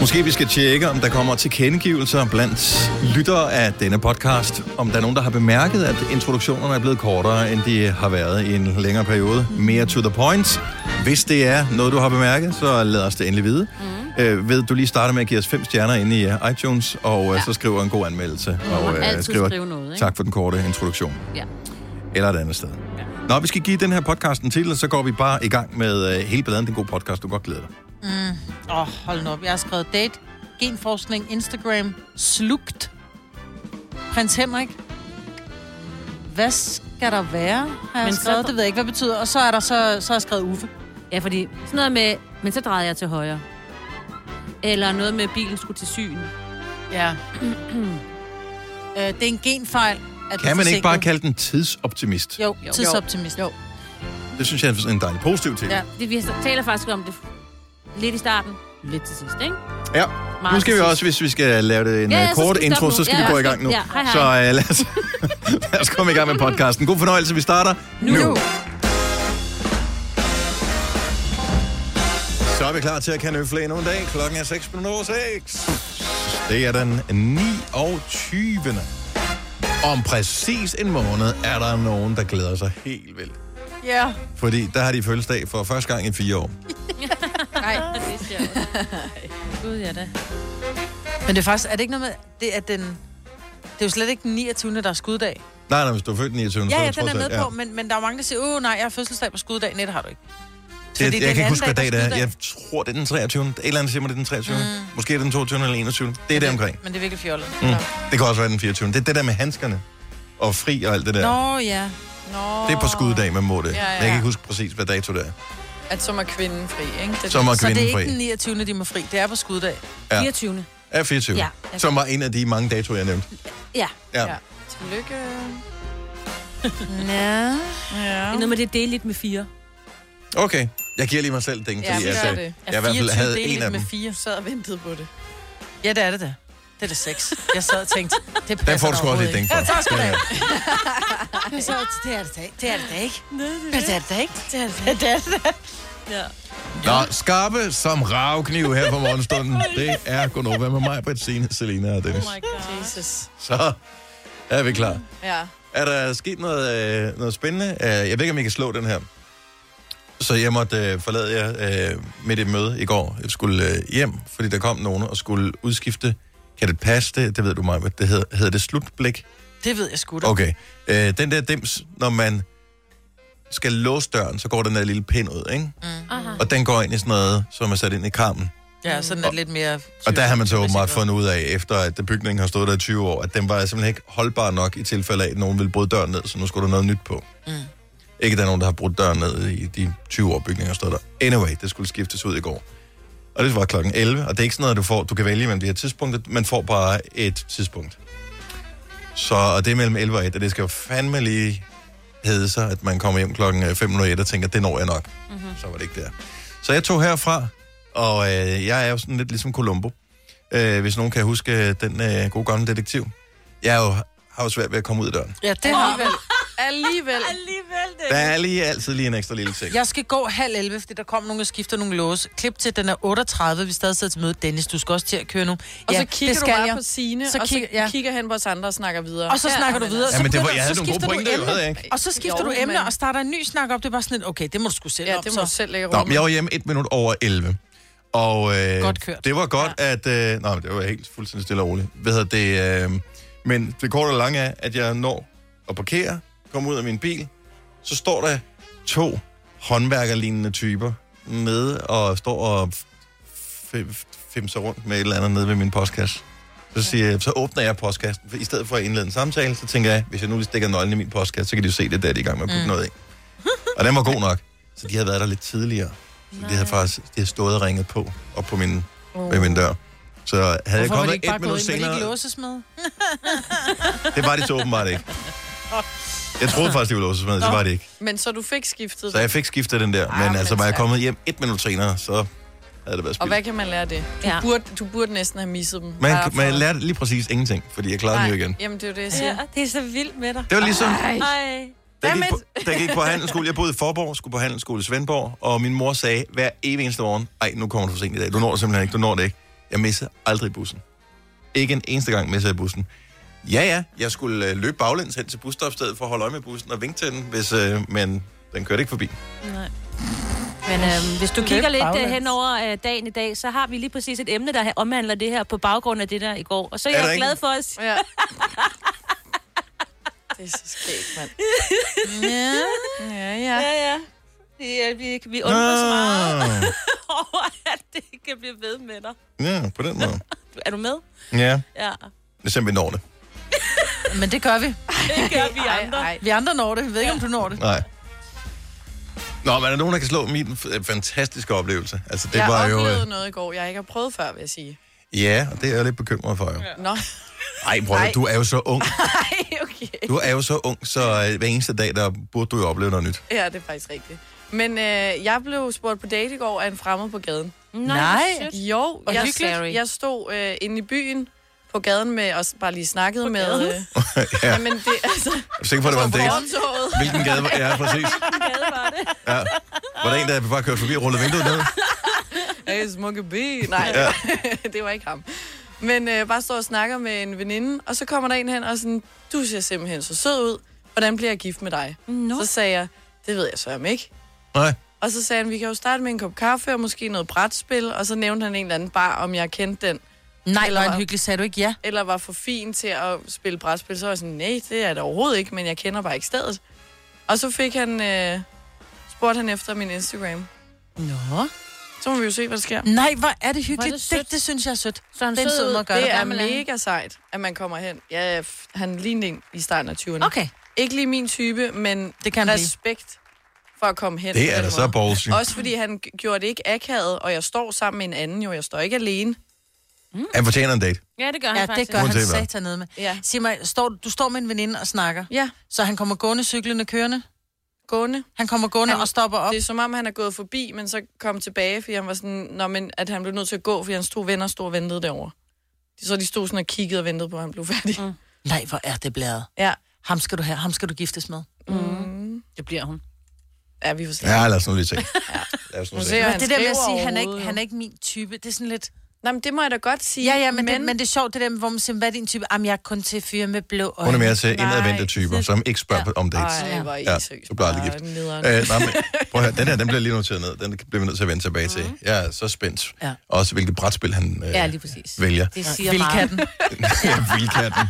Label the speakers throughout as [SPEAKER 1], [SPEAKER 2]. [SPEAKER 1] Måske vi skal tjekke, om der kommer tilkendegivelser blandt lyttere af denne podcast. Om der er nogen, der har bemærket, at introduktionerne er blevet kortere, end de har været i en længere periode. Mere to the point. Hvis det er noget, du har bemærket, så lad os det endelig vide. Mm. Øh, ved du lige starte med at give os fem stjerner inde i øh, iTunes, og øh, ja. så skriver en god anmeldelse. Og øh,
[SPEAKER 2] altid skrive noget, ikke?
[SPEAKER 1] tak for den korte introduktion.
[SPEAKER 2] Ja.
[SPEAKER 1] Eller et andet sted. Ja. Nå, vi skal give den her podcast en titel, så går vi bare i gang med øh, hele balladen. Den gode podcast, du kan godt glæder dig.
[SPEAKER 3] Åh, oh, hold nu op. Jeg har skrevet date, genforskning, Instagram, slugt. Prins Henrik. Hvad skal der være, har jeg
[SPEAKER 2] Men
[SPEAKER 3] Men
[SPEAKER 2] så-
[SPEAKER 3] skrevet. Det ved jeg ikke, hvad det betyder. Og så er der så, så er skrevet Uffe.
[SPEAKER 2] Ja, fordi sådan noget med, men så drejede jeg til højre. Eller noget med, at bilen skulle til syn.
[SPEAKER 3] Ja. øh, det er en genfejl. At du er
[SPEAKER 1] Kan man ikke bare
[SPEAKER 3] forsinket.
[SPEAKER 1] kalde den tidsoptimist?
[SPEAKER 3] Jo,
[SPEAKER 2] Jo.
[SPEAKER 3] tidsoptimist. Jo.
[SPEAKER 1] Det synes jeg er en dejlig positiv ting.
[SPEAKER 3] Ja.
[SPEAKER 2] Det, vi taler faktisk om det lidt i starten, lidt til sidst, ikke?
[SPEAKER 1] Ja.
[SPEAKER 2] Meget
[SPEAKER 1] Nu skal vi
[SPEAKER 2] præcis.
[SPEAKER 1] også, hvis vi skal lave det en
[SPEAKER 2] Ja,
[SPEAKER 1] ja, ja,
[SPEAKER 2] ja, så skal
[SPEAKER 1] kort
[SPEAKER 2] vi
[SPEAKER 1] intro,
[SPEAKER 2] stoppe nu.
[SPEAKER 1] så skal
[SPEAKER 2] Ja,
[SPEAKER 1] vi gå i
[SPEAKER 2] ja.
[SPEAKER 1] gang nu.
[SPEAKER 2] Ja, hej, hej.
[SPEAKER 1] Så uh, lad, os, lad os komme i gang med podcasten. God fornøjelse, vi starter nu. nu. Så er vi klar til at kan øfle endnu en dag. Klokken er 6 minutter over 6. Det er den 29. Om præcis en måned er der nogen, der glæder sig helt vildt.
[SPEAKER 3] Ja.
[SPEAKER 1] Fordi der har de fødselsdag for første gang i fire år.
[SPEAKER 3] Nej.
[SPEAKER 2] Det er sjovt. Gud, ja da.
[SPEAKER 3] Men det er faktisk, er det ikke noget med, det er den... Det er jo slet ikke den 29. der er skuddag.
[SPEAKER 1] Nej, nej, hvis du er født den 29. så
[SPEAKER 3] Ja, ja,
[SPEAKER 1] det
[SPEAKER 3] den er
[SPEAKER 1] trods
[SPEAKER 3] med
[SPEAKER 1] alt-
[SPEAKER 3] på, men, men der er mange, der siger, åh nej, jeg har fødselsdag på skuddag. Nej, det har du ikke.
[SPEAKER 1] Det,
[SPEAKER 3] Fordi
[SPEAKER 1] jeg
[SPEAKER 3] det er
[SPEAKER 1] kan
[SPEAKER 3] en
[SPEAKER 1] ikke huske, hvad
[SPEAKER 3] anden
[SPEAKER 1] dag
[SPEAKER 3] dag
[SPEAKER 1] det
[SPEAKER 3] på
[SPEAKER 1] er. Jeg tror, det er den 23. Et eller andet siger mig, det er den 23. Mm. Måske er det den 22. eller 21. Det er det omkring.
[SPEAKER 3] Men det er virkelig fjollet.
[SPEAKER 1] Mm. Det kan også være den 24. Det er det der med handskerne og fri og alt det der.
[SPEAKER 3] Nå, ja. Nå.
[SPEAKER 1] Det er på skuddag, man må det.
[SPEAKER 4] Ja, ja,
[SPEAKER 1] Men
[SPEAKER 4] ja.
[SPEAKER 1] Jeg kan ikke huske præcis, hvad dato det er.
[SPEAKER 4] At så er kvinden fri, ikke? Det,
[SPEAKER 1] Så må
[SPEAKER 3] Så det
[SPEAKER 1] kvinden
[SPEAKER 3] er ikke den
[SPEAKER 1] fri.
[SPEAKER 3] 29. de må fri, det er på skuddag.
[SPEAKER 1] Ja.
[SPEAKER 2] 24.
[SPEAKER 1] Er 24.
[SPEAKER 2] Ja,
[SPEAKER 1] Ja,
[SPEAKER 2] jeg
[SPEAKER 1] som var en af de mange datoer, jeg nævnte.
[SPEAKER 2] Ja,
[SPEAKER 1] Ja.
[SPEAKER 4] Ja. Tillykke.
[SPEAKER 3] Ja.
[SPEAKER 4] Ja.
[SPEAKER 2] det er noget med, det er deligt med fire.
[SPEAKER 1] Okay. Jeg giver lige mig selv den, fordi
[SPEAKER 4] Ja,
[SPEAKER 1] jeg,
[SPEAKER 4] gør
[SPEAKER 1] sagde-
[SPEAKER 4] det.
[SPEAKER 1] jeg i hvert fald havde en af dem.
[SPEAKER 3] med 4.
[SPEAKER 4] Du sad og ventede på det.
[SPEAKER 3] Ja, det er det da. Det er det 6. Jeg sad og tænkte, det passer
[SPEAKER 1] Den får du
[SPEAKER 3] da
[SPEAKER 1] sgu også lidt
[SPEAKER 3] overhovedet
[SPEAKER 1] ding
[SPEAKER 3] ikke.
[SPEAKER 1] for.
[SPEAKER 3] Ja, tak skal du
[SPEAKER 1] Ja,
[SPEAKER 3] have.
[SPEAKER 1] ja.
[SPEAKER 3] Jeg sad og tænkte, Det er det da ikke. Det er det da ikke. Men Det er det da ikke. Det er det da ikke. Det er det da ikke.
[SPEAKER 4] Ja.
[SPEAKER 1] Nå, skarpe som ravkniv her på morgenstunden. Det er kun over med mig, Britt, Signe, Selina og
[SPEAKER 4] Oh
[SPEAKER 1] Dennis.
[SPEAKER 4] Jesus.
[SPEAKER 1] Så er vi klar.
[SPEAKER 4] Ja.
[SPEAKER 1] Er der sket noget, øh, noget spændende? Øh, jeg ved ikke, om I kan slå den her. Så jeg måtte øh, forlade jer øh, med et møde i går. Jeg skulle øh, hjem, fordi der kom nogen og skulle udskifte. Kan det passe det? Det ved du mig, hvad det hedder. Hedder det slutblik?
[SPEAKER 3] Det ved jeg sgu da.
[SPEAKER 1] Okay. Øh, den der dims, når man skal låse døren, så går den der lille pind ud, ikke?
[SPEAKER 2] Aha.
[SPEAKER 1] Og den går ind i sådan noget, som er sat ind i krammen.
[SPEAKER 3] Ja, sådan er det lidt mere...
[SPEAKER 1] Og der har man så åbenbart fundet ud af, efter at bygningen har stået der i 20 år, at den var simpelthen ikke holdbar nok i tilfælde af, at nogen ville bryde døren ned, så nu skulle der noget nyt på. Mm. Ikke at der er nogen, der har brudt døren ned i de 20 år, bygningen har stået der. Anyway, det skulle skiftes ud i går. Og det var klokken 11, og det er ikke sådan noget, du, får, du kan vælge mellem de her tidspunkter. Man får bare et tidspunkt. Så og det er mellem 11 og 1, og det skal jo fandme lige hedde sig, at man kommer hjem klokken øh, 5.01 og tænker, det når jeg nok. Mm-hmm. Så var det ikke der. Så jeg tog herfra, og øh, jeg er jo sådan lidt ligesom Columbo. Øh, hvis nogen kan huske øh, den øh, gode gamle detektiv. Jeg er jo, har jo svært ved at komme ud af døren.
[SPEAKER 3] Ja, det har
[SPEAKER 4] Alligevel. Alligevel.
[SPEAKER 1] Der er lige altid lige en ekstra lille ting.
[SPEAKER 3] Jeg skal gå halv 11, fordi der kom nogen og skifter nogle låse. Klip til, den er 38, vi stadig sidder til møde. Dennis, du skal også til at køre nu.
[SPEAKER 4] Og
[SPEAKER 3] ja,
[SPEAKER 4] så kigger
[SPEAKER 3] det
[SPEAKER 4] du
[SPEAKER 3] skal
[SPEAKER 4] bare
[SPEAKER 3] jeg.
[SPEAKER 4] på sine,
[SPEAKER 3] Så
[SPEAKER 4] og så
[SPEAKER 3] kigger- ja.
[SPEAKER 4] kigger han på os andre og snakker videre.
[SPEAKER 3] Og så snakker du
[SPEAKER 4] men
[SPEAKER 3] videre.
[SPEAKER 4] altså.
[SPEAKER 3] så
[SPEAKER 1] Jamen, det var,
[SPEAKER 3] begynder-
[SPEAKER 1] jeg havde
[SPEAKER 3] så
[SPEAKER 1] nogle gode
[SPEAKER 3] skifter du
[SPEAKER 1] pointer, jo,
[SPEAKER 3] emne.
[SPEAKER 1] havde jeg ikke?
[SPEAKER 3] Og så skifter
[SPEAKER 4] Jo,
[SPEAKER 3] du emne
[SPEAKER 4] men-
[SPEAKER 3] og starter en ny snak op. Det er bare sådan lidt, okay, det må du sgu selv
[SPEAKER 4] Ja,
[SPEAKER 3] om,
[SPEAKER 4] det
[SPEAKER 3] så.
[SPEAKER 4] må du selv lægge
[SPEAKER 1] Nå,
[SPEAKER 4] rum.
[SPEAKER 1] men jeg var hjemme et minut over 11. Og øh,
[SPEAKER 3] Godt kørt.
[SPEAKER 1] det var godt, ja. at... Øh, nej, det var helt fuldstændig stille og roligt. Hvad hedder det? Øh, men det korte og lange er, at jeg når at parkere, kommer ud af min bil, så står der to håndværkerlignende typer nede og står og f- f- femser rundt med et eller andet nede ved min postkasse. Så, siger jeg, så åbner jeg postkassen. For I stedet for at indlede en samtale, så tænker jeg, hvis jeg nu lige stikker nøglen i min postkasse, så kan de jo se det, der de er i gang med at putte mm. noget i. Og den var god nok. Så de havde været der lidt tidligere. Så de havde faktisk de havde stået og ringet på op på min, oh. ved min dør. Så havde jeg
[SPEAKER 3] Hvorfor var
[SPEAKER 1] kommet
[SPEAKER 3] det ikke bare
[SPEAKER 1] et minut
[SPEAKER 3] gået ind? Var
[SPEAKER 1] senere...
[SPEAKER 3] det ikke låses med?
[SPEAKER 1] Det var de så åbenbart ikke. Jeg troede faktisk, de ville låses med, det var det ikke.
[SPEAKER 4] Men så du fik skiftet
[SPEAKER 1] Så jeg fik skiftet den der, men
[SPEAKER 4] Ah, men
[SPEAKER 1] altså var jeg
[SPEAKER 4] tak.
[SPEAKER 1] kommet hjem et minut senere, så havde det været
[SPEAKER 4] Og
[SPEAKER 1] spildt.
[SPEAKER 4] hvad kan man lære af det? Du,
[SPEAKER 2] Ja.
[SPEAKER 4] ja. burde, du burde næsten have misset dem. Bare
[SPEAKER 1] Man,
[SPEAKER 4] for-
[SPEAKER 1] man lærte lige præcis ingenting, fordi jeg klarede den jo
[SPEAKER 4] Nej,
[SPEAKER 1] igen.
[SPEAKER 4] Jamen, det er jo det, jeg siger.
[SPEAKER 2] det er så vildt med dig.
[SPEAKER 1] Det var ligesom,
[SPEAKER 2] Ej.
[SPEAKER 1] da jeg, gik på, da jeg gik på handelsskole, jeg boede i Forborg, skulle på handelsskole i Svendborg, og min mor sagde hver evig eneste morgen, ej, nu kommer du for sent i dag, du når det simpelthen ikke, du når det ikke. Jeg missede aldrig bussen. Ikke en eneste gang missede jeg bussen. Ja, ja, jeg skulle øh, løbe baglæns hen til busstopstedet for at holde øje med bussen og vinke til den, hvis, øh, men den kørte ikke forbi.
[SPEAKER 4] Nej.
[SPEAKER 2] Men øh, hvis du
[SPEAKER 3] Lidt
[SPEAKER 2] kigger lidt øh,
[SPEAKER 3] baglæns.
[SPEAKER 2] hen over øh, dagen i dag, så har vi lige præcis et emne, der ha- omhandler det her på baggrund af det der i går. Og så er
[SPEAKER 1] Er
[SPEAKER 2] jeg
[SPEAKER 1] der
[SPEAKER 2] er
[SPEAKER 1] ikke-
[SPEAKER 2] glad for os.
[SPEAKER 4] Ja. det er så skægt, mand.
[SPEAKER 3] Ja.
[SPEAKER 4] Ja,
[SPEAKER 2] Ja,
[SPEAKER 4] ja.
[SPEAKER 2] ja. ja vi, vi undrer så meget over, at det kan blive ved med dig.
[SPEAKER 1] Ja, på den måde.
[SPEAKER 2] Er du med?
[SPEAKER 1] Ja,
[SPEAKER 2] Ja.
[SPEAKER 1] det er simpelthen når det.
[SPEAKER 3] Men det gør vi.
[SPEAKER 2] Det gør vi andre.
[SPEAKER 4] Ej,
[SPEAKER 3] Vi andre når det. Vi ved ikke, om du når det.
[SPEAKER 1] Nej. Nå, men er der nogen, der kan slå min f- fantastiske oplevelse? Altså, det
[SPEAKER 4] jeg
[SPEAKER 1] var jo...
[SPEAKER 4] oplevede
[SPEAKER 1] Øh,
[SPEAKER 4] noget i går, jeg ikke har prøvet før, vil jeg sige.
[SPEAKER 1] ja, og det er jeg lidt bekymret for, jo.
[SPEAKER 4] Nå,
[SPEAKER 1] Ej, prøv at,
[SPEAKER 4] Nej.
[SPEAKER 1] du er jo så ung.
[SPEAKER 4] Ej, okay.
[SPEAKER 1] Du er jo så ung, så øh, hver eneste dag, der burde du jo opleve noget nyt.
[SPEAKER 4] Ja, det er faktisk rigtigt. Men øh, jeg blev spurgt på date i går af en fremmed på gaden.
[SPEAKER 2] Nej.
[SPEAKER 3] Nej.
[SPEAKER 2] hvor sødt.
[SPEAKER 4] Jo,
[SPEAKER 2] Og
[SPEAKER 4] jeg,
[SPEAKER 2] hyggeligt.
[SPEAKER 4] stod, jeg stod øh, inde i byen på gaden med, og s- bare lige snakkede med...
[SPEAKER 2] gaden?
[SPEAKER 4] Øh,
[SPEAKER 1] ja, jeg
[SPEAKER 4] jamen, det, altså,
[SPEAKER 1] er sikker på, det var en
[SPEAKER 4] på
[SPEAKER 1] date.
[SPEAKER 4] fortovet.
[SPEAKER 1] Hvilken gade var det? Ja, præcis. Ja. Var der en, der bare kørte forbi og rullede vinduet ned?
[SPEAKER 4] Hey, smukke bi. Nej,
[SPEAKER 1] Ja.
[SPEAKER 4] ja. det var ikke ham. Men øh, bare står og snakker med en veninde, og så kommer der en hen og sådan, du ser simpelthen så sød ud. Hvordan bliver jeg gift med dig?
[SPEAKER 2] Nå.
[SPEAKER 4] Så sagde jeg, det ved jeg så om ikke.
[SPEAKER 1] Nej.
[SPEAKER 4] Og så sagde han, vi kan jo starte med en kop kaffe og måske noget brætspil. Og så nævnte han en eller anden bar, om jeg kendte den.
[SPEAKER 3] Nej,
[SPEAKER 4] Eller
[SPEAKER 3] hvor er
[SPEAKER 4] hvad?
[SPEAKER 3] det hyggeligt. Sagde du ikke ja?
[SPEAKER 4] Eller var for fin til at spille brætspil. Så var jeg sådan, nej, det er det overhovedet ikke, men jeg kender bare ikke stedet. Og så fik han, øh, spurgte han efter min Instagram.
[SPEAKER 3] Nå.
[SPEAKER 4] Så må vi jo se, hvad der sker.
[SPEAKER 3] Nej, hvor er det
[SPEAKER 2] Hvor er
[SPEAKER 3] hyggeligt.
[SPEAKER 2] det
[SPEAKER 3] det,
[SPEAKER 2] sødt.
[SPEAKER 3] det, det, synes jeg er sødt.
[SPEAKER 2] Så han
[SPEAKER 3] Den
[SPEAKER 2] sød
[SPEAKER 3] sød
[SPEAKER 2] ud.
[SPEAKER 3] måde at gøre
[SPEAKER 4] Det
[SPEAKER 3] det.
[SPEAKER 4] er
[SPEAKER 2] gammel er han?
[SPEAKER 4] mega sejt, at man kommer hen. Ja, f- han lignede en i starten af 20'erne.
[SPEAKER 3] Okay,
[SPEAKER 4] Ikke lige min type, men
[SPEAKER 3] det kan det.
[SPEAKER 4] respekt for at komme hen. på
[SPEAKER 1] Det er da
[SPEAKER 4] den måde.
[SPEAKER 1] så ballsy.
[SPEAKER 4] Også fordi han g- gjorde det ikke akavet, og jeg står sammen med en anden jo. Jeg står ikke alene.
[SPEAKER 1] Han fortjener en date.
[SPEAKER 2] Ja, det gør han
[SPEAKER 3] Ja,
[SPEAKER 2] faktisk.
[SPEAKER 3] det gør
[SPEAKER 1] Uanset
[SPEAKER 3] han
[SPEAKER 1] hvad.
[SPEAKER 3] satan ned med.
[SPEAKER 4] Ja.
[SPEAKER 3] Sig mig, står, du står med en veninde og snakker,
[SPEAKER 4] Ja,
[SPEAKER 3] så han kommer gående, cyklende, kørende.
[SPEAKER 4] gående.
[SPEAKER 3] Han kommer gående
[SPEAKER 4] Han-
[SPEAKER 3] og stopper op.
[SPEAKER 4] Det er som om, han er gået forbi, men så kom tilbage, fordi han var sådan, Nå, men, at han blev nødt til at gå, fordi hans to venner stod og ventede derovre. Så de stod sådan og kiggede og ventede på, at han blev færdig. Mm.
[SPEAKER 3] Nej, hvor er det blæret.
[SPEAKER 4] Ja. Mm.
[SPEAKER 3] Ham skal du have, ham skal du giftes med.
[SPEAKER 2] Det bliver hun.
[SPEAKER 4] ja, vi får se.
[SPEAKER 1] Ja, lad os nu lige se. Lad os nu
[SPEAKER 4] Nu
[SPEAKER 1] se.
[SPEAKER 4] ser jeg,
[SPEAKER 3] Men
[SPEAKER 4] han
[SPEAKER 3] det der med at
[SPEAKER 4] skriver
[SPEAKER 3] sige, han er, ikke,
[SPEAKER 4] overhovedet,
[SPEAKER 3] han
[SPEAKER 4] jo.
[SPEAKER 3] er ikke min type, det er sådan lidt...
[SPEAKER 4] Nå, men det må jeg da godt sige.
[SPEAKER 3] Ja, ja, men, men... Det, men det er sjovt, det der med, hvor man siger, hvad er din type? Jamen, jeg er kun til fyre med blå øjne.
[SPEAKER 1] Hun er mere til indadvendte
[SPEAKER 4] Nej.
[SPEAKER 1] typer, som ikke spørger om dates.
[SPEAKER 4] Ej, hvor er I
[SPEAKER 1] Ja,
[SPEAKER 4] seriøst.
[SPEAKER 1] du bliver aldrig gift.
[SPEAKER 4] Ej, nederen.
[SPEAKER 1] Øh, nej, men, prøv at høre, den her, den bliver lige noteret ned. Den bliver vi nødt til at vende tilbage til.
[SPEAKER 4] Mm.
[SPEAKER 1] Jeg er så spændt.
[SPEAKER 3] Ja.
[SPEAKER 1] Også hvilket brætspil han øh,
[SPEAKER 2] Ja, lige præcis.
[SPEAKER 1] vælger.
[SPEAKER 2] Det siger meget.
[SPEAKER 3] Vildkatten.
[SPEAKER 1] Vildkatten.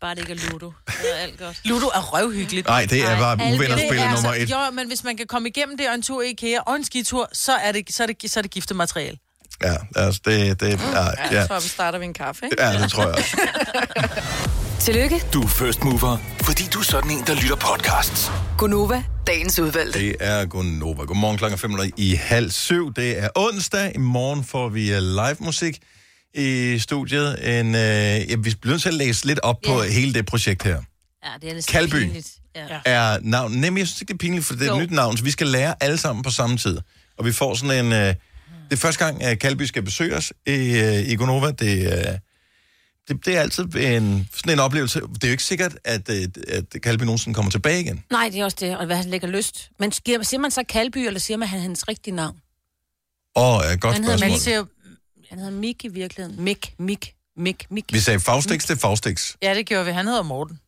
[SPEAKER 2] Bare det ikke er Ludo. Det er alt godt.
[SPEAKER 3] Ludo er røvhyggeligt.
[SPEAKER 1] Nej, det er
[SPEAKER 2] Ej,
[SPEAKER 1] bare
[SPEAKER 2] alle de der-
[SPEAKER 1] uvennerspillet nummer et.
[SPEAKER 3] altså- Jo, men hvis man kan komme igennem det og en tur i IKEA og en skitur, så er det, så er det, så er det giftet materiale.
[SPEAKER 1] Ja, altså, det, det, ja,
[SPEAKER 4] Ja.
[SPEAKER 1] ja.
[SPEAKER 4] Ah, Jeg tror, vi starter ved en kaffe, ikke?
[SPEAKER 1] ja, det tror jeg også.
[SPEAKER 5] Tillykke,
[SPEAKER 6] Du er first mover, fordi du er sådan en, der lytter podcasts.
[SPEAKER 5] Gunova, dagens udvalgte.
[SPEAKER 1] Det er Gunnova. Godmorgen klokken 5 i halv syv. Det er onsdag. I morgen får vi øh, live musik i studiet. En, øh, ja, vi bliver nødt til at læse lidt op på
[SPEAKER 2] Ja.
[SPEAKER 1] hele det projekt her.
[SPEAKER 2] Ja, det er næsten
[SPEAKER 1] Kalby.
[SPEAKER 2] pinligt. Ja.
[SPEAKER 1] er navn. Nemlig, jeg synes ikke, det er pinligt, for det er et
[SPEAKER 2] Jo.
[SPEAKER 1] nyt navn, så vi skal lære alle sammen på samme tid. Og vi får sådan en... Øh, det er første gang, at Kalby skal besøge os i, øh, i Gonova. Det, øh, det, det er altid en, sådan en oplevelse. Det er jo ikke sikkert, at, øh, at Kalby nogensinde kommer tilbage igen.
[SPEAKER 2] Nej, det er også det, og hvad han lægger lyst. Men sker- siger man så Kalby, eller siger man han, hans rigtige navn?
[SPEAKER 1] Åh, oh, godt
[SPEAKER 2] Han hedder
[SPEAKER 1] spørgsmål.
[SPEAKER 3] Man ser jo...
[SPEAKER 2] Han hedder Mik i virkeligheden. Mik, Mik, Mik, Mik.
[SPEAKER 1] Vi sagde Faustix til Faustix.
[SPEAKER 3] Ja, det gjorde vi. Han hedder Morten.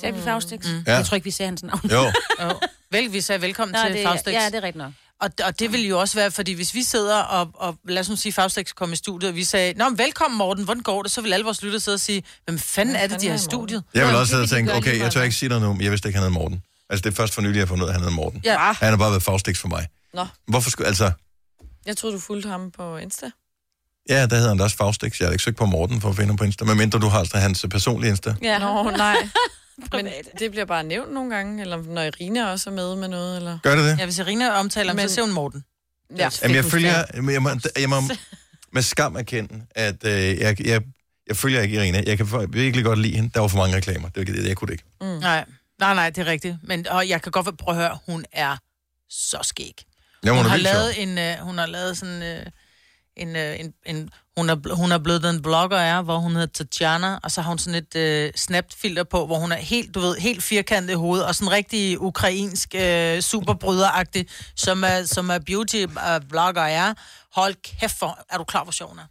[SPEAKER 2] Sagde vi Faustix? Mm.
[SPEAKER 1] Ja.
[SPEAKER 2] Jeg tror ikke, vi sagde hans navn.
[SPEAKER 1] Jo,
[SPEAKER 3] Jo. Vel, vi sagde velkommen
[SPEAKER 2] Nå,
[SPEAKER 3] til det, Faustix.
[SPEAKER 2] Ja, det er rigtigt nok.
[SPEAKER 3] Og, og det ville jo også være, fordi hvis vi sidder og, og lad os nu sige, Faustix kom i studiet, og vi sagde, Nå, men velkommen Morten, hvordan går det? Så vil alle vores lytter sidde og sige, hvem fanden er det, de har i studiet?
[SPEAKER 1] jeg vil
[SPEAKER 2] Nå,
[SPEAKER 1] også sidde og
[SPEAKER 2] det kan de
[SPEAKER 1] tænke,
[SPEAKER 2] gøre
[SPEAKER 1] okay,
[SPEAKER 2] lige
[SPEAKER 1] jeg tør
[SPEAKER 2] meget.
[SPEAKER 1] ikke sige noget nu, men jeg vidste ikke, han hed Morten. Altså, det er først for nylig, jeg har fundet ud af, at han hed Morten.
[SPEAKER 3] Ja.
[SPEAKER 1] Han har bare været Faustix for mig.
[SPEAKER 4] Nå.
[SPEAKER 1] Hvorfor skulle, altså,
[SPEAKER 4] Jeg troede, du fulgte ham på Insta.
[SPEAKER 1] ja, der hedder han da også Faustix. Jeg har da ikke søgt på Morten for at finde ham på Insta, medmindre du har altså hans personlige Insta.
[SPEAKER 4] Ja. Nå, nej. men det bliver bare nævnt nogle gange, eller når Irina også er med med noget, eller...
[SPEAKER 1] Gør det det?
[SPEAKER 3] Ja, hvis Irina omtaler ham,
[SPEAKER 4] Men-
[SPEAKER 3] så ser hun Morten.
[SPEAKER 4] Ja.
[SPEAKER 1] Jamen, jeg
[SPEAKER 3] Fedt,
[SPEAKER 1] følger... Jeg, jeg, må, jeg må med skam erkende, at øh, jeg, jeg, jeg følger ikke Irina. Jeg kan for- virkelig godt lide hende. Der var for mange reklamer. Det, var- det, jeg kunne det ikke.
[SPEAKER 3] Mm. Nej, nej, nej, det er rigtigt. Men og jeg kan godt prøve at høre, hun er så skæg.
[SPEAKER 1] Jeg må
[SPEAKER 3] Hun
[SPEAKER 1] hun
[SPEAKER 3] har
[SPEAKER 1] vildt sjov.
[SPEAKER 3] lavet en, øh, hun har lavet sådan øh, en, øh, en, en hun, er, bl- hun er blevet den blogger er, hvor hun hedder Tatjana, og så har hun sådan et øh, snapfilter på, hvor hun er helt, du ved, helt firkantet i hovedet, og sådan rigtig ukrainsk øh, superbryderagtig, som er, som er beauty-blogger er. Hold kæft for, er du klar, hvor sjov hun er?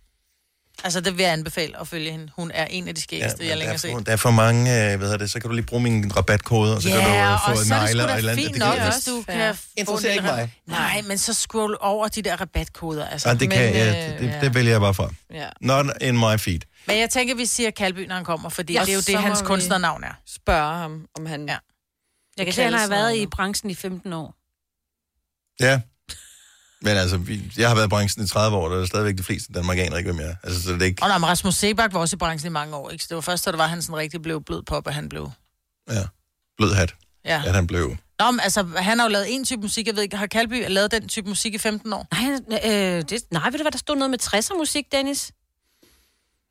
[SPEAKER 3] Altså, det vil jeg anbefale at følge hende. Hun er en af de skæggeste, ja, jeg
[SPEAKER 1] men
[SPEAKER 3] længe
[SPEAKER 1] der, er
[SPEAKER 3] har set.
[SPEAKER 1] for, der er for mange, øh, hvad hedder det, så kan du lige bruge min rabatkode, og så kan du øh,
[SPEAKER 3] og
[SPEAKER 1] få
[SPEAKER 3] så er det
[SPEAKER 1] negler
[SPEAKER 3] sgu
[SPEAKER 1] og et
[SPEAKER 3] da
[SPEAKER 1] eller andet.
[SPEAKER 3] fint
[SPEAKER 1] Det kan
[SPEAKER 3] nok,
[SPEAKER 1] jeg
[SPEAKER 4] jeg
[SPEAKER 3] hvis
[SPEAKER 1] ikke.
[SPEAKER 4] også.
[SPEAKER 3] du
[SPEAKER 4] Ja.
[SPEAKER 3] kan få
[SPEAKER 1] Interesserer
[SPEAKER 3] en
[SPEAKER 1] ikke mig.
[SPEAKER 3] Nej, men så scroll over de der rabatkoder, altså.
[SPEAKER 1] Nej, Ah, det, kan,
[SPEAKER 4] Men,
[SPEAKER 1] jeg,
[SPEAKER 4] øh,
[SPEAKER 1] det, det vælger jeg bare fra.
[SPEAKER 4] Ja.
[SPEAKER 1] Not in my feed.
[SPEAKER 3] Men jeg tænker, vi siger Kalby, når han kommer, fordi
[SPEAKER 4] Ja,
[SPEAKER 3] ja, det er jo
[SPEAKER 4] så
[SPEAKER 3] det,
[SPEAKER 4] må
[SPEAKER 3] hans
[SPEAKER 4] vi-
[SPEAKER 3] kunstnernavn er.
[SPEAKER 4] Spørge ham, om han...
[SPEAKER 3] Ja.
[SPEAKER 4] Ja.
[SPEAKER 2] Jeg kan
[SPEAKER 4] Det
[SPEAKER 2] se, at han har
[SPEAKER 4] kaldes
[SPEAKER 2] været
[SPEAKER 4] noget
[SPEAKER 2] i
[SPEAKER 4] nu.
[SPEAKER 2] branchen i 15 år.
[SPEAKER 1] Ja. Men altså, vi, jeg har været i branchen i 30 år, og der er stadigvæk de fleste danmarkanere ikke, hvem jeg er. Altså, så det er ikke...
[SPEAKER 3] Og nej, men Rasmus Sebak var også i branchen i mange år, ikke? Så det var først, da det var, han sådan rigtig blev blød pop, at han blev...
[SPEAKER 1] Ja. Blød hat,
[SPEAKER 3] Ja.
[SPEAKER 1] at han blev.
[SPEAKER 3] Nå, men altså, han har jo lavet en type musik, jeg ved ikke, har Kalby lavet den type musik i 15 år?
[SPEAKER 2] Nej, øh, det, nej, ved du hvad, der stod noget med 60'er musik, Dennis?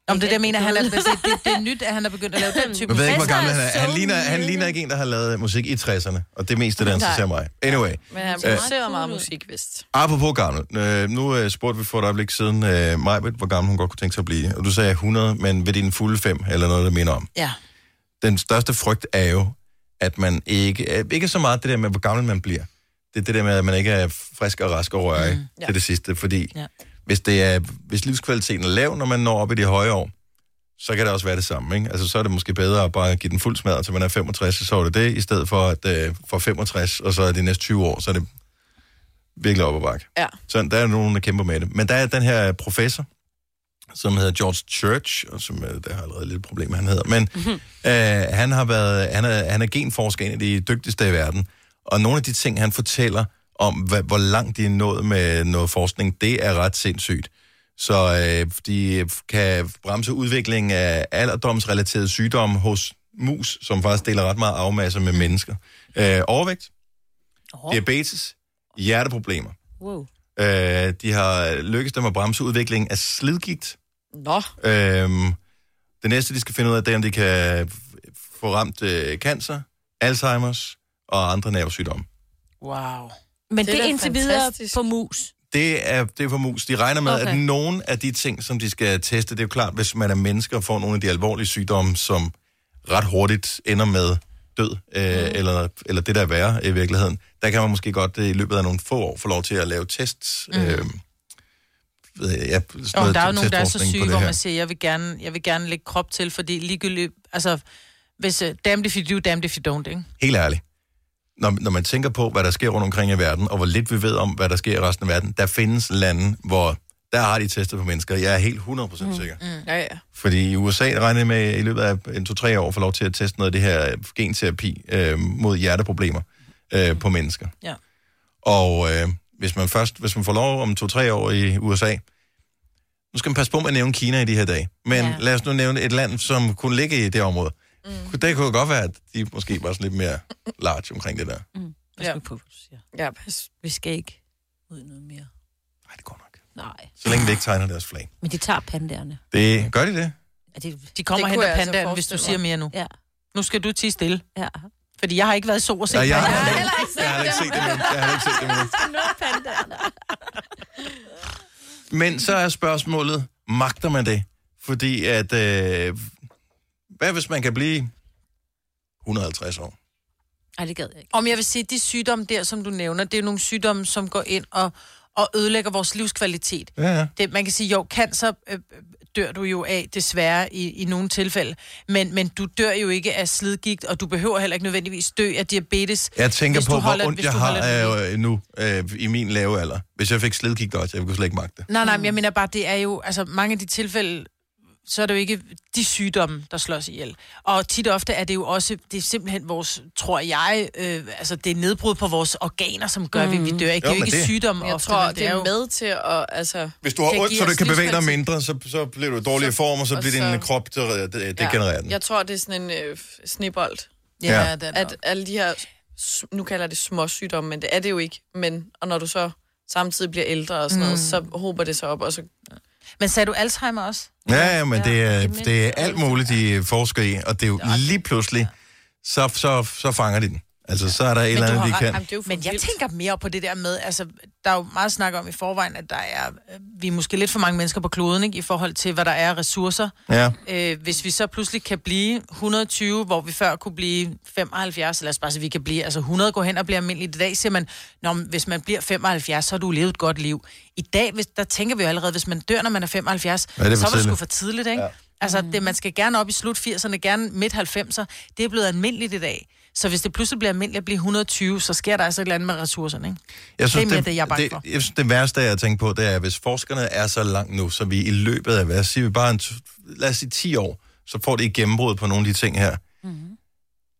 [SPEAKER 3] Nå, men det er det, jeg mener, han er, det, det, det, er nyt, at han har begyndt at lave den type
[SPEAKER 1] Jeg ved
[SPEAKER 3] musik.
[SPEAKER 1] ikke, hvor
[SPEAKER 2] Masser
[SPEAKER 1] gammel
[SPEAKER 2] af
[SPEAKER 1] han er. Han
[SPEAKER 2] soul
[SPEAKER 1] ligner, han
[SPEAKER 2] music.
[SPEAKER 1] ligner ikke en, der har lavet musik i 60'erne, og det er mest det, der interesserer mig. Anyway,
[SPEAKER 4] Men han
[SPEAKER 1] Øh.
[SPEAKER 4] producerer
[SPEAKER 2] Meget
[SPEAKER 4] meget
[SPEAKER 2] cool ud.
[SPEAKER 4] musik, vist.
[SPEAKER 1] apropos gammel. Øh, nu øh, spurgte vi for et øjeblik siden øh, Majbet, hvor gammel hun godt kunne tænke sig at blive. Og du sagde 100, men ved dine fulde fem, eller noget, der minder om.
[SPEAKER 3] Ja.
[SPEAKER 1] den største frygt er jo, at man ikke... øh, Ikke så meget det der med, hvor gammel man bliver. Det er det der med, at man ikke er frisk og rask og rørig mm, ja.
[SPEAKER 4] Ja.
[SPEAKER 1] til det sidste. Fordi ja.
[SPEAKER 3] Ja.
[SPEAKER 1] hvis, det er, hvis livskvaliteten er lav, når man når op i de høje år, så kan det også være det samme. Ikke? Altså, så er det måske bedre at bare give den fuld smadret, til man er 65, så er det det, i stedet for at øh, for 65, og så er de næste 20 år, så er det virkelig op ad bakke.
[SPEAKER 4] Ja.
[SPEAKER 1] Så der er nogen, der kæmper med det. Men der er den her professor, som hedder George Church, og som øh, der har allerede lidt problem, han hedder. Men øh, han, har været, han, er, han er genforsker, en af de dygtigste i verden. Og nogle af de ting, han fortæller om, hvad, hvor langt de er nået med noget forskning, det er ret sindssygt. Så øh, de kan bremse udviklingen af alderdomsrelaterede sygdomme hos mus, som faktisk deler ret meget afmasser med mennesker. Øh, overvægt,
[SPEAKER 3] Oh,
[SPEAKER 1] diabetes, hjerteproblemer.
[SPEAKER 2] Wow.
[SPEAKER 1] Øh, de har lykkes dem at bremse udviklingen af slidgigt.
[SPEAKER 4] Nå,
[SPEAKER 1] Øhm, det næste, de skal finde ud af, det er, om de kan f- få ramt øh, cancer, Alzheimer's og andre nervesygdomme.
[SPEAKER 3] wow.
[SPEAKER 2] Men
[SPEAKER 4] Det er
[SPEAKER 2] det, det er
[SPEAKER 4] da
[SPEAKER 2] indtil videre
[SPEAKER 4] fantastisk.
[SPEAKER 2] på mus.
[SPEAKER 1] Det er, det er for mus. De regner med, okay.
[SPEAKER 2] Okay.
[SPEAKER 1] at nogle af de ting, som de skal teste, det er jo klart, hvis man er menneske og får nogle af de alvorlige sygdomme, som ret hurtigt ender med død, øh, mm. eller, eller det, der er værre i virkeligheden, der kan man måske godt øh, i løbet af nogle få år få lov til at lave tests. Mm. Øh, ved jeg, ja, sådan
[SPEAKER 3] Jo, men
[SPEAKER 1] noget
[SPEAKER 3] der er jo nogen, der er så
[SPEAKER 1] testforskning på
[SPEAKER 3] syge,
[SPEAKER 1] det
[SPEAKER 3] hvor
[SPEAKER 1] her.
[SPEAKER 3] man siger, jeg vil gerne, jeg vil gerne lægge krop til, fordi ligegyldigt, altså, hvis uh, damned if you do, damned if you don't, ikke?
[SPEAKER 1] helt ærligt, når, når man tænker på, hvad der sker rundt omkring i verden, og hvor lidt vi ved om, hvad der sker i resten af verden, der findes lande, hvor der har de testet på mennesker. Jeg er helt 100% mm. sikker. Mm.
[SPEAKER 4] ja, ja.
[SPEAKER 1] Fordi i USA regner jeg med, at i løbet af en, to, tre år får lov til at teste noget af det her genterapi øh, mod hjerteproblemer øh, på mennesker.
[SPEAKER 3] Ja.
[SPEAKER 1] Og øh, hvis man først, hvis man får lov om to-tre år i USA, nu skal man passe på med at nævne Kina i de her dage, men ja.
[SPEAKER 2] Ja.
[SPEAKER 1] lad os nu nævne et land, som kunne ligge i det område. Mm. Det kunne godt være, at de måske var sådan lidt mere large omkring det der.
[SPEAKER 4] Ja.
[SPEAKER 2] Ja. På, hvad du siger.
[SPEAKER 4] ja pas.
[SPEAKER 2] Vi skal ikke ud i noget mere.
[SPEAKER 1] Nej, det går nok.
[SPEAKER 2] Nej.
[SPEAKER 1] Så længe de ikke tegner deres flag.
[SPEAKER 2] Men de tager panderne.
[SPEAKER 1] Det, gør de det?
[SPEAKER 2] Er det,
[SPEAKER 3] De kommer
[SPEAKER 4] Det
[SPEAKER 3] hen
[SPEAKER 4] kunne
[SPEAKER 3] og
[SPEAKER 4] jeg altså
[SPEAKER 3] pandaen, hvis du
[SPEAKER 4] forestille
[SPEAKER 3] siger mere nu.
[SPEAKER 2] ja,
[SPEAKER 3] Nu skal du tige stille,
[SPEAKER 2] ja.
[SPEAKER 3] fordi jeg har ikke været i sol og set
[SPEAKER 1] Ja, jeg,
[SPEAKER 3] pandaen.
[SPEAKER 1] har, jeg har ikke set det nu. Jeg har ikke set det nu.
[SPEAKER 2] Nå, panderne.
[SPEAKER 1] Men så er spørgsmålet, magter man det? Fordi at, øh, hvad hvis man kan blive 150 år?
[SPEAKER 2] Ej, det gad jeg ikke.
[SPEAKER 3] Om jeg vil sige, de sygdomme der, som du nævner, det er jo nogle sygdomme, som går ind og, og ødelægger vores livskvalitet.
[SPEAKER 1] Ja, ja.
[SPEAKER 3] Det, man kan sige, jo, cancer øh, øh, dør du jo af, desværre, i, i nogle tilfælde. Men, men du dør jo ikke af slidgigt, og du behøver heller ikke nødvendigvis dø af diabetes.
[SPEAKER 1] Jeg tænker
[SPEAKER 3] Hvis
[SPEAKER 1] på,
[SPEAKER 3] du
[SPEAKER 1] hvor
[SPEAKER 3] holder-
[SPEAKER 1] ondt
[SPEAKER 3] hvis
[SPEAKER 1] jeg
[SPEAKER 3] du
[SPEAKER 1] har
[SPEAKER 3] holder det
[SPEAKER 1] øh, nu øh, i min lave alder. Hvis jeg fik slidgigt også, jeg kunne slet ikke magte det.
[SPEAKER 3] Nej, nej, men jeg mener bare, det er jo, altså mange af de tilfælde, så er det jo ikke de sygdomme, der slås ihjel. Og tit og ofte er det jo også, det er simpelthen vores, tror jeg, øh, altså det er nedbrud på vores organer, som gør, mm. at vi dør. Ikke?
[SPEAKER 1] Jo,
[SPEAKER 3] det er jo
[SPEAKER 1] men
[SPEAKER 3] ikke
[SPEAKER 1] det-
[SPEAKER 3] sygdomme
[SPEAKER 4] Jeg
[SPEAKER 3] ofte,
[SPEAKER 4] tror,
[SPEAKER 3] men
[SPEAKER 4] det er med til at... Altså,
[SPEAKER 1] Hvis du har
[SPEAKER 4] det
[SPEAKER 1] ondt, så
[SPEAKER 4] giver
[SPEAKER 1] du
[SPEAKER 4] os
[SPEAKER 1] kan bevæge dig
[SPEAKER 4] livskvalitet.
[SPEAKER 1] mindre, så, så bliver du i dårlig
[SPEAKER 4] Så-
[SPEAKER 1] form, og så
[SPEAKER 4] og
[SPEAKER 1] bliver
[SPEAKER 4] så-
[SPEAKER 1] din krop til at det, degenerere den.
[SPEAKER 4] Jeg tror, det er sådan en øh, f- snebold.
[SPEAKER 3] Ja,
[SPEAKER 1] Ja.
[SPEAKER 3] ja. Det er
[SPEAKER 4] At alle de her, s- nu kalder jeg det små sygdomme, men det er det jo ikke. Men, og når du så samtidig bliver ældre og sådan noget, så hober det sig op, og så
[SPEAKER 3] Mm. Men sagde du Alzheimer også?
[SPEAKER 1] Ja, ja, men det er,
[SPEAKER 2] demens
[SPEAKER 1] det er
[SPEAKER 2] og
[SPEAKER 1] alt muligt, de forsker i, og det er jo lige pludselig, så, så, så fanger de den. Altså, så er der et eller
[SPEAKER 3] du
[SPEAKER 1] andet,
[SPEAKER 3] har
[SPEAKER 1] de
[SPEAKER 3] ret.
[SPEAKER 1] kan.
[SPEAKER 4] Jamen, det er jo for
[SPEAKER 3] Men jeg
[SPEAKER 4] vildt.
[SPEAKER 3] tænker mere på det der med, altså, der er jo meget snak om i forvejen, at der er, øh, vi er måske lidt for mange mennesker på kloden, ikke, i forhold til, hvad der er af ressourcer.
[SPEAKER 1] Ja.
[SPEAKER 3] Øh, hvis vi så pludselig kan blive 120, hvor vi før kunne blive 75, lad os bare sige, vi kan blive, altså 100 går hen og bliver almindeligt. I dag siger man, Nå, men hvis man bliver 75, så har du levet et godt liv. I dag, hvis, der tænker vi jo allerede, hvis man dør, når man er 75,
[SPEAKER 1] Ja, det er for
[SPEAKER 3] så er det sgu
[SPEAKER 1] tidligt.
[SPEAKER 3] for tidligt, ikke? Ja. Altså, det, man skal gerne op i slut 80'erne, gerne midt 90'er. Det er blevet almindeligt i dag. Så hvis det pludselig bliver almindeligt at blive 120, så sker der altså et eller andet med ressourcerne, ikke?
[SPEAKER 1] Jeg synes,
[SPEAKER 3] det er mere det, jeg er bange for.
[SPEAKER 1] Jeg synes, det værste, jeg tænker på, det er, hvis forskerne er så langt nu, så vi i løbet af, hvad siger vi bare, en, t- lad os sige 10 år, så får det et gennembrud på nogle af de ting her. Mm-hmm.
[SPEAKER 3] Mhm.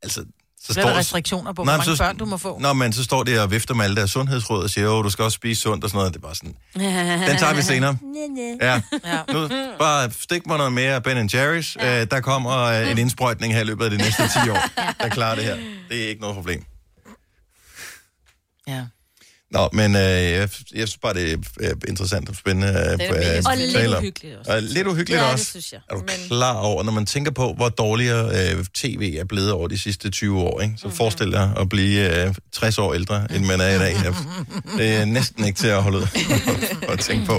[SPEAKER 1] Altså, så
[SPEAKER 3] Bliver der restriktioner på, hvor mange børn du må få?
[SPEAKER 1] Nå, men så står det og vifter med alle deres sundhedsråd og siger, jo, du skal også spise sundt og sådan noget. Det er bare sådan, den tager vi senere. Ja.
[SPEAKER 3] Ja.
[SPEAKER 1] Nu, bare stik mig noget mere Ben Jerry's. Ja. Øh, der kommer øh, en indsprøjtning her i løbet af de næste 10 år, der klarer det her. Det er ikke noget problem.
[SPEAKER 3] Ja.
[SPEAKER 1] Nå, men øh, jeg, jeg synes bare, det er øh, interessant og spændende øh, at
[SPEAKER 4] mega spændende.
[SPEAKER 2] Og lidt
[SPEAKER 1] tale om.
[SPEAKER 2] uhyggeligt også.
[SPEAKER 1] Og lidt uhyggeligt
[SPEAKER 2] Ja, det
[SPEAKER 1] også.
[SPEAKER 2] synes jeg.
[SPEAKER 1] Er du
[SPEAKER 4] Men-
[SPEAKER 1] klar over, når man tænker på, hvor dårligere øh, tv er blevet over de sidste 20 år, ikke? så
[SPEAKER 2] Mhm.
[SPEAKER 1] mm-hmm. forestil dig at blive øh, 60 år ældre, end man er i dag. Det er næsten ikke til at holde ud og tænke på.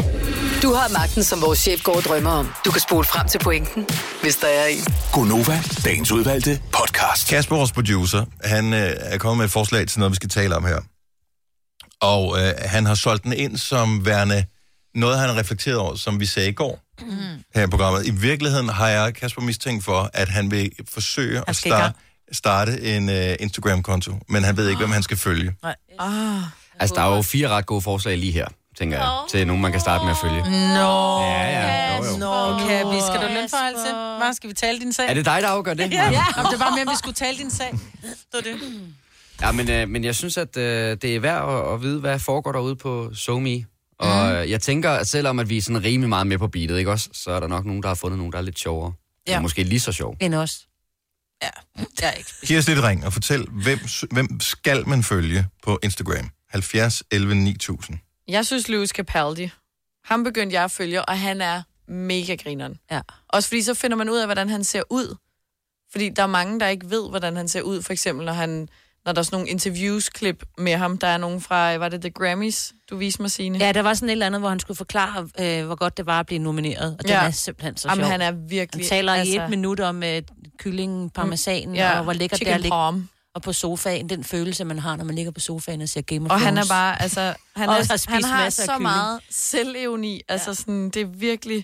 [SPEAKER 5] Du har magten, som vores chef går og drømmer om. Du kan spole frem til pointen, hvis der er en.
[SPEAKER 6] Gonova, dagens udvalgte podcast.
[SPEAKER 1] Kasper, vores producer, han øh, er kommet med et forslag til noget, vi skal tale om her. Og øh, han har solgt den ind som værende noget, han har reflekteret over, som vi sagde i går mm. her i programmet. I virkeligheden har jeg Kasper mistænkt for, at han vil forsøge at
[SPEAKER 3] skal i gang.
[SPEAKER 1] starte, starte en øh, Instagram-konto, men han ved ikke, hvem han skal følge.
[SPEAKER 2] Ah.
[SPEAKER 7] Altså, der er jo fire ret gode forslag lige her, tænker jeg, til nogen, man kan starte med at følge.
[SPEAKER 3] Mm. Nå,
[SPEAKER 7] Ja, ja, jo, jo.
[SPEAKER 3] Nå, okay, vi skal du have lønforholdelse? Hvad skal vi tale din sag?
[SPEAKER 7] Er det dig, der afgør det? Ja,
[SPEAKER 3] Om det var mere, at vi skulle tale din sag. Det var det.
[SPEAKER 7] ja men, øh, men jeg synes, at øh, det er værd at, at vide, hvad foregår derude på SoMe.
[SPEAKER 3] Mm.
[SPEAKER 7] Og øh, jeg tænker, at selvom at vi er sådan rimelig meget med på beatet, ikke også, så er der nok nogen, der har fundet nogen, der er lidt sjovere.
[SPEAKER 3] Ja.
[SPEAKER 7] Ja. Måske lige så sjov.
[SPEAKER 2] End os.
[SPEAKER 3] Ja, det er ikke.
[SPEAKER 1] Giv os lidt ring og fortæl, hvem, s- hvem skal man følge på Instagram? 70 11 9000.
[SPEAKER 4] Jeg synes, Lewis Capaldi, ham begyndte jeg at følge, og han er mega grineren.
[SPEAKER 2] Ja.
[SPEAKER 4] Også fordi så finder man ud af, hvordan han ser ud. Fordi der er mange, der ikke ved, hvordan han ser ud. For eksempel, når, han, når der er sådan nogle interviews-klip med ham. Der er nogen fra, øh, var det The Grammys, du viste mig, Signe?
[SPEAKER 2] Ja, der var sådan et eller andet, hvor han skulle forklare, øh, hvor godt det var at blive nomineret. Og det
[SPEAKER 4] Ja.
[SPEAKER 2] er simpelthen så sjovt.
[SPEAKER 4] Jamen, han
[SPEAKER 2] han,
[SPEAKER 4] er virkelig... Mm.
[SPEAKER 2] taler altså... i et minut om øh, kyllingen, parmesanen, ja. og hvor lækkert det er
[SPEAKER 4] Chicken
[SPEAKER 2] at ligge
[SPEAKER 4] parm.
[SPEAKER 2] og på sofaen. Den følelse, man har, når man ligger på sofaen og ser Game of
[SPEAKER 4] Og han er
[SPEAKER 2] Thrones.
[SPEAKER 4] bare, altså... Han,
[SPEAKER 2] Og
[SPEAKER 4] er,
[SPEAKER 2] har spist
[SPEAKER 4] han har
[SPEAKER 2] masser af
[SPEAKER 4] så
[SPEAKER 2] kylling.
[SPEAKER 4] meget selvevni. Altså, sådan, det er virkelig...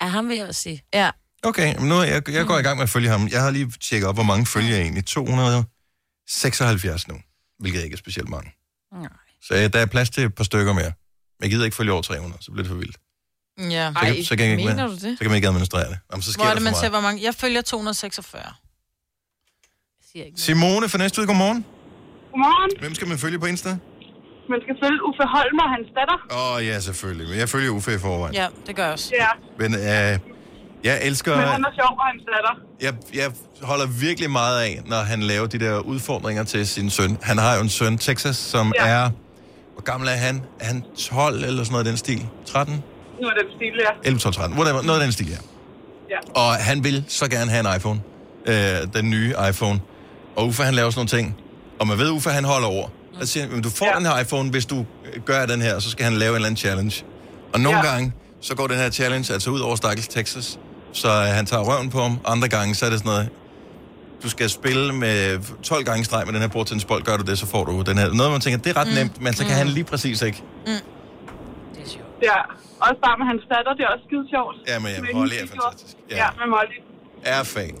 [SPEAKER 2] Er ham vil jeg også sige.
[SPEAKER 4] Ja,
[SPEAKER 1] Okay, men nu er jeg, jeg går i gang med at følge ham. Jeg har lige tjekket op, hvor mange følger jeg egentlig. 276 nu, hvilket ikke er specielt mange.
[SPEAKER 2] Nej.
[SPEAKER 1] Så øh, der er plads til et par stykker mere. Men Jeg gider ikke følge over 300, så bliver det for vildt.
[SPEAKER 3] Ja.
[SPEAKER 1] Så,
[SPEAKER 4] Ej,
[SPEAKER 1] kan, så, kan jeg ikke
[SPEAKER 4] mener
[SPEAKER 1] med,
[SPEAKER 4] du det?
[SPEAKER 1] så kan man ikke administrere det. Jamen, så sker
[SPEAKER 3] Hvor
[SPEAKER 1] der
[SPEAKER 3] er det,
[SPEAKER 1] for
[SPEAKER 3] man ser,
[SPEAKER 1] meget.
[SPEAKER 3] hvor mange? Jeg følger 246.
[SPEAKER 2] Jeg siger ikke noget.
[SPEAKER 1] Simone fra Næstved, godmorgen.
[SPEAKER 8] Godmorgen.
[SPEAKER 1] Hvem skal man følge på Insta?
[SPEAKER 8] Man skal følge Uffe Holm og hans datter.
[SPEAKER 1] Åh, oh, ja, selvfølgelig. Men jeg følger Uffe i forvejen. Ja.
[SPEAKER 3] Ja, det gør jeg også.
[SPEAKER 8] Ja,
[SPEAKER 1] Men øh, jeg elsker...
[SPEAKER 8] men han er sjov og hans datter.
[SPEAKER 1] jeg, jeg holder virkelig meget af, når han laver de der udfordringer til sin søn. Han har jo en søn, Texas, som ja.
[SPEAKER 8] Ja.
[SPEAKER 1] er... Hvor gammel er han? Er han 12 eller sådan noget i den stil? 13?
[SPEAKER 8] Nu er den stille, ja.
[SPEAKER 1] 11, 12, 13. Whatever. Noget af den stil, ja.
[SPEAKER 8] Ja.
[SPEAKER 1] Og han vil så gerne have en iPhone. Øh, den nye iPhone. Og Uffe, han laver sådan nogle ting. Og man ved, Uffe, han holder over. Og siger, han, "Men du får ja.
[SPEAKER 8] Ja.
[SPEAKER 1] den her iPhone, hvis du øh, gør den her, så skal han lave en eller anden challenge. Og nogle ja.
[SPEAKER 8] Ja.
[SPEAKER 1] gange, så går den her challenge altså ud over Stakkels Texas. Så øh, han tager røven på ham. Andre gange, så er det sådan noget, du skal spille med 12 gange i streg med den her bordtennisbold. Gør du det, så får du den her. Noget, man tænker, det er ret mm. nemt, men så kan mm. han lige præcis ikke.
[SPEAKER 2] Det er sjovt.
[SPEAKER 8] ja. Også bare med hans datter, det er også skide sjovt.
[SPEAKER 1] Ja, men ja,
[SPEAKER 8] Med
[SPEAKER 1] Molly er
[SPEAKER 8] hendes
[SPEAKER 1] fantastisk. Ja.
[SPEAKER 8] Ja. ja, med Molly.
[SPEAKER 1] er fan.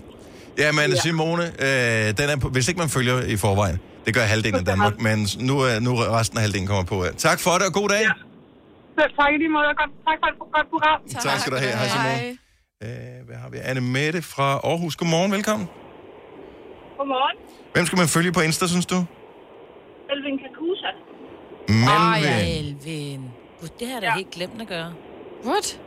[SPEAKER 1] Jamen, ja.
[SPEAKER 8] Ja.
[SPEAKER 1] Simone, øh, den er på, hvis ikke man følger i forvejen, det gør halvdelen af Danmark, men nu er nu er resten af halvdelen kommer på. her. Tak for det, og god dag. Ja.
[SPEAKER 8] Ja. Selv tak i lige måde, og godt, tak for et godt program.
[SPEAKER 1] Tak skal du have. Hej, Simone. Øh, hvad har vi? Anne Mette fra Aarhus. Godmorgen, velkommen.
[SPEAKER 8] Godmorgen.
[SPEAKER 1] Hvem skal man følge på Insta, synes du?
[SPEAKER 8] Elvin Kakusa.
[SPEAKER 1] Melvin.
[SPEAKER 2] Elvin. Gud, det har jeg da
[SPEAKER 8] Ja.
[SPEAKER 2] helt glemt at gøre.
[SPEAKER 4] What?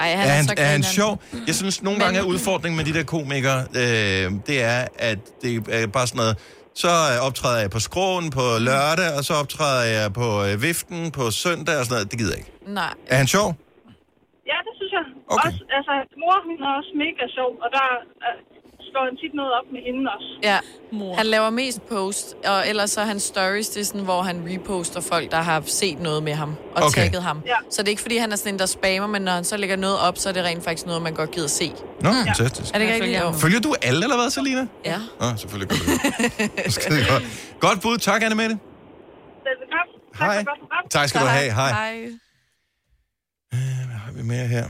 [SPEAKER 4] Ej, han
[SPEAKER 1] Er
[SPEAKER 4] er,
[SPEAKER 1] han,
[SPEAKER 4] så
[SPEAKER 1] er han
[SPEAKER 4] grineren.
[SPEAKER 1] sjov? Jeg synes, nogle gange er udfordringen med de der komikere, øh, det er, at det er bare sådan noget, så øh, optræder jeg på skråen på lørdag, og så optræder jeg på øh, viften på søndag og sådan noget. Det gider jeg ikke.
[SPEAKER 4] Nej.
[SPEAKER 1] Er han sjov?
[SPEAKER 8] Ja, det synes jeg.
[SPEAKER 1] Okay.
[SPEAKER 8] Også, altså, hans mor, hun er også mega sjov, og der er slår han tit noget op med hende også.
[SPEAKER 4] Ja.
[SPEAKER 2] Mor.
[SPEAKER 4] Han laver mest post, og ellers så er hans stories, det er sådan, hvor han reposter folk, der har set noget med ham og
[SPEAKER 1] Okay.
[SPEAKER 4] okay. tagget ham.
[SPEAKER 8] Ja.
[SPEAKER 4] Så det er ikke, fordi han er sådan en, der spammer, men når han så lægger noget op, så er det rent faktisk noget, man godt gider se.
[SPEAKER 1] Nå, fantastisk.
[SPEAKER 4] Er det ikke rigtigt? Jo.
[SPEAKER 1] Følger du alle, eller hvad, Selina?
[SPEAKER 4] Ja.
[SPEAKER 1] Nå, selvfølgelig gør du det. Skide godt. Godt bud. Tak, Annemette.
[SPEAKER 8] Velbekomme. Tak for
[SPEAKER 1] Hej.
[SPEAKER 8] et godt program.
[SPEAKER 1] Tak skal du have. Hej.
[SPEAKER 4] Hej.
[SPEAKER 1] Hvad har vi mere her?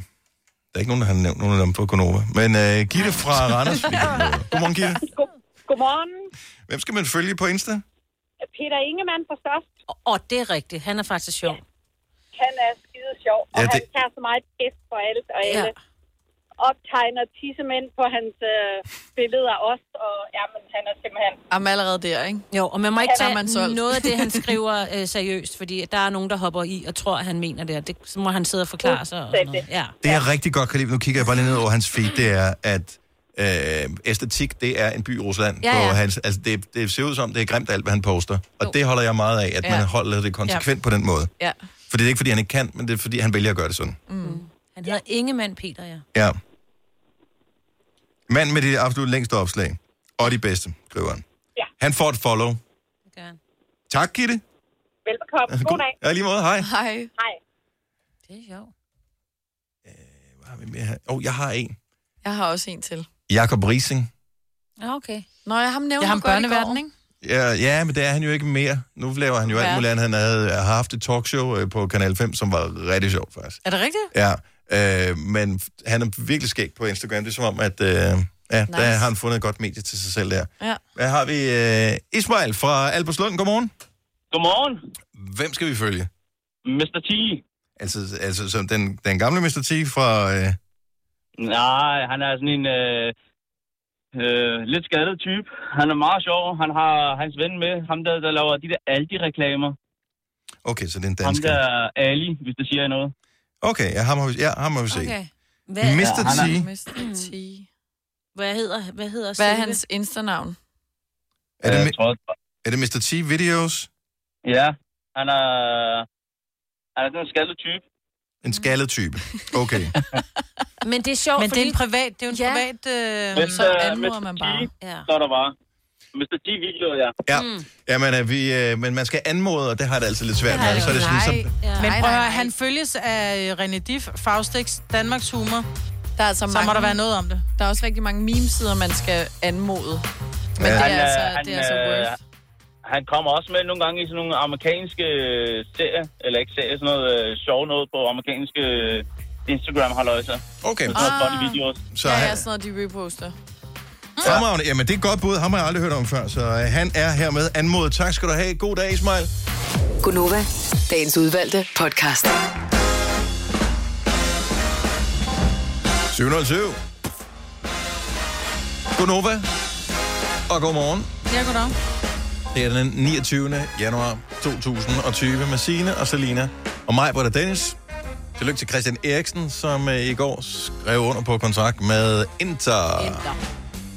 [SPEAKER 1] Der er ikke nogen, der har nævnt nogen af dem på Konova. Men øh, Gitte fra Randers. vi kan ikke nå det. Godmorgen, Gitte.
[SPEAKER 8] God- Godmorgen.
[SPEAKER 1] Hvem skal man følge på Insta?
[SPEAKER 8] Peter Ingemann fra Størst,
[SPEAKER 2] Åh, oh, det er rigtigt. Han er faktisk sjov.
[SPEAKER 8] han er skide sjov, og
[SPEAKER 1] Ja,
[SPEAKER 8] ja, det...
[SPEAKER 1] det-
[SPEAKER 8] han tager så meget pis for alt og alle. Ja. Optegner tissemænd på hans øh, billeder også, og jamen, han er simpelthen...
[SPEAKER 4] Jamen allerede der, ikke?
[SPEAKER 2] Jo, og man må ikke
[SPEAKER 4] Ja, der er
[SPEAKER 2] tage
[SPEAKER 4] man solgt.
[SPEAKER 2] noget af det, han skriver øh, seriøst, fordi der er nogen, der hopper i og tror, at han mener det, og det, så må han sidde og forklare sig. Og sådan noget. Ja.
[SPEAKER 1] Det, jeg rigtig godt kan lide, nu kigger jeg bare lige ned over hans feed, det er, at øh, æstetik, det er en by i Rusland.
[SPEAKER 2] Ja, ja.
[SPEAKER 1] På hans, altså det, det ser ud som, det er grimt alt, hvad han poster. Og det holder jeg meget af, at
[SPEAKER 4] Ja.
[SPEAKER 1] man holder det konsekvent på den måde.
[SPEAKER 4] Ja.
[SPEAKER 1] For det er ikke, fordi han ikke kan, men det er, fordi han vælger at gøre det sådan.
[SPEAKER 2] Mm. Han hedder Ingemann Peter, ja.
[SPEAKER 1] Ja. Mand med det absolut længste opslag. Og de bedste, skriver han.
[SPEAKER 8] Ja.
[SPEAKER 1] Han får et follow.
[SPEAKER 2] Det gør han.
[SPEAKER 1] Tak, Gitte.
[SPEAKER 8] Velbekomme. God dag.
[SPEAKER 1] Ja, i lige måde. Hej.
[SPEAKER 4] Hej.
[SPEAKER 8] Hej.
[SPEAKER 2] Det er sjovt.
[SPEAKER 1] Hvad har vi mere her? Åh, oh, jeg har en.
[SPEAKER 4] Jeg har også en til.
[SPEAKER 1] Jakob Rising.
[SPEAKER 2] Ja, okay.
[SPEAKER 4] Nå, jeg ham nævnte
[SPEAKER 3] Jeg har
[SPEAKER 4] du
[SPEAKER 3] en
[SPEAKER 4] godt i går.
[SPEAKER 3] børneverden, ikke?
[SPEAKER 1] Ja, ja, men det er han jo ikke mere. Nu laver han jo alt
[SPEAKER 4] Ja.
[SPEAKER 1] muligt andet. Han havde, øh, har haft et talkshow øh, på Kanal 5, som var rigtig sjovt, faktisk.
[SPEAKER 3] Er det rigtigt?
[SPEAKER 1] Ja, øh, men f- han er virkelig skæg på Instagram. Det er som om, at øh, ja, nice. der har han fundet et godt medie til sig selv der.
[SPEAKER 4] Ja.
[SPEAKER 1] Hvad har vi? Øh, Ismail fra Alberslund. Godmorgen.
[SPEAKER 9] Godmorgen,
[SPEAKER 1] Hvem skal vi følge?
[SPEAKER 9] Mr. T.
[SPEAKER 1] Altså, altså som den, den gamle Mr. T fra... Øh,
[SPEAKER 9] Nej, han er sådan en øh, øh, lidt skadet type. Han er meget sjov. Han har hans ven med, ham der, der laver de der Aldi-reklamer.
[SPEAKER 1] okay, så det er en
[SPEAKER 9] Ham
[SPEAKER 1] dansker.
[SPEAKER 9] der er Ali, hvis det siger jer noget.
[SPEAKER 1] Okay, ja, ham har vi, ja, ham har vi set. Okay.
[SPEAKER 4] Okay.
[SPEAKER 2] Hvad,
[SPEAKER 1] Mr.
[SPEAKER 9] Ja,
[SPEAKER 1] T,
[SPEAKER 9] han
[SPEAKER 4] Mr. T.
[SPEAKER 2] hvad hedder, hvad hedder
[SPEAKER 4] Hvad er
[SPEAKER 2] selve-
[SPEAKER 4] hans Insta-navn?
[SPEAKER 1] er det,
[SPEAKER 9] Øh,
[SPEAKER 1] mi-
[SPEAKER 9] tror,
[SPEAKER 1] er det Mr. T videos?
[SPEAKER 9] ja, han er, han er sådan en skadet type.
[SPEAKER 1] En skaldet type. Okay.
[SPEAKER 2] Men det er sjovt,
[SPEAKER 3] Men det
[SPEAKER 2] fordi...
[SPEAKER 3] er en privat, det er jo en
[SPEAKER 2] Ja.
[SPEAKER 3] ja. privat... Øh...
[SPEAKER 9] Men,
[SPEAKER 4] så anmoder man bare.
[SPEAKER 2] Ja. Mm.
[SPEAKER 9] Så er der bare. Mr. T videoer, ja.
[SPEAKER 1] Ja,
[SPEAKER 3] Mm.
[SPEAKER 1] Jamen, er vi, øh, men man skal anmode, og det har det altid lidt svært med. Så er det sådan, så,
[SPEAKER 2] Ja.
[SPEAKER 3] Men prøv
[SPEAKER 4] Nej,
[SPEAKER 3] at
[SPEAKER 4] nej,
[SPEAKER 3] høre,
[SPEAKER 4] nej.
[SPEAKER 3] han følges af øh, René Diff, Faustix, Danmarks Humor.
[SPEAKER 4] Der er altså
[SPEAKER 3] Så
[SPEAKER 4] mange,
[SPEAKER 3] må der være noget om det.
[SPEAKER 4] der er også rigtig mange meme-sider, man skal anmode. Men
[SPEAKER 1] Ja.
[SPEAKER 4] ja, det,
[SPEAKER 9] Han,
[SPEAKER 4] er
[SPEAKER 9] øh,
[SPEAKER 4] altså,
[SPEAKER 9] han,
[SPEAKER 4] det er altså
[SPEAKER 9] øh,
[SPEAKER 4] worth.
[SPEAKER 9] Han kommer også med nogle gange i sådan nogle amerikanske øh, serier, eller ikke serier, sådan noget øh, sjov noget på amerikanske øh, Instagram-halløjser.
[SPEAKER 1] okay.
[SPEAKER 9] Sådan noget funny videos.
[SPEAKER 1] Så
[SPEAKER 4] Ah. Ja,
[SPEAKER 1] han,
[SPEAKER 4] ja, sådan noget, de reposter.
[SPEAKER 1] fremragende. Jamen, det er et godt bud. Ham har jeg aldrig hørt om før, så øh, han er hermed anmodet. Tak skal du have. God dag, Ismail.
[SPEAKER 5] Gunova, dagens udvalgte podcast.
[SPEAKER 1] 707. Godnova. Og godmorgen.
[SPEAKER 3] Ja, goddag.
[SPEAKER 1] Det er den 29. januar 2020 med Signe og Selina og mig, Britta Dennis. Tillykke til Christian Eriksen, som øh, i går skrev under på kontrakt med Inter. Inter.
[SPEAKER 2] Enter.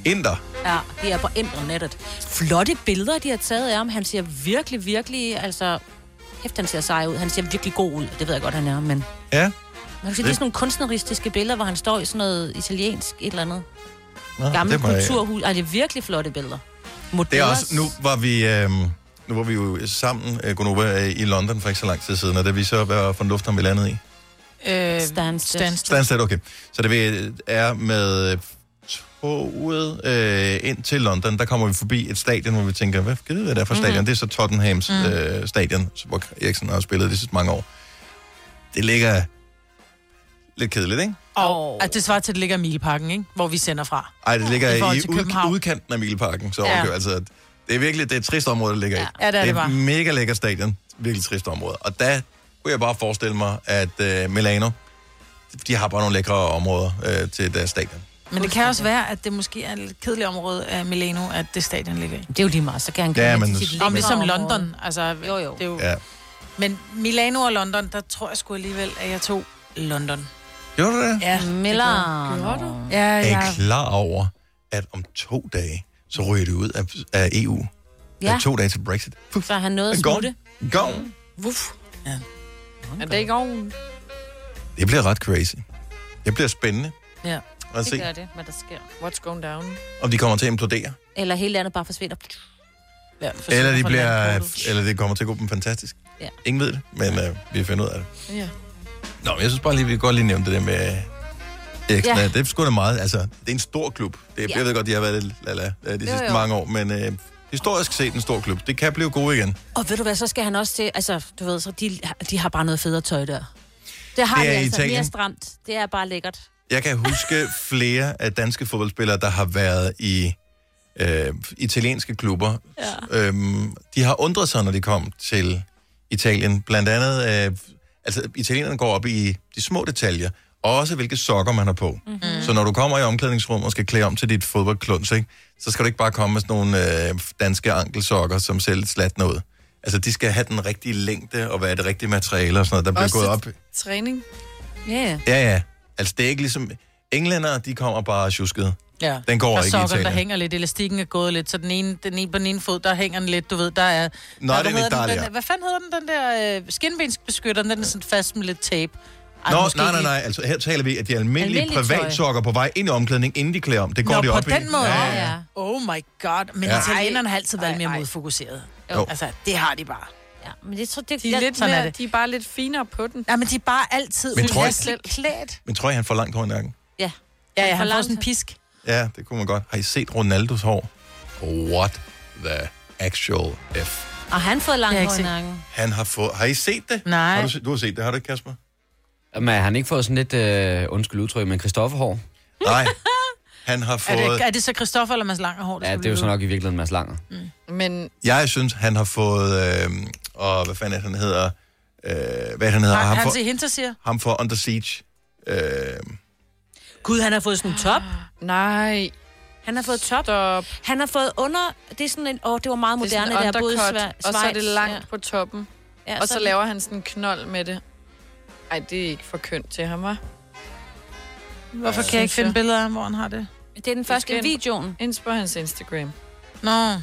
[SPEAKER 1] Inter.
[SPEAKER 2] Ja, de er på internettet. Flotte billeder, de har taget af ham. Han ser virkelig, virkelig, altså... Hæft, han ser sej ud. Han ser virkelig god ud. Det ved jeg godt, han er, men...
[SPEAKER 1] Ja.
[SPEAKER 2] Man kan se, det er sådan nogle kunstneristiske billeder, hvor han står i sådan noget italiensk et eller andet.
[SPEAKER 1] Nå,
[SPEAKER 2] Gammel
[SPEAKER 1] det må jeg-
[SPEAKER 2] kulturhus. Ej, det er virkelig flotte billeder.
[SPEAKER 1] Det er
[SPEAKER 2] Modeller.
[SPEAKER 1] også, nu var vi... Øh, nu var vi jo sammen, øh, Gunova, øh, i London for ikke så lang tid siden, og da vi så var for en lufthavn, vi landede i.
[SPEAKER 3] Øh,
[SPEAKER 2] Stansted.
[SPEAKER 3] Stansted.
[SPEAKER 1] Stansted, okay. Så det vi er med øh, toget øh, ind til London, der kommer vi forbi et stadion, hvor vi tænker, hvad gider hvad det er
[SPEAKER 3] Mhm.
[SPEAKER 1] for stadion? Mm-hmm. Det er så Tottenhams mm. øh, stadion, som- hvor Eriksen har spillet de sidste mange år. Det ligger lidt kedeligt, ikke?
[SPEAKER 3] Og at det svarer til, at det ligger i Mileparken, ikke? Hvor vi sender fra.
[SPEAKER 1] Ej, det ligger
[SPEAKER 3] I
[SPEAKER 1] i,
[SPEAKER 3] forhold
[SPEAKER 1] i
[SPEAKER 3] til
[SPEAKER 1] ud,
[SPEAKER 3] København.
[SPEAKER 1] udkanten af Mileparken, så
[SPEAKER 3] Ja.
[SPEAKER 1] okay, altså, det er virkelig det er et trist område, det ligger ja. i.
[SPEAKER 3] Ja, det er det
[SPEAKER 1] er
[SPEAKER 3] bare.
[SPEAKER 1] et mega lækker stadion, virkelig trist område. Og der kunne jeg bare forestille mig, at øh, Milano, de har bare nogle lækre områder øh, til deres stadion.
[SPEAKER 3] Men det kan også være, at det måske er et lidt kedeligt område af Milano, at det stadion ligger i.
[SPEAKER 2] Det er jo lige meget, så kan han
[SPEAKER 1] Ja,
[SPEAKER 2] ja,
[SPEAKER 1] men-
[SPEAKER 2] men...
[SPEAKER 3] Om det er som London, altså...
[SPEAKER 2] Jo, jo.
[SPEAKER 3] Det er jo...
[SPEAKER 1] Ja.
[SPEAKER 3] Men Milano og London, der tror jeg sgu alligevel, at jeg tog London.
[SPEAKER 1] Gjorde du det?
[SPEAKER 3] Ja.
[SPEAKER 2] Milano. Gjorde du?
[SPEAKER 3] Ja,
[SPEAKER 1] Er
[SPEAKER 3] ja.
[SPEAKER 1] I klar over, at om to dage, så ryger det ud af, af EU? Ja.
[SPEAKER 2] Ja,
[SPEAKER 1] Er to dage til Brexit. Puff,
[SPEAKER 2] så han nåede at
[SPEAKER 1] gone.
[SPEAKER 2] smutte.
[SPEAKER 1] Gone.
[SPEAKER 4] Wuff.
[SPEAKER 3] Ja.
[SPEAKER 4] Er det ikke oven?
[SPEAKER 1] Det bliver ret crazy. Det bliver spændende.
[SPEAKER 3] ja.
[SPEAKER 1] Lad os
[SPEAKER 2] Det gør
[SPEAKER 1] se,
[SPEAKER 2] det, hvad der sker.
[SPEAKER 4] What's going down?
[SPEAKER 1] om de kommer til at implodere.
[SPEAKER 2] Eller hele landet bare forsvinder.
[SPEAKER 3] Ja,
[SPEAKER 1] Eller, de bliver, eller det kommer til at gå dem fantastisk.
[SPEAKER 2] Ja.
[SPEAKER 1] Ingen ved det, men øh, vi finder ud af det.
[SPEAKER 4] Ja.
[SPEAKER 1] Nå, men jeg synes bare lige, vi kan godt lige nævne det der med Ekstra. Ja.
[SPEAKER 2] Ja.
[SPEAKER 1] Det er sgu da meget. Altså, det er en stor klub. Det,
[SPEAKER 2] Ja.
[SPEAKER 1] Jeg ved godt, de har været lidt lala øh, de sidste
[SPEAKER 4] jo.
[SPEAKER 1] mange år, men øh, historisk set en stor klub. Det kan blive god igen.
[SPEAKER 2] Og ved du hvad, så skal han også til... Altså, du ved, så de, de har bare noget federe tøj der. Det har
[SPEAKER 1] Det
[SPEAKER 2] det de
[SPEAKER 1] er
[SPEAKER 2] altså
[SPEAKER 1] Italien.
[SPEAKER 2] mere stramt. Det er bare lækkert.
[SPEAKER 1] Jeg kan huske flere af danske fodboldspillere, der har været i øh, italienske klubber. Ja. Øhm, de har undret sig, når de kom til Italien. Blandt andet, øh, altså italienerne går op i de små detaljer, og også hvilke sokker man har på. Mm-hmm. Så når du kommer i omklædningsrummet og skal klæde om til dit fodboldklunds, ikke, så skal du ikke bare komme med sådan nogle øh, danske ankelsokker, som ser lidt slatne ud. Altså, de skal have den rigtige længde og være det rigtige materiale og sådan noget, der bliver
[SPEAKER 4] Også
[SPEAKER 1] gået
[SPEAKER 4] til
[SPEAKER 1] op
[SPEAKER 4] Træning.
[SPEAKER 2] Ja, yeah.
[SPEAKER 1] Ja, ja. Altså, det er ikke ligesom... Englænder, de kommer bare tjusket.
[SPEAKER 3] Ja.
[SPEAKER 1] Den går
[SPEAKER 3] der er
[SPEAKER 1] ikke i
[SPEAKER 3] sokkerne, der
[SPEAKER 1] Italien.
[SPEAKER 3] hænger lidt, elastikken er gået lidt, så den ene, den ene, på den ene fod, der hænger den lidt, du ved, der er...
[SPEAKER 1] Nå,
[SPEAKER 3] der,
[SPEAKER 1] det er en
[SPEAKER 3] den,
[SPEAKER 1] Italia.
[SPEAKER 3] den, Hvad fanden hedder den, den der øh, skinbensbeskytter, den er sådan fast med lidt tape. Ej,
[SPEAKER 1] Nå,
[SPEAKER 3] måske
[SPEAKER 1] nej, nej,
[SPEAKER 3] ikke-
[SPEAKER 1] nej. Altså, her taler vi, at de almindelige
[SPEAKER 2] Almindeligt tøj.
[SPEAKER 1] privatsokker på vej ind i omklædning, inden de klæder om. Det går
[SPEAKER 3] Nå,
[SPEAKER 1] de
[SPEAKER 3] på
[SPEAKER 1] op i.
[SPEAKER 3] den måde.
[SPEAKER 1] Ja,
[SPEAKER 3] Ja,
[SPEAKER 1] ja.
[SPEAKER 3] ja. Oh my god. Men
[SPEAKER 1] Ja.
[SPEAKER 3] ja. italienerne har altid været
[SPEAKER 4] Ej,
[SPEAKER 3] mere
[SPEAKER 4] ej.
[SPEAKER 3] modfokuseret.
[SPEAKER 1] Jo.
[SPEAKER 3] Altså, det har de bare.
[SPEAKER 2] ja men det tror det,
[SPEAKER 4] De er,
[SPEAKER 2] jeg,
[SPEAKER 4] lidt
[SPEAKER 3] sådan er
[SPEAKER 4] mere,
[SPEAKER 3] det.
[SPEAKER 4] de er bare lidt finere på den.
[SPEAKER 3] Nej, men de er bare altid
[SPEAKER 1] Men tror I-
[SPEAKER 3] ulæsligt klædt.
[SPEAKER 1] Men tror jeg, han får langt hår i nakken?
[SPEAKER 2] Ja.
[SPEAKER 3] Ja, ja, han
[SPEAKER 2] For
[SPEAKER 3] får
[SPEAKER 2] langt.
[SPEAKER 3] sådan en pisk.
[SPEAKER 1] Ja, det kunne man godt. Har I set Ronaldos hår? What the actual F?
[SPEAKER 2] Og han har fået langt
[SPEAKER 3] Jeg har ikke
[SPEAKER 2] hår i
[SPEAKER 3] set-
[SPEAKER 2] nakken.
[SPEAKER 1] Han har fået... Har I set det?
[SPEAKER 3] Nej.
[SPEAKER 1] Har du, se- du har set det, har du ikke, Kasper?
[SPEAKER 7] Men har han ikke fået sådan lidt, øh, undskyld udtryk, men Christofferhår?
[SPEAKER 1] Nej. Han har
[SPEAKER 3] Er
[SPEAKER 1] fået...
[SPEAKER 3] det, er det så Christoffer eller Mads Langerhår?
[SPEAKER 7] Ja, det er jo så nok i virkeligheden Mads Langer.
[SPEAKER 4] Men
[SPEAKER 1] Jeg synes, han har fået... Øh, og hvad fanden er det, han hedder? Øh, hvad er det, han hedder?
[SPEAKER 3] Han,
[SPEAKER 1] ham,
[SPEAKER 3] han
[SPEAKER 1] for,
[SPEAKER 3] til hinter siger,
[SPEAKER 1] ham for Under Siege. Øh,
[SPEAKER 2] Gud, han har fået sådan en top.
[SPEAKER 4] nej,
[SPEAKER 2] Han har fået top.
[SPEAKER 4] stop.
[SPEAKER 2] Han har fået under... Det er sådan en... Åh, oh, det var meget
[SPEAKER 4] Det er
[SPEAKER 2] moderne,
[SPEAKER 4] sådan
[SPEAKER 2] det er både i
[SPEAKER 4] undercut,
[SPEAKER 2] Sver- Schweiz.
[SPEAKER 4] og så er det langt
[SPEAKER 2] Ja.
[SPEAKER 4] på toppen.
[SPEAKER 2] Ja,
[SPEAKER 4] Og så
[SPEAKER 2] er det-
[SPEAKER 4] laver han sådan en knold med det. Ej, det er ikke for kønt til ham, var.
[SPEAKER 3] hvorfor kan jeg ikke finde billeder af ham, hvor han har det?
[SPEAKER 2] Det er den første
[SPEAKER 4] skal ind-
[SPEAKER 2] videoen.
[SPEAKER 4] Ind på hans Instagram.
[SPEAKER 3] Nå. Ja,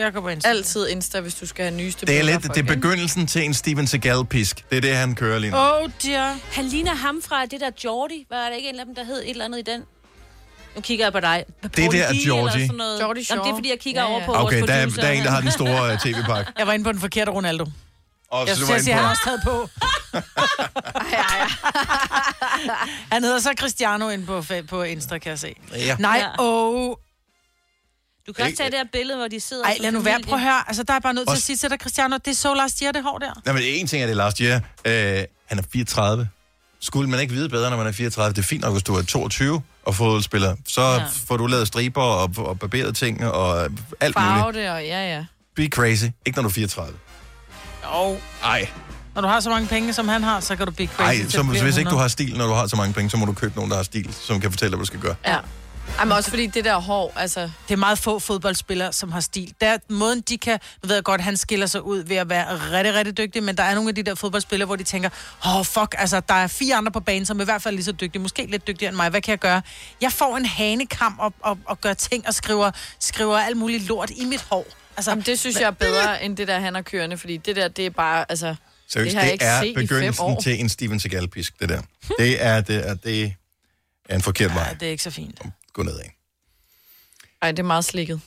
[SPEAKER 3] jeg går på Instagram.
[SPEAKER 4] Altid Insta, hvis du skal have nyeste
[SPEAKER 1] det er
[SPEAKER 4] billeder
[SPEAKER 1] lidt...
[SPEAKER 4] fra
[SPEAKER 1] Det er
[SPEAKER 4] igen.
[SPEAKER 1] begyndelsen til en Steven Seagal-pisk. Det er det, han kører lige nu.
[SPEAKER 3] Oh dear.
[SPEAKER 2] Han ligner ham fra det der Geordie. Var der ikke en af dem, der hed et eller andet i den? Nu kigger jeg på dig. Paul
[SPEAKER 1] der er
[SPEAKER 2] Lee
[SPEAKER 1] Geordie.
[SPEAKER 2] eller sådan noget.
[SPEAKER 4] Geordie Shore.
[SPEAKER 2] Jamen, det er, fordi jeg kigger
[SPEAKER 4] Ja, ja.
[SPEAKER 2] over på
[SPEAKER 1] Okay,
[SPEAKER 2] vores
[SPEAKER 1] der er,
[SPEAKER 2] producer.
[SPEAKER 1] der er en, der har den store øh, tv-pakke.
[SPEAKER 3] Jeg var inde på den forkerte Ronaldo.
[SPEAKER 1] Og
[SPEAKER 3] Jeg
[SPEAKER 1] så du
[SPEAKER 3] synes,
[SPEAKER 1] var
[SPEAKER 3] jeg
[SPEAKER 1] inde
[SPEAKER 3] siger, han
[SPEAKER 1] på-
[SPEAKER 3] har også taget på. han hedder så Cristiano inde på, fa- på Insta, kan jeg se.
[SPEAKER 1] Ja.
[SPEAKER 3] Nej,
[SPEAKER 2] Ja.
[SPEAKER 3] åh. Oh.
[SPEAKER 2] Du kan også
[SPEAKER 1] Ikke-
[SPEAKER 2] tage det her billede, hvor de sidder...
[SPEAKER 3] Ej,
[SPEAKER 2] som
[SPEAKER 3] lad nu være.
[SPEAKER 2] familie.
[SPEAKER 3] Prøv at høre. Altså, der er jeg bare nødt til at
[SPEAKER 1] Også-
[SPEAKER 3] sige til dig, Cristiano, det er så last year, det hår der.
[SPEAKER 1] Nej, men en ting er det er last year. Øh, han er 34. Skulle man ikke vide bedre, når man er 34? Det er fint nok, hvis du er 22 og fodboldspiller. Så ja. får du lavet striber og, og barberet ting og øh, alt
[SPEAKER 4] Farve
[SPEAKER 1] muligt.
[SPEAKER 4] det, og ja, ja.
[SPEAKER 1] Be crazy. Ikke når du er 34.
[SPEAKER 3] Jo.
[SPEAKER 1] Ej,
[SPEAKER 3] Når du har så mange penge, som han har, så kan du blive crazy.
[SPEAKER 1] Ej så, hvis ikke du har stil, når du har så mange penge, så må du købe nogen, der har stil, som kan fortælle dig, hvad du skal gøre.
[SPEAKER 4] ja. Jamen også fordi det der hår, altså...
[SPEAKER 3] Det er meget få fodboldspillere, som har stil. Der, måden de kan, nu ved jeg godt, han skiller sig ud ved at være rigtig, rigtig dygtig, men der er nogle af de der fodboldspillere, hvor de tænker, åh, oh, fuck, altså, der er fire andre på banen, som er i hvert fald lige så dygtige, måske lidt dygtigere end mig, hvad kan jeg gøre? Jeg får en hanekam og, og, og gør ting og skriver, skriver alt muligt lort i mit hår. Altså,
[SPEAKER 4] Jamen, det synes jeg er bedre, end det der, han er kørende, fordi det der, det er bare, altså...
[SPEAKER 1] Seriøst,
[SPEAKER 4] har jeg
[SPEAKER 1] det,
[SPEAKER 4] ikke
[SPEAKER 1] det er
[SPEAKER 4] set i fem
[SPEAKER 1] begyndelsen
[SPEAKER 4] år.
[SPEAKER 1] til en Steven Seagal-pisk, det der. Det er, det er, det er en forkert
[SPEAKER 3] ja,
[SPEAKER 1] vej.
[SPEAKER 3] det er ikke så fint.
[SPEAKER 1] Gå nedad.
[SPEAKER 4] Ej, det er meget slikket.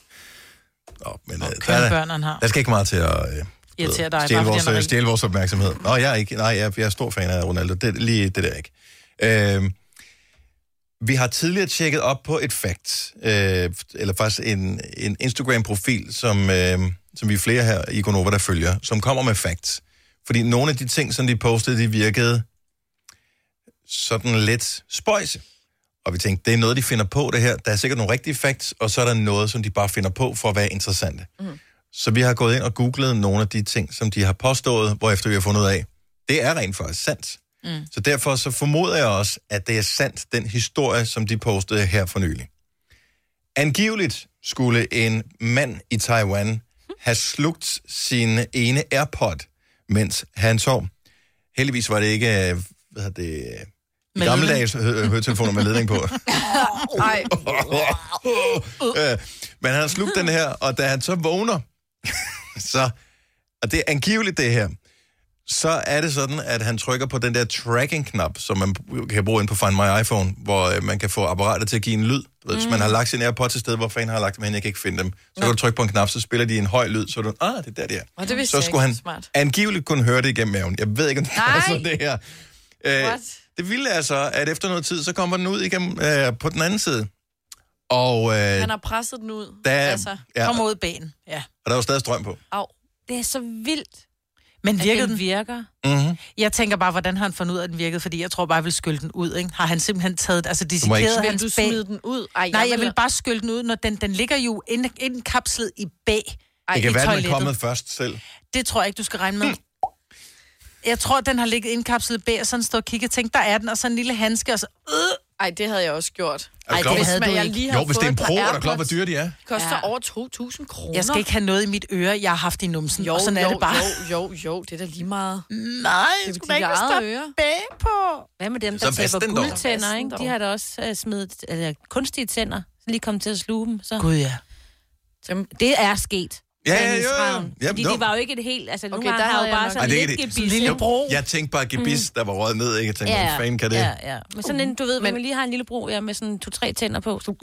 [SPEAKER 1] Nå, men, okay, øh, der,
[SPEAKER 3] Hvad
[SPEAKER 1] er-
[SPEAKER 3] børn, han har.
[SPEAKER 1] Der skal ikke meget til at øh,
[SPEAKER 3] Irritere dig,
[SPEAKER 1] stjæle,
[SPEAKER 3] bare fordi
[SPEAKER 1] vores, øh,
[SPEAKER 3] han er rig.
[SPEAKER 1] stjæle vores opmærksomhed. Nå, jeg er ikke. Nej, jeg, jeg er stor fan af Ronaldo. Det, lige det der ikke. Øh, vi har tidligere tjekket op på et fact, øh, eller faktisk en, en Instagram-profil, som, øh, som vi er flere her i Gonova, der følger, som kommer med facts. Fordi nogle af de ting, som de postede, de virkede sådan lidt spøjse. Og vi tænkte, det er noget, de finder på, det her. Der er sikkert nogle rigtige facts, og så er der noget, som de bare finder på for at være interessante. Så vi har gået ind og googlet nogle af de ting, som de har påstået, hvorefter vi har fundet ud af, det er rent faktisk sandt. Mm. Så derfor så formoder jeg også, at det er sandt, den historie, som de postede her for nylig. Angiveligt skulle en mand i Taiwan have slugt sin ene AirPod, mens han sov. Heldigvis var det ikke, øh, hvad hedder det,
[SPEAKER 3] Med
[SPEAKER 1] med gammeldags hø- høretelefoner med ledning på.
[SPEAKER 4] Ej,
[SPEAKER 1] Øh, Men han har slugt den her, og da han så vågner, så, og det er angiveligt det her, så er det sådan, at han trykker på den der tracking-knap, som man kan bruge ind på Find My iPhone, hvor øh, man kan få apparatet til at give en lyd. Du ved, Hvis
[SPEAKER 4] Mm.
[SPEAKER 1] man har lagt sin AirPods et sted, hvor fanden har jeg lagt dem hen, jeg kan ikke finde dem. Så kan du trykke på en knap, så spiller de en høj lyd, så er du, ah, det er der, det er.
[SPEAKER 4] Og det vidste
[SPEAKER 1] Så
[SPEAKER 4] jeg
[SPEAKER 1] skulle
[SPEAKER 4] ikke.
[SPEAKER 1] han
[SPEAKER 4] Smart.
[SPEAKER 1] angiveligt kunne høre det igennem maven. Jeg ved ikke, om det er
[SPEAKER 4] Nej.
[SPEAKER 1] sådan det her. Øh,
[SPEAKER 4] What?
[SPEAKER 1] det vilde er så, at efter noget tid, så kommer den ud igennem øh, på den anden side. Og, øh,
[SPEAKER 4] Han har presset den ud.
[SPEAKER 1] der,
[SPEAKER 4] Altså,
[SPEAKER 1] ja,
[SPEAKER 3] Kom ud i ben. Ja.
[SPEAKER 1] og der var stadig strøm på.
[SPEAKER 4] au.
[SPEAKER 2] Det er så vildt,
[SPEAKER 3] Men
[SPEAKER 2] at
[SPEAKER 3] virkede
[SPEAKER 2] den
[SPEAKER 3] den?
[SPEAKER 2] virker.
[SPEAKER 1] Mm-hmm.
[SPEAKER 3] Jeg tænker bare, hvordan har han fundet ud af, at den virkede? Fordi jeg tror bare, jeg vil skylle den ud, ikke? Har han simpelthen taget... Altså,
[SPEAKER 1] må ikke-
[SPEAKER 3] dissekeret
[SPEAKER 4] Vil
[SPEAKER 3] hans
[SPEAKER 4] du
[SPEAKER 3] bag...
[SPEAKER 4] smide den ud? Ej,
[SPEAKER 3] Nej, jeg vil bare skylle den ud, når den, den ligger jo ind- indkapslet i bag.
[SPEAKER 4] Ej,
[SPEAKER 1] Det kan
[SPEAKER 3] i
[SPEAKER 1] være, den er
[SPEAKER 3] toilettet.
[SPEAKER 1] kommet først selv.
[SPEAKER 3] Det tror jeg ikke, du skal regne med. Jeg tror, den har ligget indkapslet i bag, og sådan stået og kigget og tænkt, der er den, og så en lille handske, og så... Øh,
[SPEAKER 4] Ej, det havde jeg også gjort.
[SPEAKER 1] Er du klar
[SPEAKER 3] det
[SPEAKER 1] over-
[SPEAKER 3] havde
[SPEAKER 4] Men
[SPEAKER 3] du
[SPEAKER 4] jeg
[SPEAKER 3] ikke.
[SPEAKER 4] lige har
[SPEAKER 1] Jo, hvis det er en
[SPEAKER 4] fået et
[SPEAKER 1] pro,
[SPEAKER 4] par
[SPEAKER 1] er der klar, hvor
[SPEAKER 4] AirPods.
[SPEAKER 1] dyre de er.
[SPEAKER 4] koster
[SPEAKER 2] Ja.
[SPEAKER 4] over 2.000 kroner.
[SPEAKER 3] jeg skal ikke have noget i mit øre, jeg har haft i numsen.
[SPEAKER 4] Jo,
[SPEAKER 3] og sådan
[SPEAKER 4] jo,
[SPEAKER 3] er det bare.
[SPEAKER 4] jo, jo, jo, det er da lige meget.
[SPEAKER 3] Nej,
[SPEAKER 4] Det er
[SPEAKER 3] det
[SPEAKER 4] jo
[SPEAKER 3] skulle da ikke
[SPEAKER 4] dit eget
[SPEAKER 3] stå
[SPEAKER 4] øre.
[SPEAKER 3] bag på.
[SPEAKER 2] Hvad med dem,
[SPEAKER 1] Så
[SPEAKER 2] der
[SPEAKER 1] vask
[SPEAKER 2] taber
[SPEAKER 1] den dog.
[SPEAKER 2] guldtænder,
[SPEAKER 4] Vask den
[SPEAKER 2] ikke? De
[SPEAKER 4] dog.
[SPEAKER 2] har da også uh, smidt eller, kunstige tænder, så lige kom til at sluge dem. Så.
[SPEAKER 3] Gud ja.
[SPEAKER 4] Dem,
[SPEAKER 2] Det er sket.
[SPEAKER 1] Ja,
[SPEAKER 2] sagde
[SPEAKER 1] ja,
[SPEAKER 2] hendes
[SPEAKER 1] jo, jo.
[SPEAKER 2] ravn.
[SPEAKER 1] Jamen,
[SPEAKER 2] Fordi
[SPEAKER 1] jo.
[SPEAKER 2] de var jo ikke et helt... Altså,
[SPEAKER 4] Okay,
[SPEAKER 2] nogle
[SPEAKER 4] der
[SPEAKER 2] gange har
[SPEAKER 4] havde
[SPEAKER 2] jo
[SPEAKER 4] jeg
[SPEAKER 2] bare
[SPEAKER 4] nok
[SPEAKER 2] sådan
[SPEAKER 1] Ej, det er
[SPEAKER 2] lidt
[SPEAKER 1] ikke det.
[SPEAKER 2] gebis.
[SPEAKER 1] Sådan en
[SPEAKER 2] ikke?
[SPEAKER 3] lille bro.
[SPEAKER 1] Jeg tænkte bare, gebis, der var røget ned, ikke? Jeg tænkte, ja, hvad fanden kan det?
[SPEAKER 2] Ja, ja. Men sådan en, du ved,
[SPEAKER 4] Men-
[SPEAKER 2] men... man lige har en lille bro ja, med sådan to-tre tænder på. Så...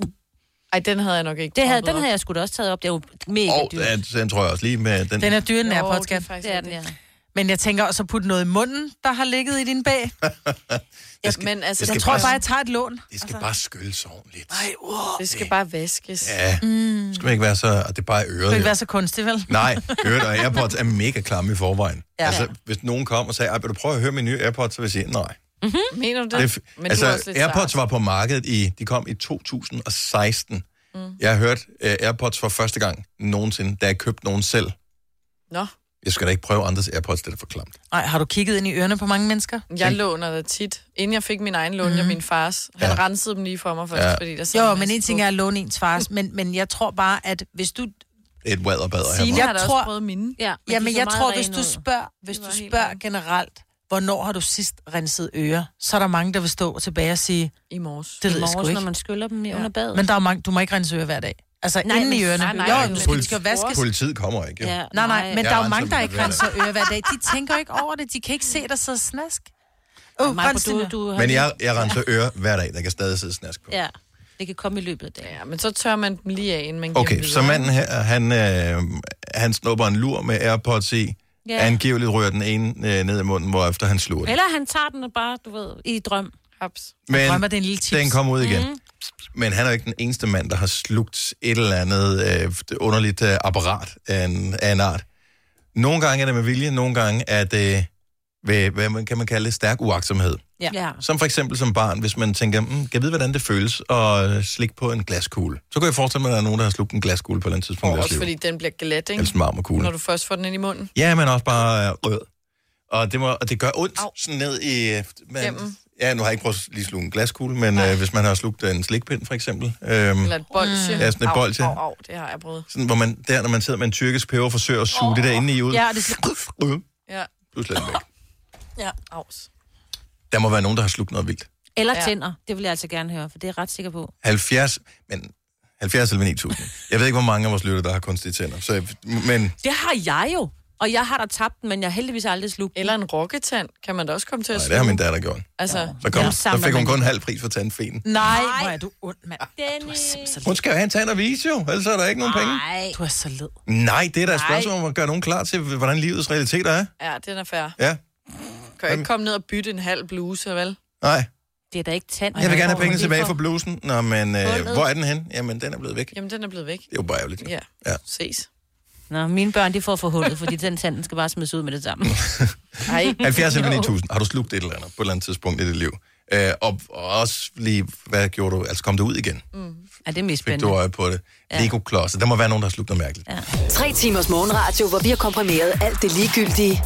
[SPEAKER 4] ej, den havde jeg nok ikke.
[SPEAKER 2] Det her,
[SPEAKER 4] proppet
[SPEAKER 2] den havde jeg sgu da også taget op. Det er jo mega
[SPEAKER 1] Og
[SPEAKER 2] dyrt.
[SPEAKER 1] den, den tror jeg også lige med den.
[SPEAKER 3] Den
[SPEAKER 1] den
[SPEAKER 3] er dyre,
[SPEAKER 4] op.
[SPEAKER 3] den
[SPEAKER 4] Jo,
[SPEAKER 3] er
[SPEAKER 4] det er
[SPEAKER 3] podcast.
[SPEAKER 4] faktisk
[SPEAKER 2] Det er den,
[SPEAKER 4] rigtigt.
[SPEAKER 2] ja.
[SPEAKER 3] Men jeg tænker også at putte noget i munden, der har ligget i din bag.
[SPEAKER 4] Men altså,
[SPEAKER 1] jeg
[SPEAKER 3] Jeg
[SPEAKER 1] skal
[SPEAKER 3] tror bare, jeg tager et lån.
[SPEAKER 1] Det skal bare skylles ordentligt. Nej,
[SPEAKER 4] det skal bare vaskes.
[SPEAKER 1] ja. Mm. Skal man ikke være så... Og det er bare i
[SPEAKER 3] Det
[SPEAKER 1] øret.
[SPEAKER 3] vil Mhm. ikke
[SPEAKER 1] jo.
[SPEAKER 3] være så kunstigt, vel?
[SPEAKER 1] Nej, øret og AirPods er mega klamme i forvejen. Ja.
[SPEAKER 3] Ja.
[SPEAKER 1] Altså, hvis nogen kom og sagde, "Ej, vil du prøve at høre min nye AirPods, så vil jeg sige, nej.
[SPEAKER 3] Mhm.
[SPEAKER 4] Mener du
[SPEAKER 1] Det, er
[SPEAKER 4] det?
[SPEAKER 1] f-
[SPEAKER 4] Men
[SPEAKER 1] altså,
[SPEAKER 4] du er også lidt
[SPEAKER 1] AirPods
[SPEAKER 4] sart.
[SPEAKER 1] var på markedet i... De kom i 2016. Mm. Jeg har hørt uh, AirPods for første gang nogensinde, da jeg købte nogen selv.
[SPEAKER 4] Nå,
[SPEAKER 1] Jeg skal da ikke prøve andres AirPods, det er da for klamt.
[SPEAKER 3] Nej, har du kigget ind i ørerne på mange mennesker?
[SPEAKER 4] jeg låner det tit. Inden jeg fik min egen lån, jeg min fars. Han
[SPEAKER 1] Ja.
[SPEAKER 4] rensede dem lige for mig først,
[SPEAKER 1] Ja.
[SPEAKER 4] fordi der sad
[SPEAKER 3] Mm. Jo,
[SPEAKER 4] en
[SPEAKER 3] men
[SPEAKER 4] masse
[SPEAKER 3] en ting
[SPEAKER 4] på.
[SPEAKER 3] er at låne ens fars, men, men jeg tror bare, at hvis du...
[SPEAKER 1] Det er et vaderbad at have.
[SPEAKER 4] Signe
[SPEAKER 1] mig.
[SPEAKER 4] har da
[SPEAKER 3] tror-
[SPEAKER 4] også prøvet mine.
[SPEAKER 2] Ja, men
[SPEAKER 3] Jamen,
[SPEAKER 2] de er
[SPEAKER 3] jeg
[SPEAKER 2] meget
[SPEAKER 3] tror, hvis
[SPEAKER 2] rene
[SPEAKER 3] du
[SPEAKER 2] ud.
[SPEAKER 3] spørger, hvis
[SPEAKER 4] De
[SPEAKER 3] du
[SPEAKER 4] var helt
[SPEAKER 3] spørger
[SPEAKER 4] rene.
[SPEAKER 3] generelt, hvornår har du sidst renset ører, så er der mange, der vil stå tilbage og sige,
[SPEAKER 4] I morges.
[SPEAKER 3] det
[SPEAKER 2] I
[SPEAKER 3] ved jeg sgu
[SPEAKER 2] morges, når
[SPEAKER 3] ikke.
[SPEAKER 2] man skyller dem i under badet.
[SPEAKER 3] Men der er mange, du må ikke rense ører hver dag. Altså, nej, inden
[SPEAKER 2] men-
[SPEAKER 3] i ørerne.
[SPEAKER 2] nej, nej,
[SPEAKER 3] jo,
[SPEAKER 2] nej,
[SPEAKER 3] men
[SPEAKER 1] men-
[SPEAKER 3] det skal vaskes.
[SPEAKER 1] Politiet kommer ikke, jo.
[SPEAKER 2] Ja,
[SPEAKER 3] Nej, nej, men
[SPEAKER 1] Jeg
[SPEAKER 3] der er jo
[SPEAKER 1] renser
[SPEAKER 3] mange, der
[SPEAKER 1] dem
[SPEAKER 3] ikke
[SPEAKER 1] hver dag.
[SPEAKER 3] renser ører hver dag. De tænker jo ikke over det. De kan ikke se, der sidder snask. Åh, oh,
[SPEAKER 2] Maja,
[SPEAKER 3] rens
[SPEAKER 2] du,
[SPEAKER 3] dine-
[SPEAKER 2] du har
[SPEAKER 1] Men jeg, jeg renser ører hver dag, der kan stadig sidde snask på.
[SPEAKER 2] Ja, det kan komme i løbet af dagen.
[SPEAKER 4] Ja, men så tør man dem lige af, inden man giver
[SPEAKER 1] Okay,
[SPEAKER 4] dem
[SPEAKER 1] så
[SPEAKER 4] videre.
[SPEAKER 1] manden her, han, øh, han snupper en lur med AirPods i.
[SPEAKER 2] Ja.
[SPEAKER 1] Yeah. Angiveligt rører den ene øh, ned i munden, hvorefter han sluger den.
[SPEAKER 2] Eller han tager den og bare, du ved, i drøm.
[SPEAKER 4] Haps.
[SPEAKER 3] Jeg
[SPEAKER 1] Men
[SPEAKER 3] drømmer, det er en lille tips.
[SPEAKER 1] den kommer ud igen.
[SPEAKER 2] Mhm.
[SPEAKER 1] Mm. Men han er jo ikke den eneste mand, der har slugt et eller andet øh, underligt øh, apparat af en, af en art. Nogle gange er det med vilje, nogle gange er det ved, hvad man kan man kalde det, stærk uagtsomhed.
[SPEAKER 2] Ja. ja.
[SPEAKER 1] Som for eksempel som barn, hvis man tænker, mm, kan jeg vide, hvordan det føles at slikke på en glaskugle? Så kan jeg forestille mig, at der er nogen, der har slugt en glaskugle på et eller andet tidspunkt. i
[SPEAKER 4] Og
[SPEAKER 1] deres
[SPEAKER 4] også
[SPEAKER 1] liv.
[SPEAKER 4] fordi den bliver glat, ikke?
[SPEAKER 1] Eller sådan en marmorkugle.
[SPEAKER 4] Når du først får den ind i munden.
[SPEAKER 1] Ja, men også bare øh, rød. Og det, må, og det gør ondt, Au. sådan ned i... øh, Man,
[SPEAKER 4] Gennem.
[SPEAKER 1] ja, nu har jeg ikke prøvet at lige sluge en glaskugle, men øh, hvis man har slugt en slikpind, for eksempel. Øhm,
[SPEAKER 4] Eller et bolsje.
[SPEAKER 1] Ja, sådan et
[SPEAKER 4] Au,
[SPEAKER 1] bolsje.
[SPEAKER 4] Au, au, det har jeg prøvet.
[SPEAKER 1] sådan, hvor man, der, når man sidder med en tyrkisk peber, forsøger at suge oh. det der inde i ud.
[SPEAKER 3] Ja, og det skal...
[SPEAKER 1] Øh,
[SPEAKER 4] Ja,
[SPEAKER 1] Pludselig er den væk.
[SPEAKER 4] ja, aus.
[SPEAKER 1] Der må være nogen, der har slugt noget vildt.
[SPEAKER 2] Eller
[SPEAKER 4] Ja.
[SPEAKER 2] tænder. Det vil jeg altså gerne høre, for det er jeg ret sikker på.
[SPEAKER 1] 70, men 70 eller 9000. Jeg ved ikke, hvor mange af vores lytter, der har kunstige tænder. Så, men
[SPEAKER 2] Det har jeg jo. Og jeg har da tabt den, men jeg har heldigvis aldrig slugt den.
[SPEAKER 4] Eller en rokketand kan man da også komme til at
[SPEAKER 1] nej, det
[SPEAKER 4] sluge.
[SPEAKER 1] har min datter gjort.
[SPEAKER 4] Altså,
[SPEAKER 1] Så, kom,
[SPEAKER 2] Ja,
[SPEAKER 1] ja, så
[SPEAKER 2] samler
[SPEAKER 1] fik hun
[SPEAKER 2] man
[SPEAKER 1] kun halv pris for tandfenen.
[SPEAKER 3] Nej, hvor er du ond, mand.
[SPEAKER 2] Dennis.
[SPEAKER 1] Hun skal jo have en tand og vise jo, ellers er der ikke nogen penge.
[SPEAKER 2] Nej.
[SPEAKER 3] Du er så led.
[SPEAKER 1] Nej, det er da et spørgsmål om at gøre nogen klar til, hvordan livets realiteter er.
[SPEAKER 4] ja, den er fair.
[SPEAKER 1] Ja,
[SPEAKER 4] Kan jo ikke komme ned og bytte en halv bluse, vel?
[SPEAKER 1] nej.
[SPEAKER 2] Det er da ikke tand.
[SPEAKER 1] Jeg vil gerne have pengene
[SPEAKER 2] Hvor er det
[SPEAKER 1] tilbage
[SPEAKER 2] fra?
[SPEAKER 1] for blusen. Nå, men øh, hvor er den hen? Jamen, den er blevet væk. Det
[SPEAKER 4] Jamen, den er blevet væk.
[SPEAKER 1] er jo bare ærgerligt.
[SPEAKER 4] Ja,
[SPEAKER 1] Ja.
[SPEAKER 4] ses.
[SPEAKER 2] Nå, mine børn, de får for hullet, fordi den tanden skal bare smides ud med det samme.
[SPEAKER 4] Ej,
[SPEAKER 1] 70 eller 9000. Har du slugt et eller andet på et eller andet tidspunkt i dit liv? Øh, og, og også lige, hvad gjorde du? Altså, kom det ud igen?
[SPEAKER 2] Ja, det
[SPEAKER 1] Fik du
[SPEAKER 2] er mest Mm, spændende.
[SPEAKER 1] øje på det? Lego-klodser. Der må være nogen, der har slugt noget mærkeligt. Ja.
[SPEAKER 5] Tre timers morgenradio, hvor vi har komprimeret alt det ligegyldige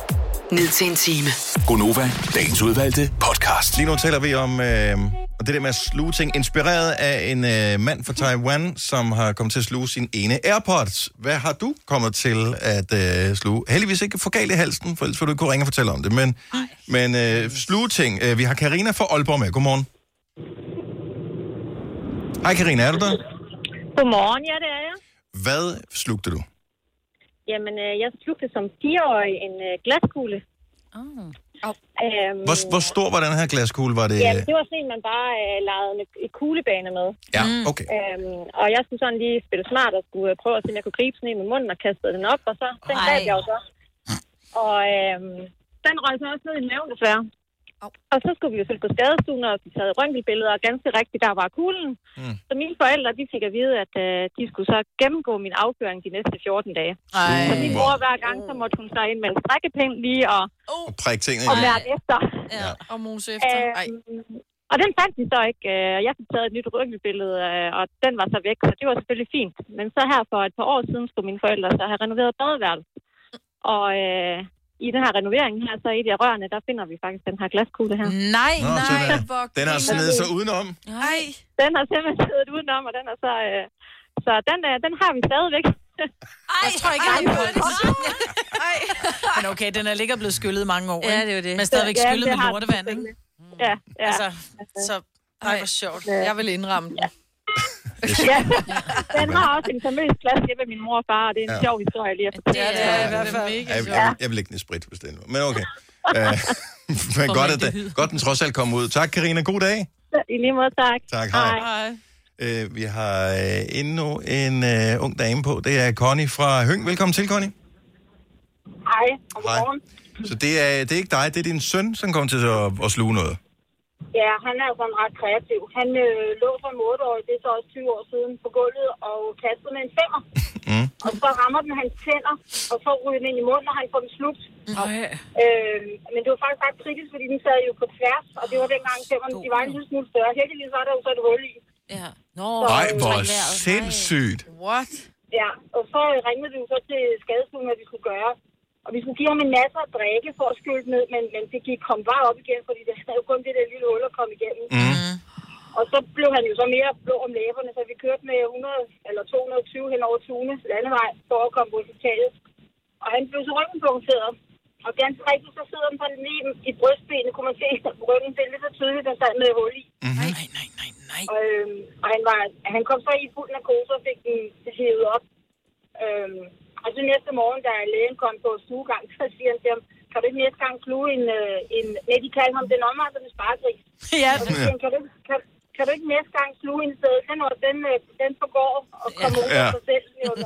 [SPEAKER 5] ned til en time.
[SPEAKER 6] Gonova, dagens udvalgte podcast.
[SPEAKER 1] Lige nu taler vi om øh, og det der med at sluge ting, inspireret af en øh, mand fra Taiwan, som har kommet til at sluge sin ene AirPods. Hvad har du kommet til at øh, sluge? Heldigvis ikke for galt i halsen, for ellers ville du ikke kunne ringe og fortælle om det. Men, men øh, sluge ting. Øh, Vi har Karina fra Aalborg med. Godmorgen. Hej Karina, er du der?
[SPEAKER 8] Godmorgen, ja, det er jeg.
[SPEAKER 1] Hvad slugte du?
[SPEAKER 8] Jamen, øh, jeg slugte som fireårig en øh, glaskugle. Øhm,
[SPEAKER 1] Hvor, hvor stor var den her glaskugle? Var det...
[SPEAKER 8] Jamen, det var sådan en, man bare øh, legede en, en kuglebane med.
[SPEAKER 1] Ja, okay.
[SPEAKER 8] Øhm, og jeg skulle sådan lige spille smart og skulle øh, prøve at se, om jeg kunne gribe sådan en med munden og kastede den op, og så den
[SPEAKER 2] Ej.
[SPEAKER 8] greb jeg jo så. Og øhm, den røg så også ned i maven desværre. Og så skulle vi jo selv på skadestuen og blive taget røntgenbilleder, og ganske rigtigt, der var kuglen.
[SPEAKER 1] Mm.
[SPEAKER 8] Mm. Så mine forældre, de fik at vide, at øh, de skulle så gennemgå min afføring de næste 14 dage.
[SPEAKER 3] Ej.
[SPEAKER 8] Så min mor hver gang, så måtte hun så ind med en strækkepind lige og,
[SPEAKER 1] Og prik tingene
[SPEAKER 8] og
[SPEAKER 1] i.
[SPEAKER 8] mærke efter.
[SPEAKER 1] Ja.
[SPEAKER 4] Og mose efter. Ej.
[SPEAKER 8] Øhm, og den fandt de så ikke. Øh, Jeg fik taget et nyt ryggenbillede, øh, og den var så væk, så det var selvfølgelig fint. Men så her for et par år siden skulle mine forældre så have renoveret badeværelset. Og øh, i den her renovering her, så i de af rørene, der finder vi faktisk den her glaskugle her.
[SPEAKER 3] Nej,
[SPEAKER 1] Nå,
[SPEAKER 3] nej.
[SPEAKER 1] sådan er det.
[SPEAKER 4] Hvor
[SPEAKER 1] Den har snedet sig udenom.
[SPEAKER 4] Ej.
[SPEAKER 8] Den har simpelthen siddet udenom, og den er så... Øh, så den, øh, den har vi stadigvæk.
[SPEAKER 3] Ej, jeg tror ikke, jeg har
[SPEAKER 4] hvor
[SPEAKER 3] prøvet det. Men okay, den er ligger blevet skyllet i mange år,
[SPEAKER 4] Ja,
[SPEAKER 3] ikke?
[SPEAKER 4] det er jo det.
[SPEAKER 3] Men stadigvæk
[SPEAKER 8] Ja,
[SPEAKER 3] skyllet
[SPEAKER 8] det
[SPEAKER 3] med
[SPEAKER 8] har den
[SPEAKER 3] lortevand, ikke?
[SPEAKER 8] Ja, ja.
[SPEAKER 3] Altså, så... Ej, hvor sjovt.
[SPEAKER 4] Jeg vil indramme den.
[SPEAKER 8] ja. Den har også en famøs plads hjemme med min mor og far, og det er en
[SPEAKER 1] Ja.
[SPEAKER 8] ja. sjov historie lige at
[SPEAKER 4] Det
[SPEAKER 8] fortælle.
[SPEAKER 4] er, det er i hvert fald.
[SPEAKER 1] Jeg, jeg, jeg, jeg vil lægge den i sprit, hvis det er Men okay. Øh, men godt, at den, godt, den trods alt kom ud. Tak, Karina. God dag.
[SPEAKER 8] I lige måde, tak.
[SPEAKER 1] Tak, hej. Øh, vi har øh, endnu en øh, ung dame på. Det er Connie fra Høng. Velkommen til, Connie.
[SPEAKER 8] Hej, og
[SPEAKER 1] Hej.
[SPEAKER 8] godmorgen.
[SPEAKER 1] Så det er, det er ikke dig, det er din søn, som kommer til at, at sluge noget.
[SPEAKER 8] Ja, han er jo sådan ret kreativ. Han øh, lå som 8 år, det er så også 20 år siden, på gulvet og kastede med en femmer.
[SPEAKER 1] Mm.
[SPEAKER 8] Og så rammer den hans tænder, og så ryger den ind i munden, og han får den slugt. Øh, men det var faktisk ret kritisk, fordi den sad jo på tværs, og det var dengang femmerne, de var en lille smule større. Heldigvis var der jo så et hul i.
[SPEAKER 2] Ja. Nå,
[SPEAKER 1] Nej, hvor
[SPEAKER 2] træk vejret.
[SPEAKER 1] sindssygt.
[SPEAKER 4] What?
[SPEAKER 8] Ja, og så ringede vi jo så til skadestuen, hvad vi skulle gøre. Og vi skulle give ham en masse at drikke for at skylle ned, men, men det gik kom bare op igen, fordi det havde jo kun det der lille hul at komme igennem. Mm-hmm.
[SPEAKER 1] Mm.
[SPEAKER 8] Og så blev han jo så mere blå om læberne, så vi kørte med 100 eller 220 hen over Tune landevej for at komme på hospitalet. Og han blev så ryggenpunkteret. Og ganske rigtigt, så sidder han sådan lige i brystbenet, kunne man se på ryggen. Det er lidt så tydeligt, der sad med et hul i.
[SPEAKER 3] Nej, nej, nej, nej.
[SPEAKER 8] Og, øhm, og han, var, han kom så i fuld narkose og fik den hævet op. Øhm, og så næste morgen, da lægen kom på stuegang, så siger han til ham, kan du ikke næste gang sluge en... Øh, en nej, de kaldte ham den omvandrende sparegris.
[SPEAKER 3] Ja,
[SPEAKER 8] Og så siger han, kan du, ikke- kan, kan du ikke næste gang sluge en sted? Den, og den, øh, den forgår og kommer ud af
[SPEAKER 1] Ja.
[SPEAKER 8] sig selv. siger han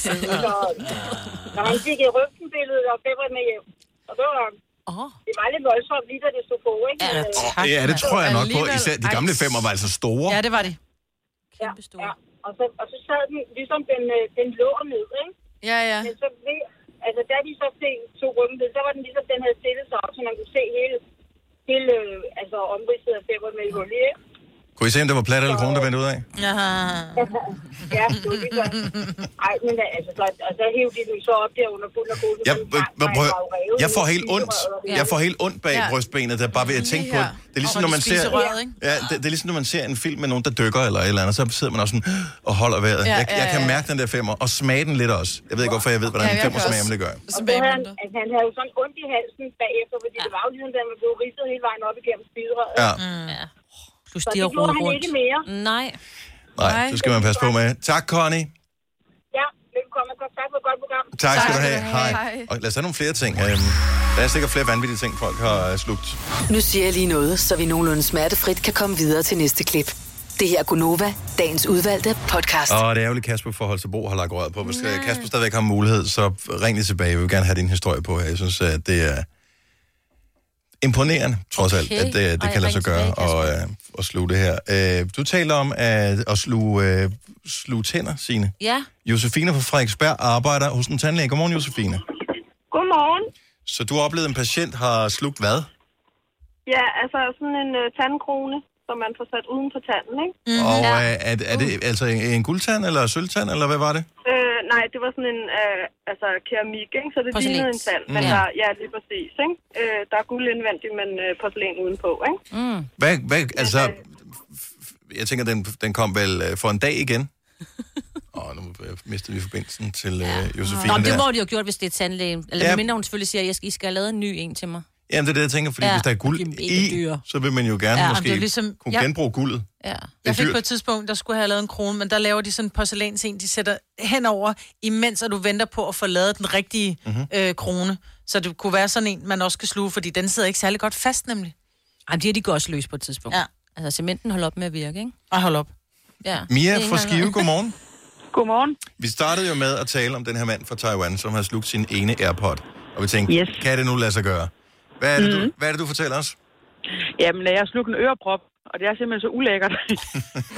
[SPEAKER 8] så. Så, så han fik et røntgenbillede og febret med hjem. Og det var,
[SPEAKER 2] Åh.
[SPEAKER 8] det var lidt voldsomt, lige da det stod på, ikke?
[SPEAKER 3] Ja,
[SPEAKER 8] Men, øh,
[SPEAKER 3] tak.
[SPEAKER 1] Ja, det tror jeg nok på.
[SPEAKER 4] Alligevel-
[SPEAKER 1] Især de gamle femmer var altså store.
[SPEAKER 3] Ja, det var det.
[SPEAKER 2] Kæmpe store.
[SPEAKER 8] Ja, og så, og så sad den, ligesom den, øh, den lå ned, ikke?
[SPEAKER 4] Ja, ja.
[SPEAKER 8] Men så ved, altså da de så fik to rømmeled, så var den ligesom, den havde stillet sig op, så man kunne se hele, hele øh, altså omridset af femmeren med hul i, ikke?
[SPEAKER 1] Kunne I se, om det var plat eller kroner, der vendte ud af?
[SPEAKER 3] Ja.
[SPEAKER 8] Ja, det var lige sådan. Ej, men altså, så, og så hævde de den så op der under bund og gulvet.
[SPEAKER 1] Jeg,
[SPEAKER 8] så den
[SPEAKER 1] jeg,
[SPEAKER 8] gang var
[SPEAKER 1] jeg, prøv,
[SPEAKER 8] jo revet
[SPEAKER 1] jeg får
[SPEAKER 8] i
[SPEAKER 1] helt ondt.
[SPEAKER 8] spiserøret.
[SPEAKER 1] Jeg får helt ondt bag
[SPEAKER 4] Ja.
[SPEAKER 1] brystbenet, der bare ved at tænke på det. Det er ligesom,
[SPEAKER 3] Og
[SPEAKER 1] når
[SPEAKER 3] de
[SPEAKER 1] man ser...
[SPEAKER 3] spiser røret, ikke?
[SPEAKER 1] Ja, det, det er ligesom, når man ser en film med nogen, der dykker eller et eller andet, så sidder man også sådan og holder vejret.
[SPEAKER 4] Ja,
[SPEAKER 1] Jeg,
[SPEAKER 4] ja,
[SPEAKER 1] jeg
[SPEAKER 4] ja.
[SPEAKER 1] kan mærke den der femmer, og smage den lidt også. Jeg ved ikke, hvorfor jeg ved, hvordan
[SPEAKER 4] Ja,
[SPEAKER 1] en
[SPEAKER 4] jeg
[SPEAKER 1] femmer
[SPEAKER 4] kan
[SPEAKER 1] smager, men
[SPEAKER 4] også.
[SPEAKER 1] det gør jeg.
[SPEAKER 8] Og så havde han,
[SPEAKER 4] Tilbagemunter.
[SPEAKER 8] altså, han havde jo sådan ondt i halsen bagefter, fordi ja. det var jo ligesom, da man blev ridset hele vejen op igennem spiserøret.
[SPEAKER 1] Ja,
[SPEAKER 4] Mm.
[SPEAKER 2] Ja. Plus
[SPEAKER 8] Så
[SPEAKER 2] de har
[SPEAKER 8] det gjorde
[SPEAKER 2] rodet
[SPEAKER 8] han ikke
[SPEAKER 2] rundt.
[SPEAKER 8] mere.
[SPEAKER 2] Nej.
[SPEAKER 1] nej, det skal man passe på med. Tak, Connie.
[SPEAKER 8] Ja, velkommen og tak for et godt program.
[SPEAKER 1] Tak, skal du have. Hej.
[SPEAKER 4] Hej.
[SPEAKER 1] Og lad os have nogle flere ting. Øhm, Der er sikkert flere vanvittige ting, folk har øh, slugt.
[SPEAKER 5] Nu siger jeg lige noget, så vi nogenlunde smertefrit kan komme videre til næste klip. Det her er Gunova, dagens udvalgte podcast.
[SPEAKER 1] Og det er ærgerligt, Kasper fra Holstebro har lagt røret på. Hvis Nej. Kasper stadigvæk har mulighed, så ring lige tilbage. Jeg vil gerne have din historie på her. Jeg synes, at det er imponerende, trods okay. alt,
[SPEAKER 2] Okay.
[SPEAKER 1] at det, det
[SPEAKER 2] Ej,
[SPEAKER 1] kan lade sig
[SPEAKER 2] ring
[SPEAKER 1] gøre
[SPEAKER 2] tilbage,
[SPEAKER 1] at, øh, at sluge det her. Øh, du taler om at, at sluge, øh, sluge tænder, sine.
[SPEAKER 2] Ja.
[SPEAKER 1] Josefine fra Frederiksberg arbejder hos en tandlæge. Godmorgen, Josefine.
[SPEAKER 8] Godmorgen.
[SPEAKER 1] Så du har oplevet, at en patient har slugt hvad?
[SPEAKER 2] Mhm.
[SPEAKER 8] Ja, altså sådan en øh, tandkrone, som man får sat uden på tanden, ikke?
[SPEAKER 1] Mm, og øh, er, er det altså en, en guldtand eller sølvtand, eller hvad var det?
[SPEAKER 8] Øh, nej, det var sådan en øh, altså, keramik, ikke? så det
[SPEAKER 2] Porcelæns.
[SPEAKER 8] lignede en tand. Men
[SPEAKER 2] Ja.
[SPEAKER 8] ja. Der, ja, lige præcis. Ikke? Øh, der er guld indvendigt, men øh, porcelæn udenpå. Ikke?
[SPEAKER 1] Hvad, hvad, altså, f- f- jeg tænker, den, den kom vel øh, for en dag igen? Åh, oh, nu øh, mistede vi forbindelsen til øh, Josefine
[SPEAKER 2] Nå, men det
[SPEAKER 1] der.
[SPEAKER 2] må de jo have gjort, hvis det er tandlægen. Eller
[SPEAKER 1] Ja.
[SPEAKER 2] ja. mindre hun selvfølgelig siger, at jeg skal, I skal have lavet en ny en til mig.
[SPEAKER 1] Jamen, det er det, jeg tænker, fordi ja,
[SPEAKER 2] Ja,
[SPEAKER 1] hvis der er
[SPEAKER 2] og de
[SPEAKER 1] guld
[SPEAKER 2] er mega
[SPEAKER 1] i,
[SPEAKER 2] dyre.
[SPEAKER 1] så vil man jo gerne
[SPEAKER 3] Ja,
[SPEAKER 1] ja,
[SPEAKER 3] men
[SPEAKER 1] måske
[SPEAKER 3] det er ligesom-
[SPEAKER 1] kunne
[SPEAKER 3] jeg-
[SPEAKER 1] genbruge guldet.
[SPEAKER 2] Ja.
[SPEAKER 1] Det er
[SPEAKER 3] Jeg fik
[SPEAKER 1] dyrt.
[SPEAKER 3] på et tidspunkt, der skulle have lavet en krone, men der laver de sådan en
[SPEAKER 4] Mhm.
[SPEAKER 3] porcelæns en, de sætter henover, imens at du venter på at få lavet den rigtige mm-hmm. øh, krone. Så det kunne være sådan en, man også kan sluge, fordi den sidder ikke særlig godt fast nemlig.
[SPEAKER 2] Ej, det er de går også løs på et tidspunkt.
[SPEAKER 3] Ja.
[SPEAKER 2] Altså, cementen holder op med at virke, ikke?
[SPEAKER 3] Og hold op.
[SPEAKER 2] Ja. Det er
[SPEAKER 1] Mia
[SPEAKER 2] ikke
[SPEAKER 1] fra
[SPEAKER 2] engang
[SPEAKER 1] Skive,
[SPEAKER 2] noget.
[SPEAKER 1] godmorgen.
[SPEAKER 10] Godmorgen.
[SPEAKER 1] Vi startede jo med at tale om den her mand fra Taiwan, som har slugt sin ene AirPod. Og vi tænkte, yes.
[SPEAKER 10] Yes.
[SPEAKER 1] kan det nu lade sig gøre? Hvad er det, du, hvad er det, du fortæller os?
[SPEAKER 10] Jamen, jeg har slugt en øreprop, og det er simpelthen så ulækkert.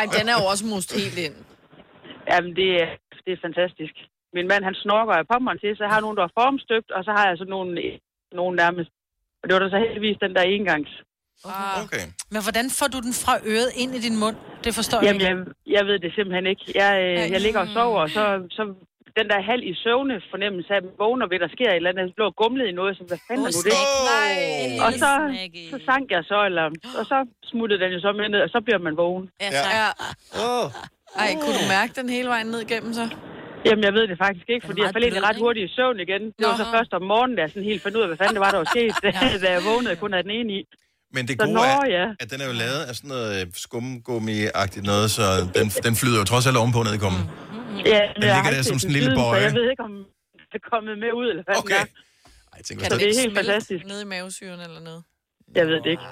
[SPEAKER 4] Ej, den er jo også must helt ind.
[SPEAKER 10] Jamen, det er, det er fantastisk. Min mand, han snorker af pommeren til, så jeg har nogen, der er formstøbt, og så har jeg så nogen, nogen nærmest. Og det var da så heldigvis den der engangs.
[SPEAKER 4] Ah,
[SPEAKER 1] Okay.
[SPEAKER 3] Men hvordan får du den fra øret ind i din mund? Det forstår jeg
[SPEAKER 10] Jamen,
[SPEAKER 3] ikke.
[SPEAKER 10] jeg, jeg ved det simpelthen ikke. Jeg, øh, jeg ligger og sover, og så, så den der halv i søvne fornemmelse af, at man vågner ved, der sker et eller andet. Jeg lå og gumlede i noget, som hvad fanden er nu det?
[SPEAKER 1] Nej.
[SPEAKER 10] Og så, så sank jeg så, eller, og så smuttede den jo så med ned, og så bliver man vågen.
[SPEAKER 2] Ja,
[SPEAKER 1] Ja.
[SPEAKER 2] tak.
[SPEAKER 4] Ja.
[SPEAKER 1] Oh.
[SPEAKER 4] Ej, kunne du mærke den hele vejen ned igennem så?
[SPEAKER 10] Jamen, jeg ved det faktisk ikke,
[SPEAKER 2] Den er
[SPEAKER 10] fordi jeg
[SPEAKER 2] meget
[SPEAKER 10] faldt egentlig
[SPEAKER 2] blød,
[SPEAKER 10] ret
[SPEAKER 2] ikke?
[SPEAKER 10] hurtigt i søvn igen. Det var
[SPEAKER 4] Nå.
[SPEAKER 10] så først om morgenen, da jeg sådan helt fandt ud af, hvad fanden det var, der var sket, da- da jeg vågnede kun af den ene i.
[SPEAKER 2] Mm.
[SPEAKER 1] Men det
[SPEAKER 10] Så
[SPEAKER 1] gode
[SPEAKER 10] nå,
[SPEAKER 1] er,
[SPEAKER 10] ja.
[SPEAKER 1] at den er jo lavet af sådan noget øh, skumgummi-agtigt noget, så den, den flyder jo trods alt ovenpå ned i kummen.
[SPEAKER 10] Ja, men
[SPEAKER 1] Den
[SPEAKER 10] jeg har
[SPEAKER 1] ligger
[SPEAKER 10] ikke
[SPEAKER 1] der
[SPEAKER 10] set
[SPEAKER 1] som
[SPEAKER 10] den
[SPEAKER 1] sådan en lille
[SPEAKER 10] siden, så
[SPEAKER 1] bøje.
[SPEAKER 10] Jeg ved ikke, om det er kommet med ud, eller hvad okay.
[SPEAKER 1] Okay.
[SPEAKER 10] er.
[SPEAKER 1] Ej, jeg tænker,
[SPEAKER 4] Kan
[SPEAKER 1] hvis der-
[SPEAKER 4] den
[SPEAKER 10] det er
[SPEAKER 4] ikke
[SPEAKER 10] helt
[SPEAKER 4] smelte
[SPEAKER 10] fantastisk.
[SPEAKER 4] ned i mavesyren eller noget?
[SPEAKER 10] Jeg ved det ikke.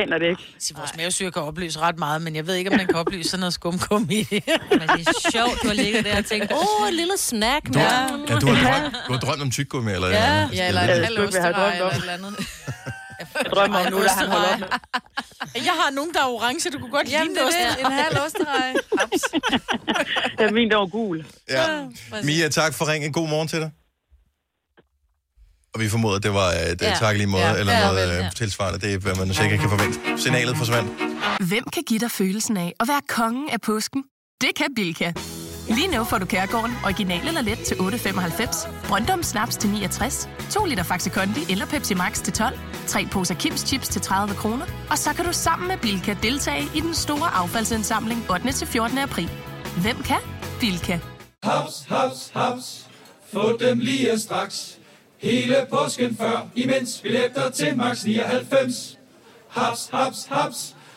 [SPEAKER 10] Aner det ikke.
[SPEAKER 3] Så Ah, Altså, vores mavesyre kan oplyse ret meget, men jeg ved ikke, om den kan oplyse sådan noget skumkummi.
[SPEAKER 2] Men det er sjovt, du har ligget der og tænkt, åh, oh, en lille snack,
[SPEAKER 1] du,
[SPEAKER 2] mand.
[SPEAKER 1] har, ja, du, har drømt, du har drømt om tyggegummi eller ja. eller andet. Altså,
[SPEAKER 4] Ja, eller en
[SPEAKER 10] ved
[SPEAKER 4] halv
[SPEAKER 10] ikke, hvad jeg har
[SPEAKER 4] osterrej
[SPEAKER 10] drømt om.
[SPEAKER 4] eller et eller andet.
[SPEAKER 10] Jeg drømmer om nu, der han holder op med.
[SPEAKER 3] jeg har nogen, der er orange, du kunne godt
[SPEAKER 4] Jamen, det er det. En halv osterrej. Haps.
[SPEAKER 10] Ja, min, der var gul.
[SPEAKER 1] Ja. Mia, tak for ringen. God morgen til dig. Og vi formoder, at det var et ja.
[SPEAKER 2] Ja.
[SPEAKER 1] tak i lige måde, ja.
[SPEAKER 2] Ja.
[SPEAKER 1] eller
[SPEAKER 2] Ja,
[SPEAKER 1] noget
[SPEAKER 2] vel,
[SPEAKER 1] ja.
[SPEAKER 2] ja.
[SPEAKER 1] tilsvarende. Det er, hvad man sikkert kan forvente. Signalet forsvandt.
[SPEAKER 11] Hvem kan give dig følelsen af at være kongen af påsken? Det kan Bilka! Lige nu får du Kærgården original eller let til 8.95, Brøndum Snaps til 69, 2 liter Faxi Kondi eller Pepsi Max til 12, 3 poser Kims Chips til 30 kroner, og så kan du sammen med Bilka deltage i den store affaldsindsamling 8. til 14. april. Hvem kan? Bilka.
[SPEAKER 12] Haps, haps, haps. Få dem lige straks. Hele påsken før, imens billetter til max 99. Haps, haps, haps.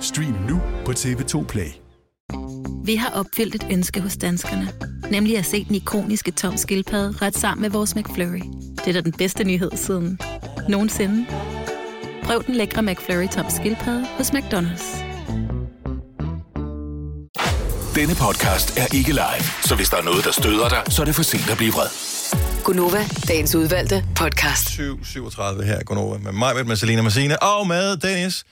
[SPEAKER 12] Stream nu på TV2 Play.
[SPEAKER 11] Vi har opfyldt et ønske hos danskerne. Nemlig at se den ikoniske tom skildpadde ret sammen med vores McFlurry. Det er da den bedste nyhed siden nogensinde. Prøv den lækre McFlurry tom skildpadde hos McDonald's.
[SPEAKER 6] Denne podcast er ikke live, så hvis der er noget, der støder dig, så er det for sent at blive vred.
[SPEAKER 5] Gunova, dagens udvalgte podcast.
[SPEAKER 1] 7.37 her i Gonova med mig, med Selina Massina og med Dennis.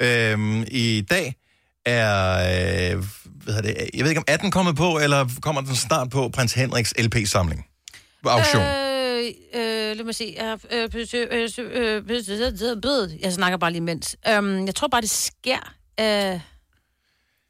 [SPEAKER 1] Øhm, I dag er, øh, hvad hedder det, jeg ved ikke om 18 kommet på, eller kommer den snart på Prins Henriks LP-samling? Auktion. Øh.
[SPEAKER 2] Øh, øh, lad mig se. Jeg, øh, besø- øh, sø- øh, besø- bød. jeg snakker bare lige imens. Øhm, jeg tror bare, det sker. Øh,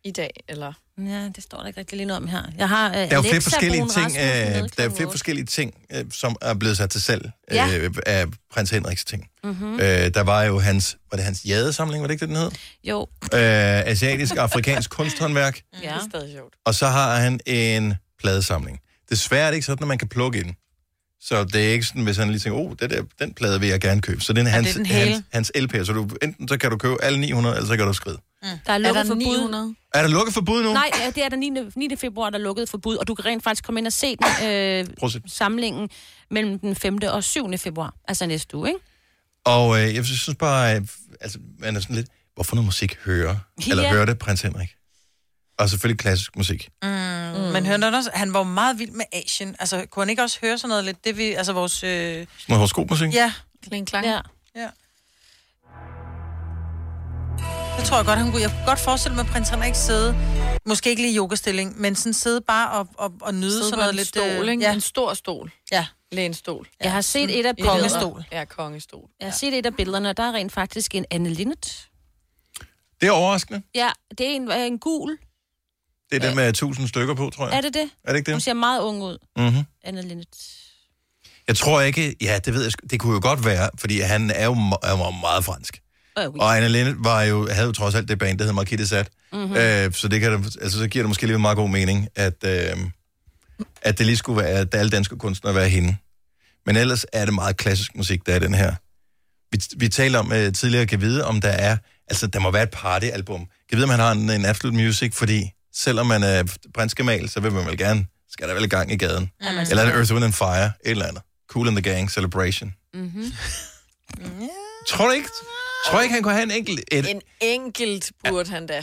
[SPEAKER 4] I dag, eller?
[SPEAKER 2] ja, det står der ikke rigtig lige noget om her. Jeg har, øh,
[SPEAKER 1] Der er jo flere forskellige ting, øh, der er flere forskellige ting, øh, som er blevet sat til salg øh,
[SPEAKER 2] Ja. Mm.
[SPEAKER 1] af prins Henriks ting.
[SPEAKER 2] Mhm.
[SPEAKER 1] Mm-hmm. Øh, der var jo hans, var det hans jadesamling, var det ikke det, den hed?
[SPEAKER 2] Jo,
[SPEAKER 1] Øh, asiatisk og afrikansk kunsthåndværk.
[SPEAKER 2] ja.
[SPEAKER 4] Det er stadig sjovt.
[SPEAKER 1] og så har han en pladesamling. Desværre er det ikke sådan, at man kan plukke ind. Så det er ikke sådan, hvis han lige tænker, oh, det der, den plade vil jeg gerne købe. Så den er hans,
[SPEAKER 3] det er den hele?
[SPEAKER 1] hans, hans LP. Så du, enten så kan du købe alle 900, eller så kan du skride.
[SPEAKER 2] Mm. Der er
[SPEAKER 4] Er
[SPEAKER 2] lukket
[SPEAKER 4] der
[SPEAKER 2] for bud.
[SPEAKER 4] 900?
[SPEAKER 1] Er der lukket for bud nu?
[SPEAKER 2] Nej, ja, det er den 9. 9. februar, der er lukket for bud, og du kan rent faktisk komme ind og se den, øh,
[SPEAKER 1] Prøv at se.
[SPEAKER 2] samlingen mellem den 5. og 7. februar, altså næste uge, ikke?
[SPEAKER 1] Og øh, jeg synes bare, øh, altså, man er sådan lidt, hvorfor noget musik hører? Eller
[SPEAKER 2] Ja.
[SPEAKER 1] hører det prins Henrik? Og selvfølgelig klassisk musik.
[SPEAKER 3] Mm. Men hørte han også, han var jo meget vild med Asien. Altså, kunne han ikke også høre sådan noget lidt? Det vi, altså vores... Øh,
[SPEAKER 1] Noget horoskopmusik.
[SPEAKER 3] ja,
[SPEAKER 4] Kling klang.
[SPEAKER 2] Ja.
[SPEAKER 3] ja. Det tror jeg godt, han kunne. Jeg kunne godt forestille mig, at prins Henrik sidde, måske ikke lige i yogastilling, men sådan sidde bare og, og, og nyde
[SPEAKER 4] Sidde
[SPEAKER 3] sådan
[SPEAKER 4] på
[SPEAKER 3] noget
[SPEAKER 4] en
[SPEAKER 3] lidt... øh,
[SPEAKER 4] stol, ikke?
[SPEAKER 3] Ja,
[SPEAKER 4] En stor stol.
[SPEAKER 3] ja.
[SPEAKER 4] Lænestol.
[SPEAKER 2] Jeg har set et af billederne,
[SPEAKER 3] Kongestol.
[SPEAKER 4] Ja, kongestol.
[SPEAKER 2] jeg har set et af billederne, og der er rent faktisk en Anne Linnet.
[SPEAKER 1] Det er overraskende.
[SPEAKER 2] Ja, det er en, er en gul.
[SPEAKER 1] Det er den med tusind stykker på, tror jeg.
[SPEAKER 2] Er det det?
[SPEAKER 1] er det ikke
[SPEAKER 2] Hun
[SPEAKER 1] det?
[SPEAKER 2] ser meget ung ud,
[SPEAKER 1] Mm-hmm.
[SPEAKER 2] Anne Linnet.
[SPEAKER 1] Jeg tror ikke... Ja, det ved jeg sgu- Det kunne jo godt være, fordi han er jo, me- er jo meget fransk. Og Anna Linde var jo, havde jo trods alt det band, der hedder Marquis de Sade.
[SPEAKER 13] Mhm.
[SPEAKER 1] Mm-hmm. Øh, så, det kan, da- altså, så giver det måske alligevel meget god mening, at, øh, at det lige skulle være, at alle danske kunstnere være hende. Men ellers er det meget klassisk musik, der er den her. Vi, vi talte om øh, tidligere, kan vide, om der er... Altså, der må være et partyalbum. Kan vide, om han har en, en Absolute Music, fordi selvom man er prinskemal, så vil man vel gerne... Skal der vel i gang i gaden?
[SPEAKER 3] Ja,
[SPEAKER 1] Mm.
[SPEAKER 3] man
[SPEAKER 1] Eller en
[SPEAKER 3] skal.
[SPEAKER 1] Earth, Wind and Fire. Et eller andet. Cool in the Gang, Celebration.
[SPEAKER 4] Mm-hmm.
[SPEAKER 1] Tror du ikke? Tror du ikke, han kunne have en enkelt... Et,
[SPEAKER 4] En enkelt burde ja. han da.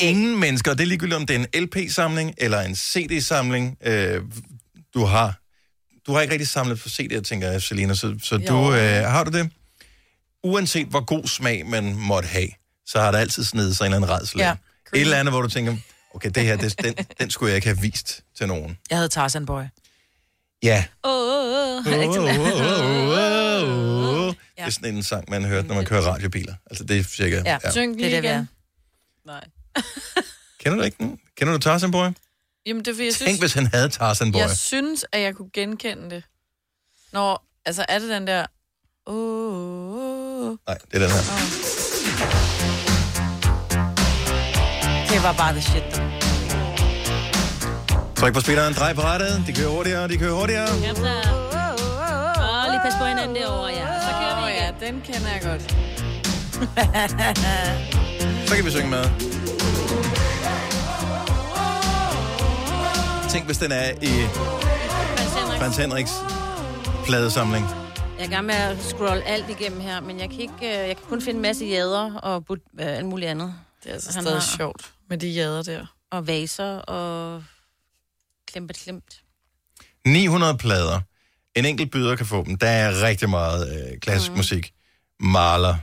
[SPEAKER 1] ingen mennesker, og det er ligegyldigt, om det er en LP-samling eller en CD-samling, øh, du har. Du har ikke rigtig samlet for CD'er, tænker jeg, Selina, så, så
[SPEAKER 14] Jo.
[SPEAKER 1] du, øh, har du det? Uanset hvor god smag man måtte have, så har der altid snedet sig en eller anden redsel.
[SPEAKER 3] Ja,
[SPEAKER 1] ind. Et eller andet, hvor du tænker, okay, det her, det, den, den skulle jeg ikke have vist til nogen.
[SPEAKER 3] Jeg havde Tarzan Boy.
[SPEAKER 1] Ja.
[SPEAKER 2] Åh, åh,
[SPEAKER 1] Åh, åh, åh,
[SPEAKER 2] åh.
[SPEAKER 1] åh, åh. Det er sådan en sang, man hørte, når man kører radiobiler. Altså, det er cirka... Ja.
[SPEAKER 4] Ja. Synk
[SPEAKER 3] Det er
[SPEAKER 4] lige
[SPEAKER 3] det, vi er.
[SPEAKER 4] igen. Nej.
[SPEAKER 1] Kender du ikke den? Kender du Tarzan Boy?
[SPEAKER 4] Jamen, det er fordi, jeg synes,
[SPEAKER 1] Tænk, hvis han havde Tarzan Boy.
[SPEAKER 4] jeg synes, at jeg kunne genkende det. Når, altså er det den der... Åh, oh,
[SPEAKER 1] Nej, det er den her.
[SPEAKER 3] Det var bare det shit.
[SPEAKER 1] Tryk på speederen, drej på rettet. De kører hurtigere, de kører hurtigere.
[SPEAKER 2] Kom så. Åh, lige pas på hinanden derovre, ja. Så kører vi igen.
[SPEAKER 4] ja, den kender jeg godt.
[SPEAKER 1] Så kan vi synge med. Tænk, hvis den er i
[SPEAKER 2] Prins Henrik.
[SPEAKER 1] Frans Henriks pladesamling.
[SPEAKER 2] Jeg er i gang med at scrolle alt igennem her, men jeg kan, ikke, øh, jeg kan kun finde en masse jæder og but, øh, alt muligt andet.
[SPEAKER 4] Det er altså stadig sjovt med de jæder der.
[SPEAKER 2] Og vaser og klempet klemt.
[SPEAKER 1] 900 plader. En enkelt byder kan få dem. Der er rigtig meget øh, klassisk mm. musik. Mahler,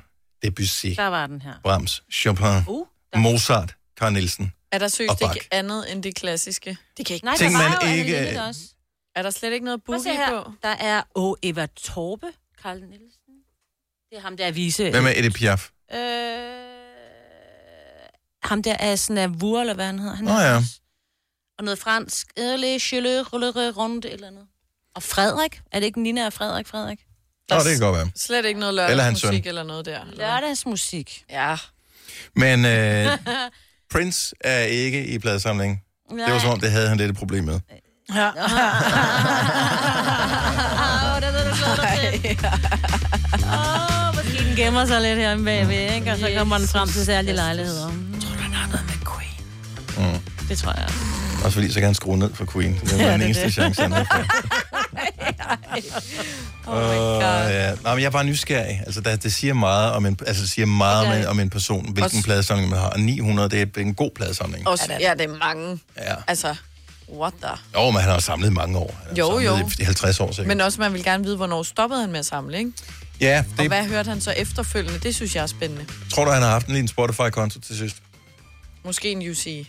[SPEAKER 1] Debussy,
[SPEAKER 2] Der var den her.
[SPEAKER 1] Brahms, Chopin,
[SPEAKER 2] Uh,
[SPEAKER 1] Mozart, Carl Nielsen.
[SPEAKER 4] Er der
[SPEAKER 1] Og
[SPEAKER 4] seriøst
[SPEAKER 1] Bach.
[SPEAKER 4] ikke andet end det klassiske? Det kan ikke.
[SPEAKER 2] Nej,
[SPEAKER 1] Tænk,
[SPEAKER 2] der var
[SPEAKER 1] man
[SPEAKER 2] jo Anne
[SPEAKER 1] ikke-
[SPEAKER 2] Linnet også.
[SPEAKER 4] Er der slet ikke noget
[SPEAKER 2] Prøv at se
[SPEAKER 4] boogie
[SPEAKER 2] her.
[SPEAKER 4] på?
[SPEAKER 2] Der er O. Eva Torbe, Carl Nielsen. Det er ham, der er vise.
[SPEAKER 1] Hvem er Edith Piaf?
[SPEAKER 2] Øh, ham der er Snavur, eller hvad han hedder. Han
[SPEAKER 1] Nå
[SPEAKER 2] er
[SPEAKER 1] ja.
[SPEAKER 2] også- Og noget fransk. Øh, Le Cheleux, Rullere, Runde, eller noget. Og Frederik? Er det ikke Nina og Frederik, Frederik?
[SPEAKER 1] Nå, det kan godt være.
[SPEAKER 4] Slet ikke noget
[SPEAKER 1] Eller hans
[SPEAKER 4] lørdagsmusik
[SPEAKER 1] søn.
[SPEAKER 4] eller, noget der? Eller?
[SPEAKER 2] Lørdagsmusik.
[SPEAKER 4] Ja.
[SPEAKER 1] Men øh, Prince er ikke i pladesamlingen. Det var som om, det havde han lidt et problem med.
[SPEAKER 3] Ja.
[SPEAKER 2] Åh, den er du glæder dig til. Åh, måske den gemmer sig lidt her bagved, ikke? Og så kommer den frem til særlige lejligheder.
[SPEAKER 1] Mm.
[SPEAKER 2] Det tror jeg.
[SPEAKER 1] Også fordi, så kan han skrue ned for Queen. Det var
[SPEAKER 2] Ja, det er
[SPEAKER 1] den eneste
[SPEAKER 2] det.
[SPEAKER 1] chance, han havde.
[SPEAKER 2] Oh
[SPEAKER 1] Åh, ja. Nå, men jeg er bare nysgerrig. Altså, der, det siger meget om en, altså, det siger meget om en, om en person, hvilken
[SPEAKER 4] Også-
[SPEAKER 1] pladesamling man har. Og 900, det er en god pladesamling.
[SPEAKER 4] Også, ja, det er mange.
[SPEAKER 1] Ja.
[SPEAKER 4] Altså, what the?
[SPEAKER 1] Jo, men han har samlet i mange år. Han har
[SPEAKER 4] Jo,
[SPEAKER 1] samlet I
[SPEAKER 4] jo.
[SPEAKER 1] 50 år sikkert.
[SPEAKER 4] Men også, man vil gerne vide, hvornår stoppede han med at samle, ikke?
[SPEAKER 1] ja,
[SPEAKER 4] Og
[SPEAKER 1] det,
[SPEAKER 4] hvad hørte han så efterfølgende? Det synes jeg er spændende.
[SPEAKER 1] tror du, han har haft en lille Spotify-konto til sidst?
[SPEAKER 4] Måske en UC.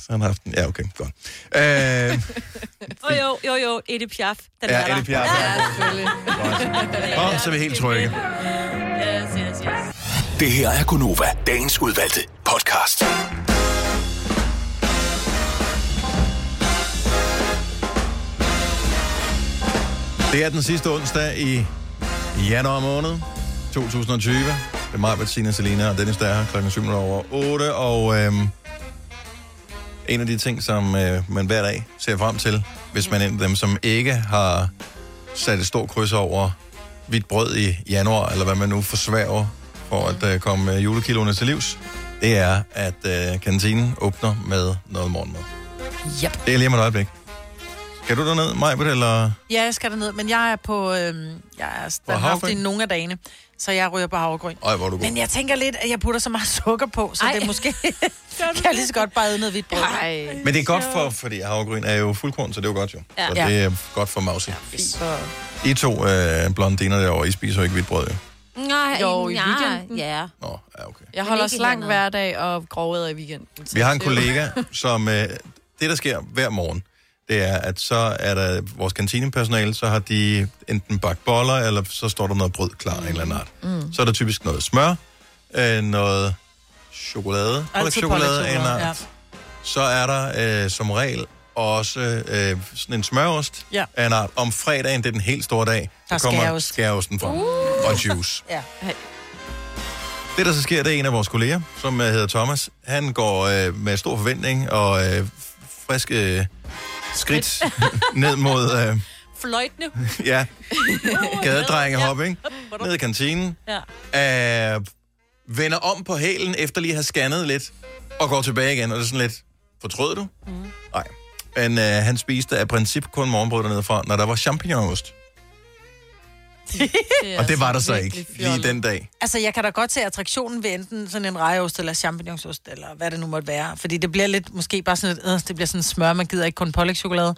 [SPEAKER 1] Så han har haft en... Ja, okay, godt. Øh,
[SPEAKER 2] Oh, jo, jo, jo, Edith Piaf. Den
[SPEAKER 1] Ja,
[SPEAKER 2] er der.
[SPEAKER 1] Edith Piaf, ja. Ja,
[SPEAKER 4] selvfølgelig.
[SPEAKER 1] kom, så er vi helt trygge.
[SPEAKER 2] Yes, yes, yes.
[SPEAKER 6] Det her er Gunova, dagens udvalgte podcast.
[SPEAKER 1] Det er den sidste onsdag i januar måned 2020. Det er mig, Bettina, Selina og Dennis, der er her klokken 7 over 8. Og øhm, en af de ting, som øh, man hver dag ser frem til, hvis man er en af dem, som ikke har sat et stort kryds over hvidt brød i januar, eller hvad man nu forsværger for at øh, komme øh, julekiloene til livs, det er, at øh, kantinen åbner med noget morgenmad.
[SPEAKER 3] Yep.
[SPEAKER 1] Det er lige om et øjeblik. Skal du derned, Majbet, eller...
[SPEAKER 3] Ja, jeg skal derned, men jeg er på... Øhm, jeg er standhaft i
[SPEAKER 1] havregryn?
[SPEAKER 3] nogle af dagene, så jeg ryger på havregryn.
[SPEAKER 1] Ej, hvor er du god.
[SPEAKER 3] Men jeg tænker lidt, at jeg putter så meget sukker på, så Ej. det er måske... kan jeg lige så godt bare æde noget hvidt brød. Ej.
[SPEAKER 1] Men det er godt for, fordi havregryn er jo fuldkorn, så det er jo godt jo.
[SPEAKER 3] Ja.
[SPEAKER 1] Ja. Så
[SPEAKER 3] Ja.
[SPEAKER 1] det er godt for mause. I to øh, blondiner derovre, I spiser jo ikke hvidt brød, jo.
[SPEAKER 2] Nej,
[SPEAKER 4] Jo, i
[SPEAKER 2] nej,
[SPEAKER 4] weekenden.
[SPEAKER 2] Ja.
[SPEAKER 1] Nå, ja, okay.
[SPEAKER 4] Jeg
[SPEAKER 2] Men
[SPEAKER 4] holder
[SPEAKER 2] ikke
[SPEAKER 4] slank
[SPEAKER 2] hernede.
[SPEAKER 4] hver dag og grovæder i weekenden.
[SPEAKER 1] Vi har en kollega, som... Øh, det, der sker hver morgen, det er, at så er der vores kantinepersonale, så har de enten bagt boller, eller så står der noget brød klar af en eller anden art.
[SPEAKER 13] Mm.
[SPEAKER 1] Så er der typisk noget smør, øh, noget chokolade,
[SPEAKER 13] Altid
[SPEAKER 1] chokolade af en
[SPEAKER 13] pålægschokolade,
[SPEAKER 1] art,
[SPEAKER 13] ja.
[SPEAKER 1] så er der øh, som regel også øh, sådan en smørost
[SPEAKER 3] Ja.
[SPEAKER 1] af en art. Om fredagen, det er den helt store dag,
[SPEAKER 3] Der er
[SPEAKER 1] så kommer
[SPEAKER 3] skæreost.
[SPEAKER 1] skæreosten frem. Uh. Og juice.
[SPEAKER 3] Ja.
[SPEAKER 1] Det, der så sker, det er en af vores kolleger, som øh, hedder Thomas. Han går øh, med stor forventning og øh, f- friske øh, skridt ned mod øh,
[SPEAKER 2] Fløjtende.
[SPEAKER 1] ja, gadedrengehop, ikke? Ned i kantinen.
[SPEAKER 2] Ja.
[SPEAKER 1] øh, vender om på hælen, efter lige at have scannet lidt, og går tilbage igen, og det er sådan lidt, fortrød du? Mm. Nej. Men øh, han spiste af princip kun morgenbrød dernede fra, når der var champignonost.
[SPEAKER 3] Det
[SPEAKER 1] Og det var
[SPEAKER 2] altså
[SPEAKER 1] der så ikke lige den dag.
[SPEAKER 3] Altså, jeg kan da godt se attraktionen ved enten sådan en rejeost eller champignonost, eller hvad det nu måtte være. Fordi det bliver lidt, måske bare sådan et, øh, det bliver sådan smør, man gider ikke kun pålægtschokolade.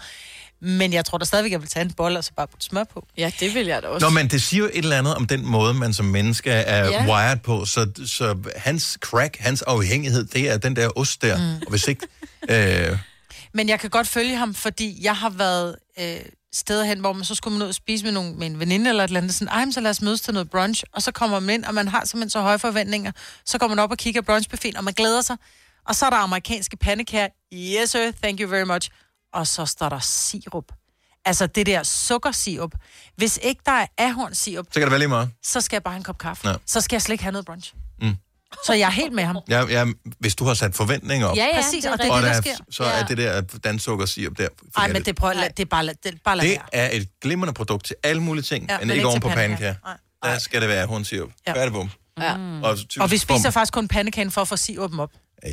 [SPEAKER 3] Men jeg tror da stadigvæk, jeg vil tage en bolle og så bare putte smør på.
[SPEAKER 4] Ja, det vil jeg da
[SPEAKER 1] Nå, men det siger jo et eller andet om den måde, man som menneske er
[SPEAKER 3] Ja.
[SPEAKER 1] yeah. wired på. Så, så hans crack, hans afhængighed, det er den der ost der. Mm. Og hvis ikke... Øh,
[SPEAKER 3] Men jeg kan godt følge ham, fordi jeg har været øh, steder hen, hvor man så skulle man ud og spise med, nogle, med en veninde eller et eller andet. Sådan, Ej, men så lad os mødes til noget brunch. Og så kommer man ind, og man har simpelthen så høje forventninger. Så går man op og kigger brunchbuffeten, og man glæder sig. Og så er der amerikanske pandekager. Yes, sir. Thank you very much. Og så står der sirup. Altså det der sukkersirup. Hvis ikke der er ahornsirup,
[SPEAKER 1] så kan det være lige meget.
[SPEAKER 3] så skal jeg bare have en kop kaffe.
[SPEAKER 1] Ja.
[SPEAKER 3] Ja. Så skal jeg slet ikke have noget brunch.
[SPEAKER 1] Mm.
[SPEAKER 3] Så jeg er helt med ham.
[SPEAKER 1] Ja, ja, hvis du har sat forventninger op,
[SPEAKER 3] Ja, ja, Præcis, det er og det er
[SPEAKER 1] og
[SPEAKER 3] det, der
[SPEAKER 1] er-
[SPEAKER 3] sker.
[SPEAKER 1] så er
[SPEAKER 3] Ja.
[SPEAKER 1] det der danssukker sirup der.
[SPEAKER 3] Ej, men det, prøver, lad, det er bare, lad, det, er bare lad
[SPEAKER 1] Det
[SPEAKER 3] være.
[SPEAKER 1] er et glimrende produkt til alle mulige ting, ja, men, ikke oven
[SPEAKER 3] til
[SPEAKER 1] på pandekager.
[SPEAKER 3] pandekager.
[SPEAKER 1] Der skal det være hornsirup. Ja.
[SPEAKER 3] Ja.
[SPEAKER 1] Færdigbom.
[SPEAKER 3] Ja.
[SPEAKER 1] Og, typisk
[SPEAKER 3] Mm. Og vi spiser
[SPEAKER 1] bom.
[SPEAKER 3] faktisk kun pandekagen for at få sirup dem op.
[SPEAKER 1] Ja.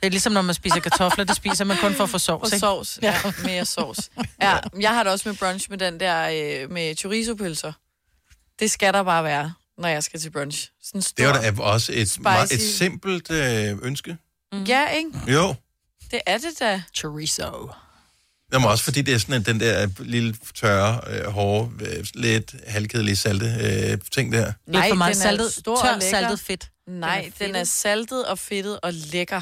[SPEAKER 3] Det er ligesom, når man spiser kartofler, det spiser man kun for at få sovs,
[SPEAKER 4] For
[SPEAKER 3] ikke?
[SPEAKER 4] sovs, ja. Mere sovs. Ja, jeg har det også med brunch med den der øh, med chorizo-pølser. Det skal der bare være, når jeg skal til brunch. Sådan en stor...
[SPEAKER 1] Det var da også et, meget, et
[SPEAKER 4] Spicy.
[SPEAKER 1] simpelt øh, ønske.
[SPEAKER 4] Ja, ikke?
[SPEAKER 1] Jo.
[SPEAKER 4] Det er det da.
[SPEAKER 3] Chorizo.
[SPEAKER 1] Jamen også fordi det er sådan, at den der øh, lille tørre, øh, hårde, øh, lidt halvkedelige salte øh, ting der.
[SPEAKER 3] Lidt for meget
[SPEAKER 4] den er
[SPEAKER 3] saltet,
[SPEAKER 4] stor og
[SPEAKER 3] tør
[SPEAKER 4] lækker.
[SPEAKER 3] saltet fedt.
[SPEAKER 4] Nej, den
[SPEAKER 3] Den
[SPEAKER 4] er,
[SPEAKER 3] er fedtet.
[SPEAKER 4] saltet og fedtet og lækker.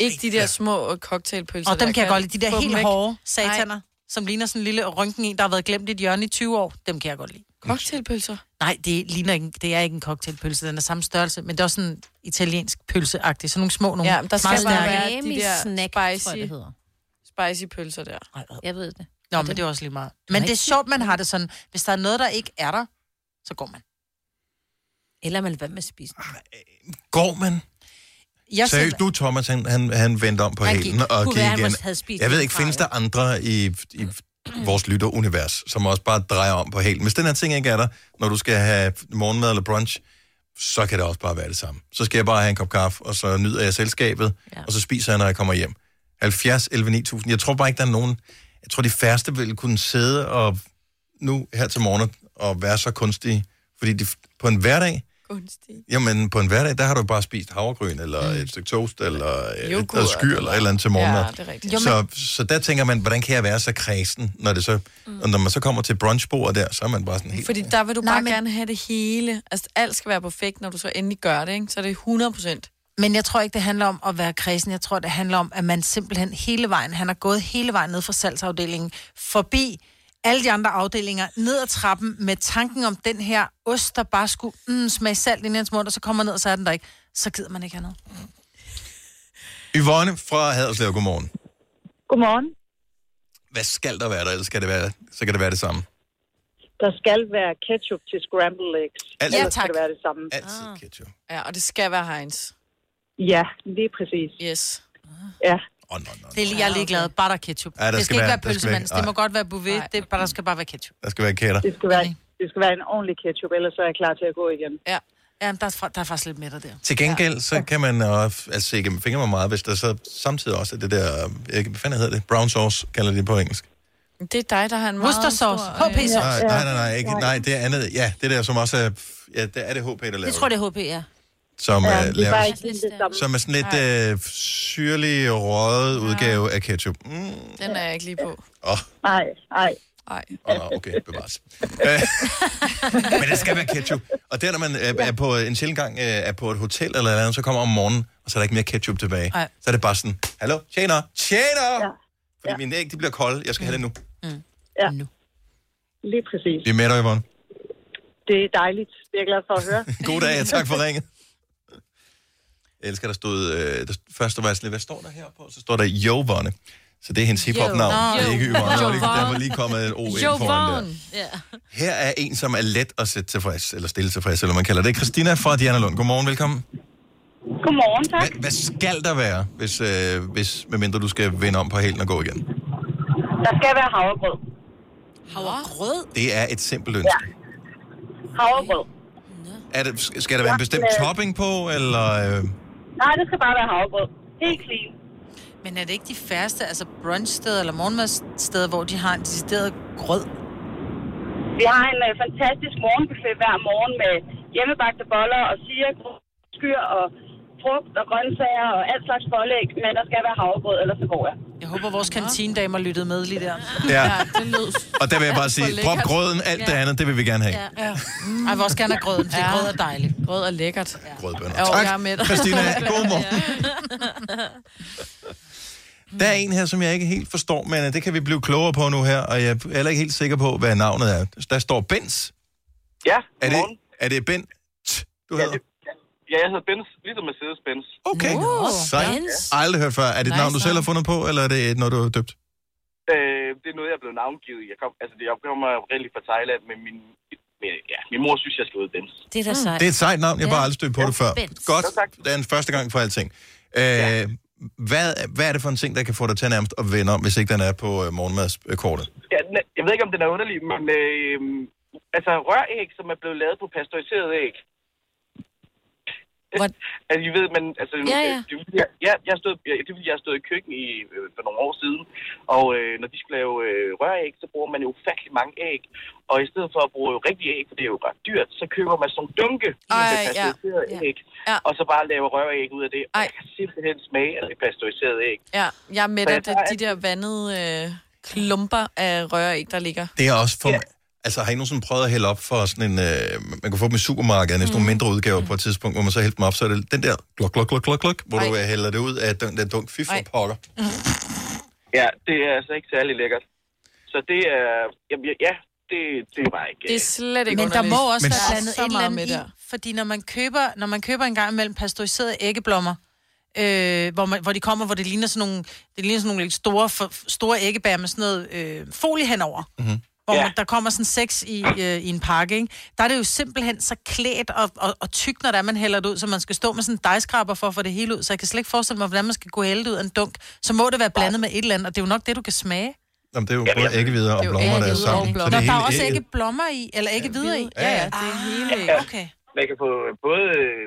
[SPEAKER 4] Ikke de der små øh, cocktailpølser.
[SPEAKER 3] Og dem kan jeg godt lide. De der
[SPEAKER 4] få dem
[SPEAKER 3] helt
[SPEAKER 4] væk.
[SPEAKER 3] hårde sataner, som ligner sådan en lille rynken en, der har været glemt i et hjørne i 20 år, dem kan jeg godt lide.
[SPEAKER 4] Cocktailpølser?
[SPEAKER 3] Nej, det, ligner ikke, det er ikke en cocktailpølse, den er samme størrelse, men det er også sådan italiensk pølseagtig, sådan nogle små nogle.
[SPEAKER 4] Ja, men der skal
[SPEAKER 3] Meget
[SPEAKER 4] bare
[SPEAKER 3] stærke.
[SPEAKER 4] være de der
[SPEAKER 2] snack,
[SPEAKER 4] spicy-
[SPEAKER 2] tror jeg, det hedder.
[SPEAKER 4] Spicy pølser der.
[SPEAKER 2] Jeg ved det.
[SPEAKER 3] Nå, men det er også lige meget. Men det er sjovt, man har det sådan. Hvis der er noget, der ikke er der, så går man.
[SPEAKER 2] Eller man lader være med at spise.
[SPEAKER 1] Ah, Går man?
[SPEAKER 3] Jeg selv-
[SPEAKER 1] Seriøst, nu Thomas, han, han, han vendte om på
[SPEAKER 2] Han gik.
[SPEAKER 1] hælen og
[SPEAKER 2] Kunne
[SPEAKER 1] gik
[SPEAKER 2] være, han
[SPEAKER 1] igen.
[SPEAKER 2] måske havde spist
[SPEAKER 1] Jeg ved
[SPEAKER 2] lidt
[SPEAKER 1] ikke,
[SPEAKER 2] fra,
[SPEAKER 1] findes der andre i, i vores lytterunivers, som også bare drejer om på hælen? Hvis den her ting ikke er der, når du skal have morgenmad eller brunch, så kan det også bare være det samme. Så skal jeg bare have en kop kaffe, og så nyder jeg selskabet, ja. og så spiser jeg, når jeg kommer hjem. 70, 11, 9000. Jeg tror bare ikke, der er nogen... Jeg tror, de færreste ville kunne sidde og nu her til morgen og være så kunstige. Fordi de, på en hverdag, Jamen, på en hverdag, der har du bare spist havregryn, eller et stykke toast, eller et
[SPEAKER 13] Mm. Yoghurt,
[SPEAKER 1] noget skyr, eller et eller andet til morgenmad.
[SPEAKER 13] Ja, det er rigtigt. Jo,
[SPEAKER 1] Så, så der tænker man, hvordan kan jeg være så kredsen, når, det så, mm. og når man så kommer til brunchbordet der, så er man bare sådan helt...
[SPEAKER 4] Fordi der vil du Nej, bare men... gerne have det hele. Altså, alt skal være perfekt, når du så endelig gør det, ikke? Så er det 100 procent.
[SPEAKER 3] Men jeg tror ikke, det handler om at være kredsen. Jeg tror, det handler om, at man simpelthen hele vejen, han har gået hele vejen ned fra salgsafdelingen, forbi alle de andre afdelinger, ned ad trappen med tanken om den her ost, der bare skulle mm, smage salt ind i hans mund, og så kommer ned, og så er den der ikke. Så gider man ikke have noget.
[SPEAKER 1] Yvonne fra Haderslev, godmorgen.
[SPEAKER 14] Godmorgen.
[SPEAKER 1] Hvad skal der være der, ellers skal det være, så kan det være det samme.
[SPEAKER 14] Der skal være ketchup til scrambled eggs.
[SPEAKER 1] Altid.
[SPEAKER 14] Ellers skal det være det samme.
[SPEAKER 1] Altid ah. ketchup.
[SPEAKER 4] Ja, og det skal være Heinz.
[SPEAKER 14] Ja, lige præcis.
[SPEAKER 4] Yes.
[SPEAKER 14] Ja.
[SPEAKER 3] Det er lige, jeg er ligeglad. Bare der er ketchup.
[SPEAKER 1] Ja, der
[SPEAKER 3] det
[SPEAKER 1] skal
[SPEAKER 3] skal, ikke
[SPEAKER 1] være-
[SPEAKER 3] være
[SPEAKER 1] der skal
[SPEAKER 3] pølsemands.
[SPEAKER 1] ikke-
[SPEAKER 3] Det må
[SPEAKER 1] nej.
[SPEAKER 3] godt være bouvet. Det er bare, der skal bare være ketchup.
[SPEAKER 1] Der skal være kætter.
[SPEAKER 14] Det skal være, det skal være en ordentlig ketchup, ellers så er jeg klar til at gå igen.
[SPEAKER 4] Ja.
[SPEAKER 3] Ja, der er, fra- der er faktisk lidt mætter der.
[SPEAKER 1] Til gengæld, så kan man også altså, se gennem fingre med meget, hvis der så samtidig også er det der, øh, jeg, hvad fanden hedder det, brown sauce, kalder de det på engelsk.
[SPEAKER 4] Det er dig, der har en meget
[SPEAKER 8] Ah,
[SPEAKER 3] Worcestersauce.
[SPEAKER 4] stor, øh,
[SPEAKER 3] HP-sauce.
[SPEAKER 1] Nej, nej, nej, nej, ikke, nej, det er andet, ja, det der, som også er, ja, det er det HP, der laver
[SPEAKER 2] Det tror jeg, det er HP, ja.
[SPEAKER 1] som
[SPEAKER 2] Ja,
[SPEAKER 1] ja,
[SPEAKER 2] det
[SPEAKER 1] er
[SPEAKER 2] er
[SPEAKER 1] lavet,
[SPEAKER 2] bare ikke helt det samme.
[SPEAKER 1] som er sådan lidt øh, syrlig, røget udgave af ketchup. Åh, mm,
[SPEAKER 4] øh, Den er jeg ikke lige på.
[SPEAKER 1] oh,
[SPEAKER 14] Nej, nej.
[SPEAKER 4] Nej.
[SPEAKER 1] oh, okay, bevares. Øh, Men det skal være ketchup. Og der, når man øh, er på en sjældent gang øh, er på et hotel eller et eller andet, så kommer om morgenen, og så er der ikke mere ketchup tilbage.
[SPEAKER 3] Nej.
[SPEAKER 1] Så er det bare sådan, hallo, tjener, tjener! Ja. Fordi mine æg, de bliver kolde, jeg skal have det nu.
[SPEAKER 14] Ja. Lige præcis.
[SPEAKER 1] Vi er med dig, Yvonne.
[SPEAKER 14] Det er dejligt. Det er jeg glad for at høre.
[SPEAKER 1] God dag, og tak for ringet. Jeg elsker, der stod... Øh, der, først der var jeg sådan, lidt, hvad står der her på? Så står der Jovonne. Så det er hendes hiphop-navn.
[SPEAKER 2] Nå.
[SPEAKER 1] Det er ikke
[SPEAKER 2] Jo.
[SPEAKER 1] Yvonne. Der var lige-
[SPEAKER 2] Jovonne.
[SPEAKER 1] der var lige kommet en O ind foran der.
[SPEAKER 2] Jovon. Ja.
[SPEAKER 1] Her er en, som er let at sætte tilfreds, eller stille tilfreds, eller hvad man kalder det. Christina fra Diana Lund. Godmorgen, velkommen.
[SPEAKER 8] Godmorgen, tak.
[SPEAKER 1] Hvad skal der være, hvis, øh, hvis, medmindre du skal vende om på hælen og gå igen?
[SPEAKER 8] Der skal være havregrød.
[SPEAKER 2] Havregrød?
[SPEAKER 1] Det er et simpelt ønske.
[SPEAKER 8] Havregrød.
[SPEAKER 1] Er det, skal der være en bestemt
[SPEAKER 8] Ja.
[SPEAKER 1] topping på, eller... Øh,
[SPEAKER 8] Nej, det skal bare være havregrød. Helt clean.
[SPEAKER 3] Men er det ikke de færreste, altså brunchsteder eller morgenmadssteder, hvor de har en decideret grød?
[SPEAKER 8] Vi har en øh, fantastisk morgenbuffet hver morgen med hjemmebagte boller og sirup, skyr og frugt og grøntsager og alt slags pålæg, men der skal være havregrød, ellers så går jeg.
[SPEAKER 3] Jeg håber, vores kantinedamer lyttede med lige der.
[SPEAKER 1] Ja.
[SPEAKER 3] det lød.
[SPEAKER 1] og der vil jeg bare sige, drop grøden, alt det andet, det vil vi gerne have.
[SPEAKER 3] Ja. ja. Mm. Ej, jeg vil også gerne have grøden, for ja. grød er dejligt.
[SPEAKER 4] Grød er lækkert.
[SPEAKER 3] Ja.
[SPEAKER 1] Grødbønner.
[SPEAKER 4] Jo,
[SPEAKER 1] Tak,
[SPEAKER 4] jeg er med dig.
[SPEAKER 1] Christina. God morgen. Der er en her, som jeg ikke helt forstår, men øh, det kan vi blive klogere på nu her, og jeg er heller ikke helt sikker på, hvad navnet er. Der står Bens.
[SPEAKER 9] Ja,
[SPEAKER 1] er det, er det Bent, du hedder?
[SPEAKER 9] Ja, jeg hedder Benz, ligesom Mercedes-Benz.
[SPEAKER 1] Okay. Sejt. Aldrig hørt før. Er det et
[SPEAKER 9] Nice
[SPEAKER 1] navn, du selv har fundet på, eller er det et, når du er døbt?
[SPEAKER 9] Øh, det er noget, jeg er blevet navngivet. i. Jeg, kom, altså, det- jeg kommer oprindeligt fra Thailand, men min, men, ja, min mor synes, jeg skal ud Benz.
[SPEAKER 2] Det er da sejt.
[SPEAKER 1] Det er et sejt navn. Jeg har bare aldrig stødt på
[SPEAKER 9] Ja.
[SPEAKER 1] det før.
[SPEAKER 9] Bent.
[SPEAKER 1] Godt. Det er den første gang for alting. Øh, hvad, hvad er det for en ting, der kan få dig til at nærmest at vende om, hvis ikke den er på øh, morgenmadskortet?
[SPEAKER 9] Ja, den er- jeg ved ikke, om den er underlig, men øh, altså røræg, som er blevet lavet på pasteuriseret æg. altså, I ved, men altså,
[SPEAKER 13] Ja, ja.
[SPEAKER 9] Det, er fordi, jeg- ja, jeg stod, ja, det er, fordi jeg stod i køkken i, øh, for nogle år siden, og øh, når de skulle lave øh, røræg, så bruger man jo ufattelig mange æg, og i stedet for at bruge rigtige æg, for det er jo ret dyrt, så køber man sådan nogle dunke med
[SPEAKER 4] ja.
[SPEAKER 9] pasteuriseret æg, og så bare laver røræg ud af det, og jeg kan simpelthen smage af det pasteuriseret æg.
[SPEAKER 4] Ja, jeg er med
[SPEAKER 9] Så
[SPEAKER 4] dig.
[SPEAKER 9] jeg
[SPEAKER 4] Det,
[SPEAKER 9] tager
[SPEAKER 4] de der vandede øh, klumper af røræg, der ligger.
[SPEAKER 1] Det er også for... Altså, har I nogensinde prøvet at hælde op for sådan en... Øh, man kan få dem i supermarkedet, næsten mm.
[SPEAKER 3] Mhm.
[SPEAKER 1] nogle mindre udgaver på et tidspunkt, hvor man så hælder dem op, så er det den der glok, glok, glok, glok, glok, hvor Ej. du øh, hælder det ud af den der dunk. Fy for pokker.
[SPEAKER 9] Ja, det er altså ikke særlig lækkert. Så det er... Jamen, ja, ja, det, det var ikke... øh,
[SPEAKER 4] Det er slet ikke
[SPEAKER 3] Men der
[SPEAKER 4] underligt.
[SPEAKER 3] må også
[SPEAKER 4] Men-
[SPEAKER 3] være blandet
[SPEAKER 4] Så
[SPEAKER 3] et eller
[SPEAKER 4] meget
[SPEAKER 3] andet
[SPEAKER 4] med
[SPEAKER 3] i,
[SPEAKER 4] der.
[SPEAKER 3] fordi når man køber, når man køber en gang imellem pasteuriserede æggeblommer, øh, hvor, man, hvor de kommer, hvor det ligner sådan nogle, det ligner sådan nogle lidt store, for, store æggebær med sådan noget øh, folie henover.
[SPEAKER 1] Mhm.
[SPEAKER 15] Mm-hmm.
[SPEAKER 3] Hvor man, der kommer sådan seks i, øh, i en pakke, ikke? Der er det jo simpelthen så klædt og, og, og tykt, når det er, man hælder det ud, så man skal stå med sådan en dejskraber for at få det hele ud. Så jeg kan slet ikke forestille mig, hvordan man skal gå hælde det ud af en dunk. Så må det være blandet med et eller andet, og det er jo nok det, du kan smage.
[SPEAKER 1] Jamen, det er jo både æggevidere og
[SPEAKER 3] jo
[SPEAKER 1] blommer, der er
[SPEAKER 3] æggehvide og
[SPEAKER 1] sammen. Så
[SPEAKER 3] blommer.
[SPEAKER 1] det er
[SPEAKER 3] Nå, der er
[SPEAKER 1] hele
[SPEAKER 3] også
[SPEAKER 1] ægget.
[SPEAKER 3] ikke blommer i, eller ikke videre i.
[SPEAKER 9] Ja,
[SPEAKER 3] Ja,
[SPEAKER 9] ja.
[SPEAKER 3] ja, det er hele
[SPEAKER 9] Ja.
[SPEAKER 3] ægget. Okay.
[SPEAKER 9] Man kan få både øh,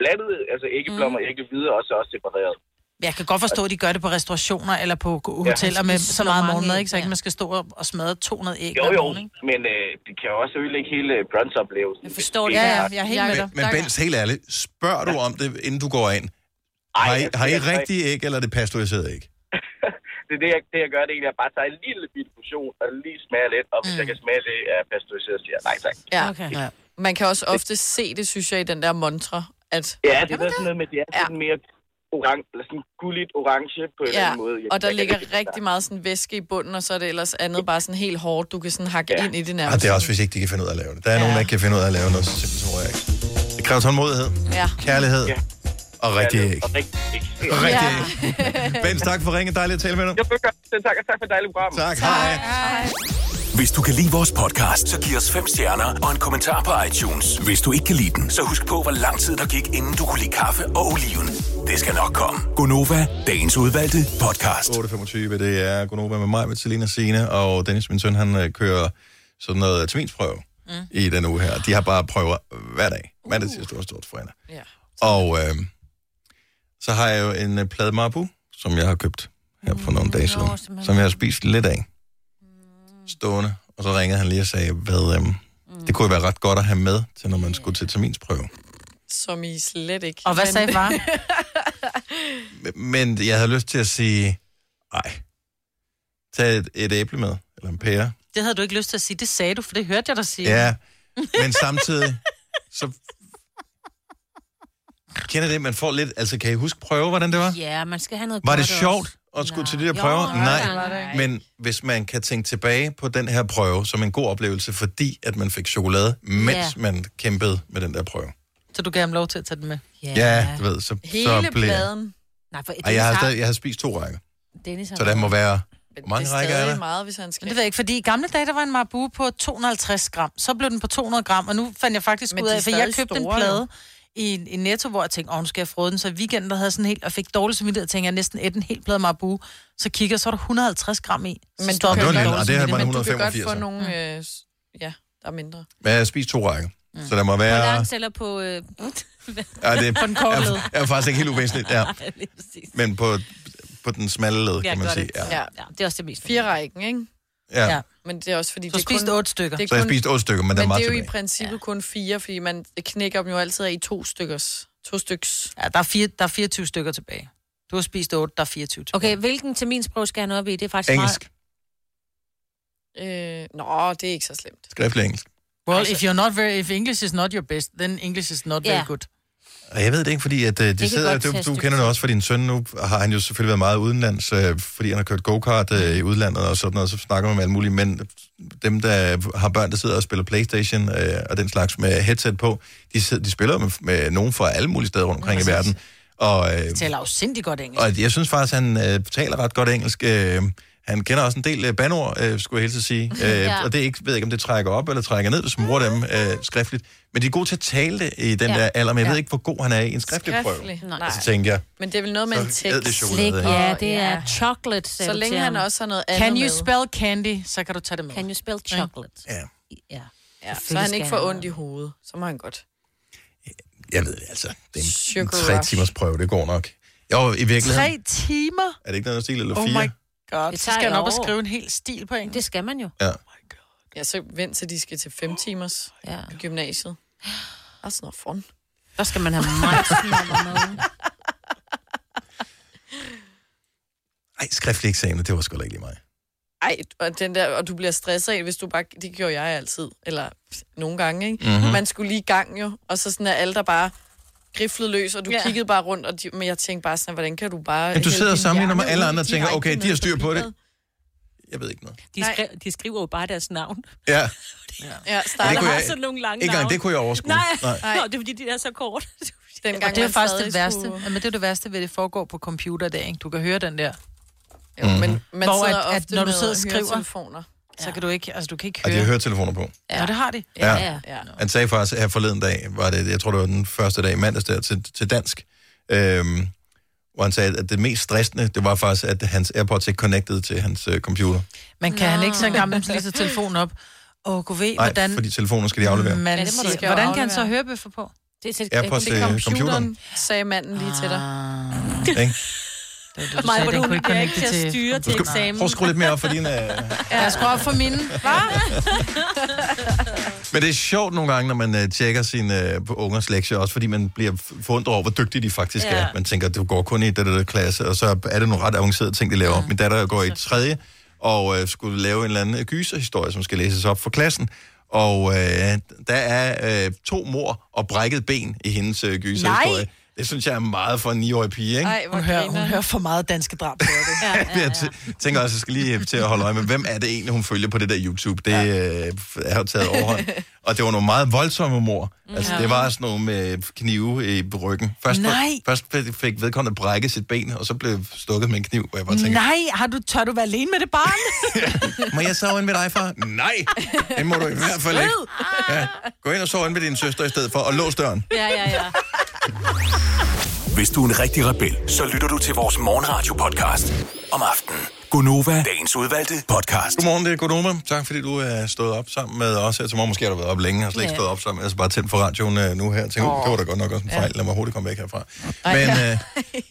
[SPEAKER 9] blandet, altså ikke blommer, ikke videre, og så også separeret.
[SPEAKER 3] Men Jeg kan godt forstå, at de gør det på restaurationer eller på hoteller med så meget morgenmad, ikke? så ikke man skal stå og- og smadre 200 æg.
[SPEAKER 9] Jo,
[SPEAKER 3] hver
[SPEAKER 9] jo,
[SPEAKER 3] morgen, ikke?
[SPEAKER 9] men øh, det kan jo også ødelægge hele øh, brunch-oplevelsen. Jeg
[SPEAKER 3] forstår det. Ja, ja, jeg er helt med dig.
[SPEAKER 1] Men Bens, helt ærligt, spørger du om det, inden du går ind? Har I,
[SPEAKER 9] jeg
[SPEAKER 1] har I
[SPEAKER 9] siger det ikke.
[SPEAKER 1] rigtige æg, eller er det pasteuriseret æg?
[SPEAKER 9] Det, er det, jeg, det, jeg gør, det er egentlig, at jeg bare tager en lille bitte portion, og lige smager lidt, og hvis jeg kan smage det af pasteuriseret, siger jeg nej tak.
[SPEAKER 4] Ja. Okay.
[SPEAKER 3] ja.
[SPEAKER 4] Man kan også ofte se det, synes jeg, i den der montre. At,
[SPEAKER 9] Ja, det er der sådan noget med, det er sådan mere orange, eller sådan gulligt orange på en eller
[SPEAKER 4] Ja,
[SPEAKER 9] anden måde. Jeg-
[SPEAKER 4] og der
[SPEAKER 9] jeg kan
[SPEAKER 4] ligger
[SPEAKER 9] ikke-
[SPEAKER 4] rigtig meget sådan væske i bunden, og så er det ellers andet bare sådan helt hårdt, du kan sådan hakke ind i det
[SPEAKER 1] Og
[SPEAKER 4] nærmest.
[SPEAKER 1] Ah, det er også, hvis ikke de kan finde ud af at lave det. Der er ja. nogen, der ikke kan finde ud af at lave noget, så simpelthen så tror jeg ikke. Det kræver tålmodighed,
[SPEAKER 4] Ja.
[SPEAKER 1] kærlighed ja. og rigtig æg.
[SPEAKER 9] Og rigtig æg.
[SPEAKER 1] Og rigtig æg. Bens, tak for ringet. Dejligt at tale med dig.
[SPEAKER 9] Jeg tak, og tak for et dejligt program.
[SPEAKER 1] Tak, hej.
[SPEAKER 6] Hvis du kan lide vores podcast, så giv os fem stjerner og en kommentar på iTunes. Hvis du ikke kan lide den, så husk på, hvor lang tid der gik, inden du kunne lide kaffe og oliven. Det skal nok komme.
[SPEAKER 1] Gonova,
[SPEAKER 6] Dagens udvalgte podcast.
[SPEAKER 1] 8.25, det er Gonova med mig, med Selina Sine og Dennis, min søn, han øh, kører sådan noget terminsprøve mm. i den uge her. De har bare prøver hver dag. Mandag, tirsdag, onsdag, torsdag, fredag.
[SPEAKER 4] Ja.
[SPEAKER 1] Og øh, så har jeg jo en øh, plade marabu, som jeg har købt her for nogle dage siden, som jeg har spist lidt af. Stående. Og så ringede han lige og sagde, hvad, øh, det kunne jo være ret godt at have med, til når man skulle til terminsprøve.
[SPEAKER 4] Som I slet ikke.
[SPEAKER 3] Og hvad
[SPEAKER 4] Men-
[SPEAKER 3] sagde far?
[SPEAKER 1] Men jeg havde lyst til at sige, nej, tag et, et æble med, eller en pære.
[SPEAKER 3] Det havde du ikke lyst til at sige. Det sagde du, for det hørte jeg dig sige.
[SPEAKER 1] Ja, men samtidig, så... Kender det, man får lidt... Altså, kan I huske prøve, hvordan det var?
[SPEAKER 2] Ja, man skal have noget
[SPEAKER 1] Var det
[SPEAKER 2] godt også.
[SPEAKER 1] sjovt at skulle til de der
[SPEAKER 2] Jo,
[SPEAKER 1] prøver?
[SPEAKER 2] nej, det var det
[SPEAKER 1] Nej,
[SPEAKER 2] ikke.
[SPEAKER 1] men hvis man kan tænke tilbage på den her prøve som en god oplevelse, fordi at man fik chokolade, mens
[SPEAKER 2] Ja.
[SPEAKER 1] man kæmpede med den der prøve.
[SPEAKER 3] Så du gav ham lov til at tage den med?
[SPEAKER 1] Ja, du ved, så, så blev...
[SPEAKER 2] Nej, for
[SPEAKER 1] Og jeg har, stadig, jeg har spist to rækker.
[SPEAKER 2] Dennis
[SPEAKER 1] Så der må være... Hvor mange
[SPEAKER 3] det er
[SPEAKER 1] rækker er
[SPEAKER 3] stadig
[SPEAKER 1] der?
[SPEAKER 4] meget, hvis han skal.
[SPEAKER 3] Men det ved jeg ikke, fordi i gamle dage, der var en marabu på 250 gram. Så blev den på 200 gram, og nu fandt jeg faktisk
[SPEAKER 4] Men
[SPEAKER 3] ud
[SPEAKER 4] de er
[SPEAKER 3] af, for jeg
[SPEAKER 4] stadig
[SPEAKER 3] købte en
[SPEAKER 4] store,
[SPEAKER 3] plade
[SPEAKER 4] jo.
[SPEAKER 3] i, i Netto, hvor jeg tænkte, åh, nu skal jeg frode den. Så i weekenden, der havde jeg sådan helt, og fik dårlig samvittighed, og tænkte, jeg næsten et en hel plade marabu. Så kigger, jeg, så er der 150 gram i. Så
[SPEAKER 4] Men du
[SPEAKER 3] stopper
[SPEAKER 1] kan
[SPEAKER 3] jeg
[SPEAKER 1] godt-
[SPEAKER 3] med
[SPEAKER 1] Nå,
[SPEAKER 3] dårlig
[SPEAKER 1] det her var en
[SPEAKER 3] samvittighed.
[SPEAKER 4] Du kan godt
[SPEAKER 1] 185'er.
[SPEAKER 4] få nogle, øh, s- ja, der er mindre.
[SPEAKER 1] Men jeg har spist to rækker.
[SPEAKER 4] Mm.
[SPEAKER 1] Mm. Så der må
[SPEAKER 2] Hvor
[SPEAKER 1] være...
[SPEAKER 2] langt sælger på... Øh,
[SPEAKER 1] Ja, det
[SPEAKER 2] på den korte led.
[SPEAKER 1] er, er faktisk ikke helt uvæsentligt, ja. men på, på den smalle led, kan man sige. Ja.
[SPEAKER 4] Ja.
[SPEAKER 2] ja, det er også det mest.
[SPEAKER 4] Fire rækken, ikke?
[SPEAKER 1] Ja. Ja.
[SPEAKER 4] Men det er også fordi...
[SPEAKER 3] Så spiste otte stykker.
[SPEAKER 1] Så jeg spiste otte stykker, men der er
[SPEAKER 4] men
[SPEAKER 1] meget
[SPEAKER 4] det er jo
[SPEAKER 1] tilbage.
[SPEAKER 4] i princippet ja. kun fire, fordi man knækker dem jo altid af i to stykkers. To styks.
[SPEAKER 3] Ja, der er, fire, der er 24 stykker tilbage. Du har spist 8, der er 24 tilbage.
[SPEAKER 2] Okay, hvilken terminsprøve skal han op i? Det er faktisk
[SPEAKER 1] Engelsk.
[SPEAKER 4] Øh, nå, det er ikke så slemt.
[SPEAKER 1] Skriftlig engelsk.
[SPEAKER 3] Well, if, you're not very, if English is not your best, then English is not very
[SPEAKER 4] Altså- Ja.
[SPEAKER 3] good.
[SPEAKER 1] Og jeg ved det ikke, fordi at, øh, de
[SPEAKER 3] kan
[SPEAKER 1] det sidder,
[SPEAKER 3] godt tage
[SPEAKER 1] du,
[SPEAKER 3] et
[SPEAKER 1] du
[SPEAKER 3] stykke
[SPEAKER 1] kender det
[SPEAKER 3] tid.
[SPEAKER 1] også for din søn nu, har han jo selvfølgelig været meget udenlands, øh, fordi han har kørt go-kart øh, i udlandet og sådan noget, så snakker man med alt muligt, men dem, der har børn, der sidder og spiller Playstation øh, og den slags med headset på, de, sidder, de spiller med, med nogen fra alle mulige steder rundt omkring i verden, og, øh,
[SPEAKER 3] Jeg taler jo sindssygt godt engelsk.
[SPEAKER 1] og jeg synes faktisk, han øh, taler ret godt engelsk. Øh, han kender også en del øh, banord, øh, skulle jeg helst sige. Øh,
[SPEAKER 3] Ja.
[SPEAKER 1] ja. Og det er ikke, ved jeg ikke, om det trækker op eller trækker ned, hvis man bruger dem øh, skriftligt. Men de er gode til at tale det i den
[SPEAKER 4] Ja.
[SPEAKER 1] ja. der alder, men jeg ja.
[SPEAKER 4] Ja.
[SPEAKER 1] ved ikke, hvor god han er i en skriftlig, prøve.
[SPEAKER 4] Skriftlig? Nej.
[SPEAKER 1] Og så tænker jeg,
[SPEAKER 4] Men det er vel noget med
[SPEAKER 1] Så
[SPEAKER 4] en
[SPEAKER 1] æd det
[SPEAKER 4] tekst.
[SPEAKER 1] chokolade, Slik, ikke?
[SPEAKER 2] ja, det er chocolate, sagde
[SPEAKER 4] Så
[SPEAKER 2] du
[SPEAKER 4] længe
[SPEAKER 2] til
[SPEAKER 4] han
[SPEAKER 2] ham.
[SPEAKER 4] også har noget andet
[SPEAKER 3] Can you
[SPEAKER 4] med.
[SPEAKER 3] spell candy, så kan du tage det med. Can
[SPEAKER 2] you spell chocolate?
[SPEAKER 1] Ja.
[SPEAKER 2] Ja.
[SPEAKER 4] Ja, så
[SPEAKER 3] Selvfølgelig
[SPEAKER 4] han ikke
[SPEAKER 3] skal
[SPEAKER 4] får
[SPEAKER 3] han
[SPEAKER 4] ondt i hovedet. Så må han godt.
[SPEAKER 1] jeg ved det altså, det er en, en
[SPEAKER 4] Sugar
[SPEAKER 1] tre
[SPEAKER 4] rush.
[SPEAKER 1] timers prøve, det går nok. Jo, i virkeligheden,
[SPEAKER 3] Tre timer?
[SPEAKER 1] er det ikke noget stil, eller
[SPEAKER 3] Oh
[SPEAKER 1] fire?
[SPEAKER 3] my god.
[SPEAKER 4] Det
[SPEAKER 3] Så
[SPEAKER 4] tager
[SPEAKER 3] skal han
[SPEAKER 4] et
[SPEAKER 3] op og
[SPEAKER 4] år.
[SPEAKER 3] skrive en Oh hel stil på engelsk.
[SPEAKER 2] Det skal man jo.
[SPEAKER 1] Ja.
[SPEAKER 4] Ja, så vent til de skal til fem timers
[SPEAKER 2] ja.
[SPEAKER 4] gymnasiet. That's not fun.
[SPEAKER 2] Der skal man have meget
[SPEAKER 1] Ej, skriftlig eksamen, det var sgu da ikke lige mig.
[SPEAKER 4] Ej, og, den der, og du bliver stresset af, hvis du bare... Det gjorde jeg altid, eller pff, nogle gange, ikke?
[SPEAKER 1] Mhm.
[SPEAKER 4] Mm-hmm. Man skulle lige i gang jo, og så sådan er alle der bare griflede løs, og du
[SPEAKER 2] Ja.
[SPEAKER 4] yeah. kiggede bare rundt, og de, men jeg tænkte bare sådan, hvordan kan du bare...
[SPEAKER 1] Men du
[SPEAKER 4] hælde
[SPEAKER 1] sidder og
[SPEAKER 4] din
[SPEAKER 1] sammenligner med
[SPEAKER 4] hjerne
[SPEAKER 1] alle
[SPEAKER 4] ud
[SPEAKER 1] andre og tænker,
[SPEAKER 4] direkte
[SPEAKER 1] okay, de
[SPEAKER 4] med
[SPEAKER 1] har styr på
[SPEAKER 4] papiret?
[SPEAKER 1] det. Jeg ved ikke noget.
[SPEAKER 2] De, skri- de skriver jo bare deres navn.
[SPEAKER 1] Ja,
[SPEAKER 4] Ja,
[SPEAKER 1] Og
[SPEAKER 4] starter
[SPEAKER 1] det kunne
[SPEAKER 2] har
[SPEAKER 1] jeg-
[SPEAKER 2] sådan nogle lange
[SPEAKER 1] ikke engang
[SPEAKER 2] navne.
[SPEAKER 1] det kunne jeg overskue.
[SPEAKER 2] Nej,
[SPEAKER 1] Nej.
[SPEAKER 2] Nej. Nå, det er fordi, de er så kort.
[SPEAKER 4] Dengang
[SPEAKER 3] Og det er
[SPEAKER 4] man
[SPEAKER 3] faktisk
[SPEAKER 4] stadig
[SPEAKER 3] det værste.
[SPEAKER 4] skulle-
[SPEAKER 3] Skulle... Men det er det værste ved, at det foregår på computer i dag, ikke? Du kan høre den der.
[SPEAKER 1] Mm.
[SPEAKER 4] Jo,
[SPEAKER 1] Mhm.
[SPEAKER 4] men man
[SPEAKER 3] Hvor
[SPEAKER 4] sidder
[SPEAKER 3] at, at,
[SPEAKER 4] ofte
[SPEAKER 3] når du
[SPEAKER 4] med
[SPEAKER 3] sidder og skriver,
[SPEAKER 4] høretelefoner.
[SPEAKER 3] så kan du ikke, altså du kan ikke
[SPEAKER 1] Og de har
[SPEAKER 3] høre.
[SPEAKER 1] høretelefoner på.
[SPEAKER 3] Ja, det har de.
[SPEAKER 1] Ja.
[SPEAKER 4] ja.
[SPEAKER 1] Han sagde faktisk her forleden dag, var det, jeg tror det var den første dag i mandags der, til, til dansk, øhm, hvor han sagde, at det mest stressende, det var faktisk, at hans AirPods ikke connectede til hans øh, computer.
[SPEAKER 3] Men kan han ikke så engang lige så telefonen op? Og gå ved,
[SPEAKER 1] Nej,
[SPEAKER 3] hvordan...
[SPEAKER 1] fordi telefonen skal de aflevere.
[SPEAKER 3] Man
[SPEAKER 4] Ja,
[SPEAKER 3] ja,
[SPEAKER 4] det må du
[SPEAKER 3] siger,
[SPEAKER 4] ikke
[SPEAKER 3] hvordan kan han så
[SPEAKER 4] aflevere.
[SPEAKER 3] hørebøffer på?
[SPEAKER 2] Det er til
[SPEAKER 1] Ja, på, øh, computeren.
[SPEAKER 4] sagde manden lige til dig.
[SPEAKER 1] Ikke?
[SPEAKER 3] Du sagde, den kunne ikke connecte til...
[SPEAKER 2] styre
[SPEAKER 1] Du skal, prøv at skrue lidt mere op for din... Øh.
[SPEAKER 3] Ja, jeg skruer op for mine.
[SPEAKER 1] Men det er sjovt nogle gange, når man øh, tjekker sine øh, ungers lektier, også fordi man bliver f- forundret over, hvor dygtige de faktisk
[SPEAKER 2] Ja.
[SPEAKER 1] er. Man tænker, du går kun i den der klasse, og så er det nogle ret avancerede ting, de laver. Min datter går i tredje, og øh, skulle lave en eller anden gyserhistorie, som skal læses op for klassen. Og øh, der er øh, to mor og brækket ben i hendes øh, gyserhistorie.
[SPEAKER 3] Nej.
[SPEAKER 1] Det synes jeg er meget for en 9-årig pige, ikke?
[SPEAKER 3] Ej, hun, hører, hun hører for meget danske drab på det. ja,
[SPEAKER 1] Ja, Jeg tæ- tænker også, jeg skal lige til at holde øje med, hvem er det egentlig, hun følger på det der YouTube? Det ja. øh, er jo taget overhånd. Og det var nogle meget voldsomme mor. Altså,
[SPEAKER 3] Ja.
[SPEAKER 1] det var sådan nogle med knive i ryggen. Først, var-
[SPEAKER 3] Nej.
[SPEAKER 1] først fik- fik vedkommende brækket sit ben, og så blev stukket med en kniv, hvor jeg bare tænkte,
[SPEAKER 3] Nej, har du, tør du være alene med det barn?
[SPEAKER 1] må jeg sove inde ved dig, far? Nej, det må du i hvert fald ikke. Ja. Gå ind og sove inde ved din søster i stedet for, og lås døren.
[SPEAKER 2] Ja, ja, ja.
[SPEAKER 6] Hvis du er en rigtig rebel, så lytter du til vores morgenradio-podcast om aftenen. Gunova, dagens udvalgte podcast.
[SPEAKER 1] Altså, Godmorgen, det er Godoma. Tak fordi du er stået op sammen med os her til morgen. Måske har du været op længe og slet ikke
[SPEAKER 2] Ja.
[SPEAKER 1] stået op sammen. Altså bare tændt for radioen øh, nu her. Tænk, oh. det var da godt nok også en fejl. Lad mig hurtigt komme væk herfra. Men øh,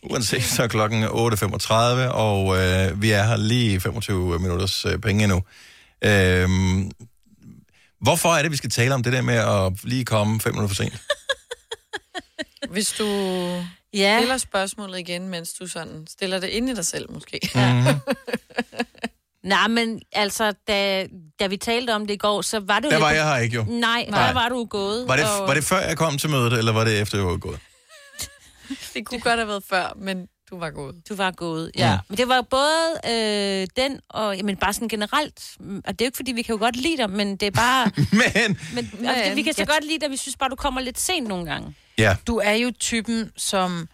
[SPEAKER 1] uanset, så er klokken 8.35, og øh, vi er her lige 25 minutters øh, penge endnu. Øhm, hvorfor er det, vi skal tale om det der med at lige komme 5 minutter for sent?
[SPEAKER 4] Hvis du
[SPEAKER 2] Ja.
[SPEAKER 4] ja. stiller spørgsmålet igen, mens du sådan stiller det ind i dig selv måske.
[SPEAKER 1] Mm-hmm.
[SPEAKER 2] Nej, men altså, da, da vi talte om det i går, så var du...
[SPEAKER 1] Der var
[SPEAKER 2] lidt-
[SPEAKER 1] jeg her ikke, jo.
[SPEAKER 2] Nej,
[SPEAKER 1] Nej.
[SPEAKER 2] der var du gået.
[SPEAKER 1] Var det,
[SPEAKER 2] og-
[SPEAKER 1] var det før jeg kom til mødet, eller var det efter jeg var gået?
[SPEAKER 4] Det kunne godt have været før, men du Du var gået.
[SPEAKER 2] Du var gået, ja. ja. Men det var både øh, den og jamen, bare sådan generelt. Mm, Og det er jo ikke, fordi vi kan jo godt lide dig, men det er bare...
[SPEAKER 1] men...
[SPEAKER 2] men, altså, vi kan så godt lide dig, vi synes bare, du kommer lidt sent nogle gange.
[SPEAKER 1] Ja.
[SPEAKER 3] Du er jo typen, som...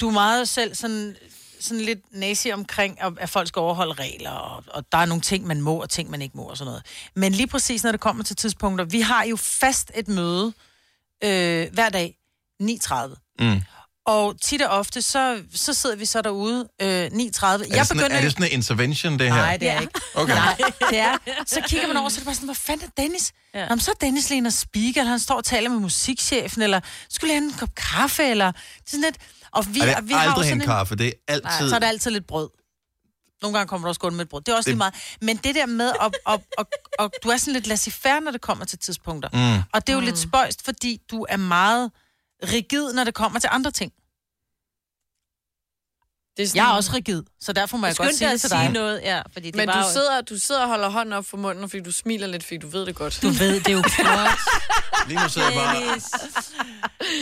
[SPEAKER 3] Du er meget selv sådan, sådan lidt nazi omkring, at- at folk skal overholde regler, og, og der er nogle ting, man må, og ting, man ikke må, og sådan noget. Men lige præcis, når det kommer til tidspunkter... Vi har jo fast et møde øh, hver dag, 9.30.
[SPEAKER 1] Mm.
[SPEAKER 3] Og tit og ofte, så, så sidder vi så derude øh, 9.30. Jeg
[SPEAKER 1] Er, det sådan, er
[SPEAKER 3] jo-
[SPEAKER 1] det sådan en intervention, det her?
[SPEAKER 3] Nej, det er ja. ikke.
[SPEAKER 1] Okay.
[SPEAKER 3] Nej, det er. Så kigger man over, så er det bare sådan, hvor fanden er Dennis? Ja. Jamen, så er Dennis lige inde og speaker, eller han står og taler med musikchefen, eller skulle han en kop kaffe, eller det er sådan lidt... Og vi,
[SPEAKER 1] Vi, og det
[SPEAKER 3] og vi
[SPEAKER 1] er
[SPEAKER 3] har jo
[SPEAKER 1] aldrig
[SPEAKER 3] sådan
[SPEAKER 1] en kaffe, det er altid...
[SPEAKER 3] Nej, så er det altid lidt brød. Nogle gange kommer der også kun med et brød. Det er også det... lige meget. Men det der med, at, at, at, at du er sådan lidt laissez-faire, når det kommer til tidspunkter.
[SPEAKER 1] Mm.
[SPEAKER 3] Og det er jo mm. lidt spøjst, fordi du er meget rigid, når det kommer til andre ting.
[SPEAKER 4] Det er
[SPEAKER 3] sådan... Jeg er også rigid, så derfor må jeg, godt sige det til dig.
[SPEAKER 2] ja. Fordi
[SPEAKER 4] det Men var du, jo... sidder, du sidder og holder hånden op for munden, fordi du smiler lidt, fordi du ved det godt.
[SPEAKER 2] Du ved det jo godt.
[SPEAKER 1] Lige nu sidder jeg bare...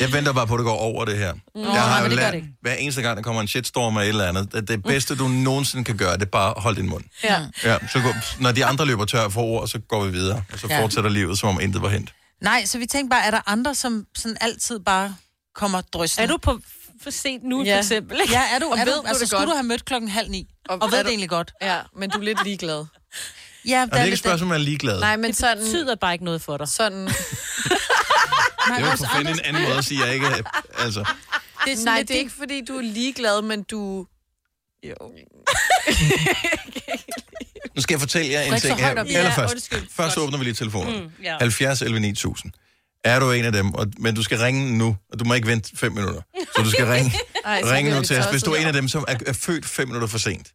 [SPEAKER 1] Jeg venter bare på, at det går over, det her.
[SPEAKER 4] Mm. Nå,
[SPEAKER 1] jeg
[SPEAKER 4] nej,
[SPEAKER 1] jo
[SPEAKER 4] men det gør
[SPEAKER 1] lært,
[SPEAKER 4] det ikke. Mm.
[SPEAKER 1] hver eneste gang, der kommer en shitstorm eller et eller andet, at det bedste, du nogensinde kan gøre, det er bare at holde din mund.
[SPEAKER 3] Ja.
[SPEAKER 1] Ja, så går, når de andre løber tør for ord, så går vi videre, og så
[SPEAKER 3] Ja.
[SPEAKER 1] fortsætter livet, som om intet var hent.
[SPEAKER 3] Nej, så vi tænkte bare, er der andre, som sådan altid bare kommer dryssen?
[SPEAKER 2] Er du på for sent nu,
[SPEAKER 3] ja.
[SPEAKER 2] for eksempel? ikke?
[SPEAKER 3] Ja, er du,
[SPEAKER 2] Og
[SPEAKER 3] er
[SPEAKER 2] ved
[SPEAKER 3] du, altså,
[SPEAKER 2] det
[SPEAKER 3] skulle
[SPEAKER 2] godt?
[SPEAKER 3] du have mødt klokken halv ni, og, og
[SPEAKER 4] er
[SPEAKER 3] ved
[SPEAKER 4] du-
[SPEAKER 3] det egentlig godt.
[SPEAKER 4] Ja, men du er lidt ligeglad.
[SPEAKER 3] Ja,
[SPEAKER 1] Og Altså, det er ikke et spørgsmål, om man er ligeglad.
[SPEAKER 4] Nej, men
[SPEAKER 2] Det
[SPEAKER 4] sådan...
[SPEAKER 2] betyder bare ikke noget for dig.
[SPEAKER 4] Sådan...
[SPEAKER 1] det var for at finde en anden måde at sige, at jeg ikke... er- Altså,
[SPEAKER 4] Det er sådan, Nej, det er ikke, fordi du er ligeglad, men du... Jo.
[SPEAKER 1] nu skal jeg fortælle jer en
[SPEAKER 4] Gå ikke så
[SPEAKER 1] ting her.
[SPEAKER 4] højt op i det.
[SPEAKER 1] Eller
[SPEAKER 4] Ja,
[SPEAKER 1] først,
[SPEAKER 4] undskyld.
[SPEAKER 1] først åbner vi lige telefonen.
[SPEAKER 4] Mm,
[SPEAKER 1] Mm,
[SPEAKER 4] ja.
[SPEAKER 1] ja. 70 11 9000. Er du en af dem, og, men du skal ringe nu, og du må ikke vente 5 minutter. Så du skal ringe,
[SPEAKER 4] Ej, så
[SPEAKER 1] ringe
[SPEAKER 4] bliver
[SPEAKER 1] nu
[SPEAKER 4] vi
[SPEAKER 1] til os, hvis
[SPEAKER 4] tosset
[SPEAKER 1] du er en
[SPEAKER 4] der.
[SPEAKER 1] af dem, som er, er født 5 minutter for sent.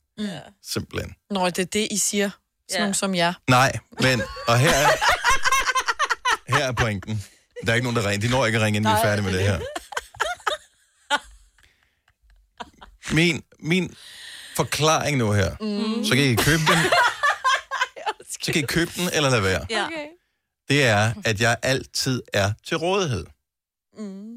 [SPEAKER 1] Simpelthen.
[SPEAKER 4] Nå, det er det, I siger. Sådan ja. nogen som jeg.
[SPEAKER 1] Nej, men, og her er, her er pointen. Der er ikke nogen, der ringer. De når ikke at ringe, inden vi er
[SPEAKER 4] Nej.
[SPEAKER 1] færdige med det her. Min, min forklaring nu her,
[SPEAKER 4] Mm.
[SPEAKER 1] mm. så kan I købe den, så kan I købe den eller lade være.
[SPEAKER 2] Ja.
[SPEAKER 4] Okay.
[SPEAKER 1] Det er, at jeg altid er til rådighed.
[SPEAKER 4] Mm.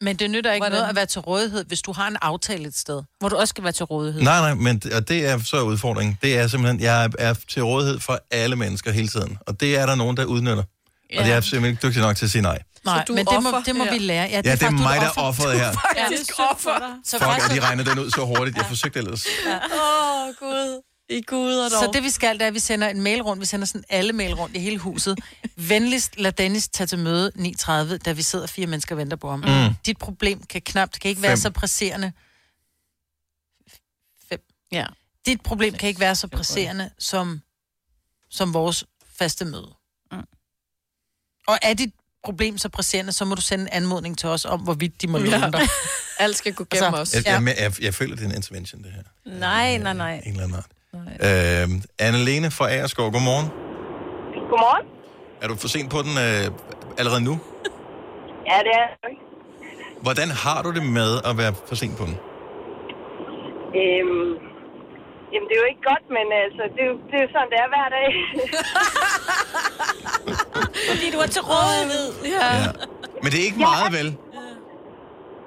[SPEAKER 3] Men det nytter ikke
[SPEAKER 4] Hvordan?
[SPEAKER 3] Hvordan? noget at være til rådighed, hvis du har en aftale et sted, hvor du også skal være til rådighed.
[SPEAKER 1] Nej, nej, men og det er så udfordringen. Det er simpelthen, jeg er til rådighed for alle mennesker hele tiden. Og det er der nogen, der udnytter. Ja. Og det er jeg simpelthen ikke dygtig nok til at sige nej.
[SPEAKER 3] Nej,
[SPEAKER 4] du er
[SPEAKER 3] men det må,
[SPEAKER 4] offer
[SPEAKER 3] det må
[SPEAKER 4] her.
[SPEAKER 3] vi lære.
[SPEAKER 1] Ja, det er
[SPEAKER 3] faktisk- du
[SPEAKER 1] mig, der er
[SPEAKER 3] offer.
[SPEAKER 1] offeret
[SPEAKER 3] Du
[SPEAKER 1] her.
[SPEAKER 4] Faktisk ja, offer.
[SPEAKER 3] Så
[SPEAKER 1] Fuck,
[SPEAKER 3] faktisk-
[SPEAKER 1] at de regner den ud så hurtigt. Jeg forsøgte ellers.
[SPEAKER 4] Åh, oh, Gud. I Gud og dog.
[SPEAKER 3] Så det vi skal, det er, at vi sender en mail rundt. Vi sender sådan alle mail rundt i hele huset. Venligst lad Dennis tage til møde 9.30, da vi sidder fire mennesker og venter på ham.
[SPEAKER 1] Mm.
[SPEAKER 3] Dit problem kan knapt, kan ikke være
[SPEAKER 1] Fem.
[SPEAKER 3] så presserende. Fem.
[SPEAKER 4] Ja.
[SPEAKER 3] Dit problem kan ikke være så presserende som, som vores faste møde.
[SPEAKER 2] Mm.
[SPEAKER 3] Og er dit problem så presserende, så må du sende en anmodning til os om, hvorvidt de må låne
[SPEAKER 4] Ja.
[SPEAKER 3] dig.
[SPEAKER 4] Alt skal gå gennem altså,
[SPEAKER 1] Jeg,
[SPEAKER 4] os.
[SPEAKER 1] jeg, jeg, jeg, jeg føler, det er en intervention, det her.
[SPEAKER 2] Nej, nej, nej.
[SPEAKER 1] En eller anden art. Øhm, Anne-Lene fra Aarskov, godmorgen.
[SPEAKER 8] Godmorgen.
[SPEAKER 1] Er du for sent på den øh, allerede nu?
[SPEAKER 8] Ja, det er jeg.
[SPEAKER 1] Hvordan har du det med at være for sent på den?
[SPEAKER 8] øhm, Jamen, det er jo ikke godt, men altså, det er, jo, det er jo sådan, det er hver dag.
[SPEAKER 2] Fordi du er til rådighed.
[SPEAKER 4] Ja.
[SPEAKER 1] Ja. Men det er ikke meget, vel?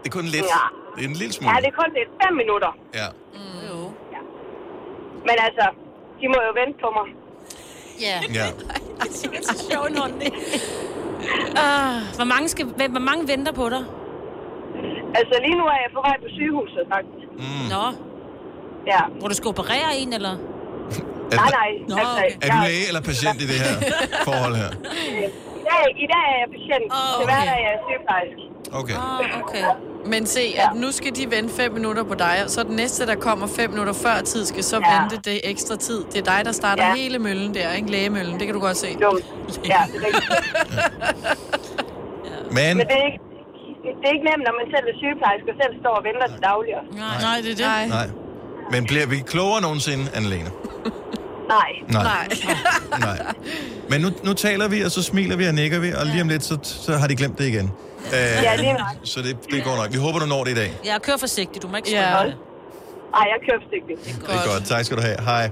[SPEAKER 1] Det er kun lidt.
[SPEAKER 8] Ja.
[SPEAKER 1] Det er en lille smule.
[SPEAKER 8] ja, det er kun lidt fem minutter.
[SPEAKER 1] Ja.
[SPEAKER 8] Men altså, de må jo vente på mig.
[SPEAKER 2] Ja.
[SPEAKER 1] ja.
[SPEAKER 2] Det er så sjovt, når den ikke- Ah, hvor, mange skal, hvem- hvor mange venter på dig?
[SPEAKER 8] Altså, lige nu er jeg på vej på sygehuset, faktisk.
[SPEAKER 1] Mm.
[SPEAKER 2] Nå,
[SPEAKER 8] Ja.
[SPEAKER 2] hvor du skal operere en, eller?
[SPEAKER 1] Er,
[SPEAKER 8] Nej, nej.
[SPEAKER 2] Nå,
[SPEAKER 8] altså,
[SPEAKER 2] okay.
[SPEAKER 1] er du læge eller patient i det her forhold her?
[SPEAKER 8] Øh, I dag, I dag er jeg patient.
[SPEAKER 2] Åh,
[SPEAKER 8] Til hverdag
[SPEAKER 2] okay.
[SPEAKER 8] er jeg sygeplejerske.
[SPEAKER 1] Okay.
[SPEAKER 2] Åh, oh, okay.
[SPEAKER 4] Men se, at nu skal de vente fem minutter på dig, og så den næste, der kommer fem minutter før tid, skal så
[SPEAKER 8] Ja.
[SPEAKER 4] ja. vente det ekstra tid. Det er dig, der starter
[SPEAKER 8] Ja.
[SPEAKER 4] ja. hele møllen der, ikke? Lægemøllen, det kan du godt se.
[SPEAKER 8] Dumt. Ja, det er rigtigt.
[SPEAKER 1] Men,
[SPEAKER 8] Men det er ikke, det er ikke nemt, når man selv er sygeplejerske og selv står og venter til daglig. også.
[SPEAKER 2] Nej.
[SPEAKER 3] Nej, det er det.
[SPEAKER 4] Nej.
[SPEAKER 1] nej. Men bliver vi klogere nogensinde, Anne-Lene?
[SPEAKER 8] Nej.
[SPEAKER 4] Nej.
[SPEAKER 1] Nej. Men nu, nu taler vi, og så smiler vi og nikker vi, og lige om lidt, så, så har de glemt det igen. Øh, ja,
[SPEAKER 8] lige nok.
[SPEAKER 1] Så det, det går nok. Vi håber, du når det i dag.
[SPEAKER 2] Jeg kører forsigtigt, du må ikke
[SPEAKER 4] Ja.
[SPEAKER 2] spørge ja.
[SPEAKER 8] Nej, jeg kører forsigtigt.
[SPEAKER 1] Det er godt. Tak skal du have. Hej.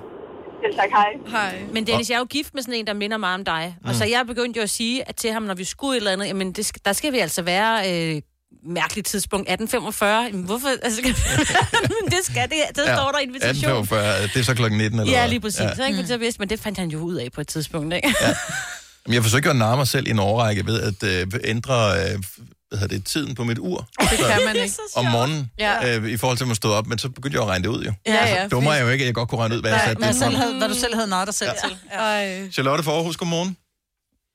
[SPEAKER 8] Selv tak, hej.
[SPEAKER 4] Hej.
[SPEAKER 2] Men Dennis, jeg er jo gift med sådan en, der minder meget om dig. Mm. Og så jeg begyndte jo at sige at til ham, når vi skulle et eller andet, jamen det, skal- der skal vi altså være øh, mærkeligt tidspunkt, 1845. Jamen, Hvorfor? Altså, men det skal det. Det ja. står der i invitationen.
[SPEAKER 1] 18.45, det er så klokken 19 eller
[SPEAKER 2] Ja,
[SPEAKER 1] hvad?
[SPEAKER 2] lige præcis. Ja. Så, ikke, men, så vidste, men det fandt han jo ud af på et tidspunkt, ikke? Ja.
[SPEAKER 1] Jamen, jeg forsøger at narre mig selv i en overrække ved at øh, ændre øh, hvad hedder det, tiden på mit ur.
[SPEAKER 4] Det
[SPEAKER 1] Så-
[SPEAKER 4] kan man ikke.
[SPEAKER 1] om morgenen,
[SPEAKER 4] Ja.
[SPEAKER 1] ja. øh, i forhold til, at man stod op, men så begyndte jeg at regne det ud jo.
[SPEAKER 3] Ja, ja,
[SPEAKER 1] Altså, dummer
[SPEAKER 3] fordi-
[SPEAKER 1] jeg jo ikke, at jeg godt kunne regne ud, hvad jeg
[SPEAKER 3] Nej,
[SPEAKER 1] satte
[SPEAKER 3] hvad,
[SPEAKER 1] det
[SPEAKER 3] jeg selv
[SPEAKER 1] for.
[SPEAKER 3] havde, hvad du selv havde narret dig selv ja. til.
[SPEAKER 4] Ja.
[SPEAKER 1] Charlotte for Aarhus, godmorgen.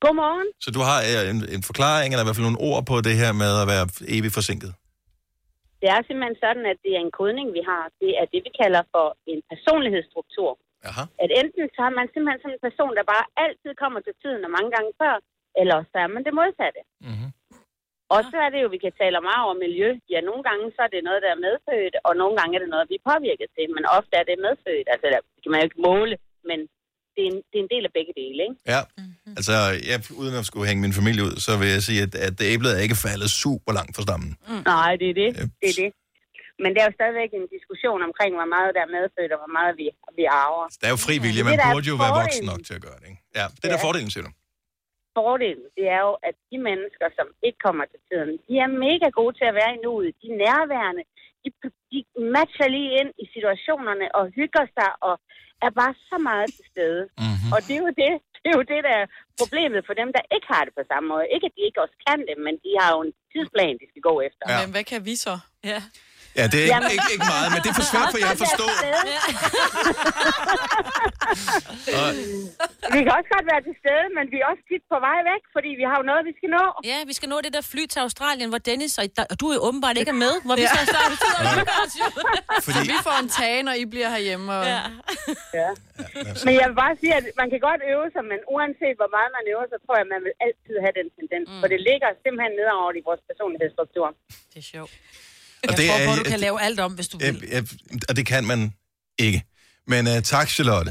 [SPEAKER 14] Godmorgen.
[SPEAKER 1] Så du har øh, en, en forklaring, eller i hvert fald nogle ord på det her med at være evigt forsinket.
[SPEAKER 14] Det er simpelthen sådan, at det er en kodning, vi har. Det er det, vi kalder for en personlighedsstruktur.
[SPEAKER 1] Aha.
[SPEAKER 14] At enten så er man simpelthen sådan en person, der bare altid kommer til tiden og mange gange før, eller så er man det modsatte.
[SPEAKER 1] Mm-hmm.
[SPEAKER 14] Og så er det jo, vi kan tale meget om miljø. Ja, nogle gange så er det noget, der er medfødt, og nogle gange er det noget, vi er påvirket til. Men ofte er det medfødt. Altså, der kan man jo ikke måle, men det er en, det er en del af begge dele, ikke?
[SPEAKER 1] Ja. Altså, jeg, uden at skulle hænge min familie ud, så vil jeg sige, at, at æblet er ikke faldet super langt fra stammen.
[SPEAKER 14] Mm. Nej, det er det. Det er det. Men der er jo stadigvæk en diskussion omkring, hvor meget der er medfødt, og hvor meget vi, vi arver.
[SPEAKER 1] Der er jo fri vilje,
[SPEAKER 14] Det
[SPEAKER 1] man
[SPEAKER 14] der er
[SPEAKER 1] burde jo være voksen
[SPEAKER 14] fordelen.
[SPEAKER 1] nok til at gøre det. Ikke? Ja, det er ja. der
[SPEAKER 14] Ja.
[SPEAKER 1] fordelen, siger du.
[SPEAKER 14] Fordelen, det er jo, at de mennesker, som ikke kommer til tiden, de er mega gode til at være i nuet. De er nærværende. De, de matcher lige ind i situationerne og hygger sig og er bare så meget til stede.
[SPEAKER 1] Mhm.
[SPEAKER 14] Mm-hmm. Og det er, jo det, det er jo det, der er problemet for dem, der ikke har det på samme måde. Ikke, at de ikke også kan det, men de har jo en tidsplan, de skal gå efter.
[SPEAKER 1] Ja.
[SPEAKER 4] Men hvad kan vi så? Ja.
[SPEAKER 1] Ja, det er ikke, ikke, ikke meget, men det er for svært for jer at forstå. Og,
[SPEAKER 14] Vi kan også godt være til stede, men vi er også tit på vej væk, fordi vi har jo noget, vi skal nå.
[SPEAKER 2] Ja, vi skal nå det der fly til Australien, hvor Dennis og, der, og du er jo åbenbart ikke er med, hvor vi skal starte og hygge os jo.
[SPEAKER 4] Fordi... Vi får en tage, når I bliver herhjemme. Og... Ja.
[SPEAKER 14] Ja. Men jeg vil bare sige, at man kan godt øve sig, men uanset hvor meget man øver sig, tror jeg, at man vil altid have den tendens. Mm. For det ligger simpelthen nedover i vores personlighedsstruktur.
[SPEAKER 2] Det er sjovt.
[SPEAKER 1] Og
[SPEAKER 3] Jeg
[SPEAKER 1] det
[SPEAKER 3] tror
[SPEAKER 1] er-
[SPEAKER 3] på, du kan lave alt om, hvis du vil.
[SPEAKER 1] øh, øh, og det kan man ikke. Men uh, tak, Charlotte.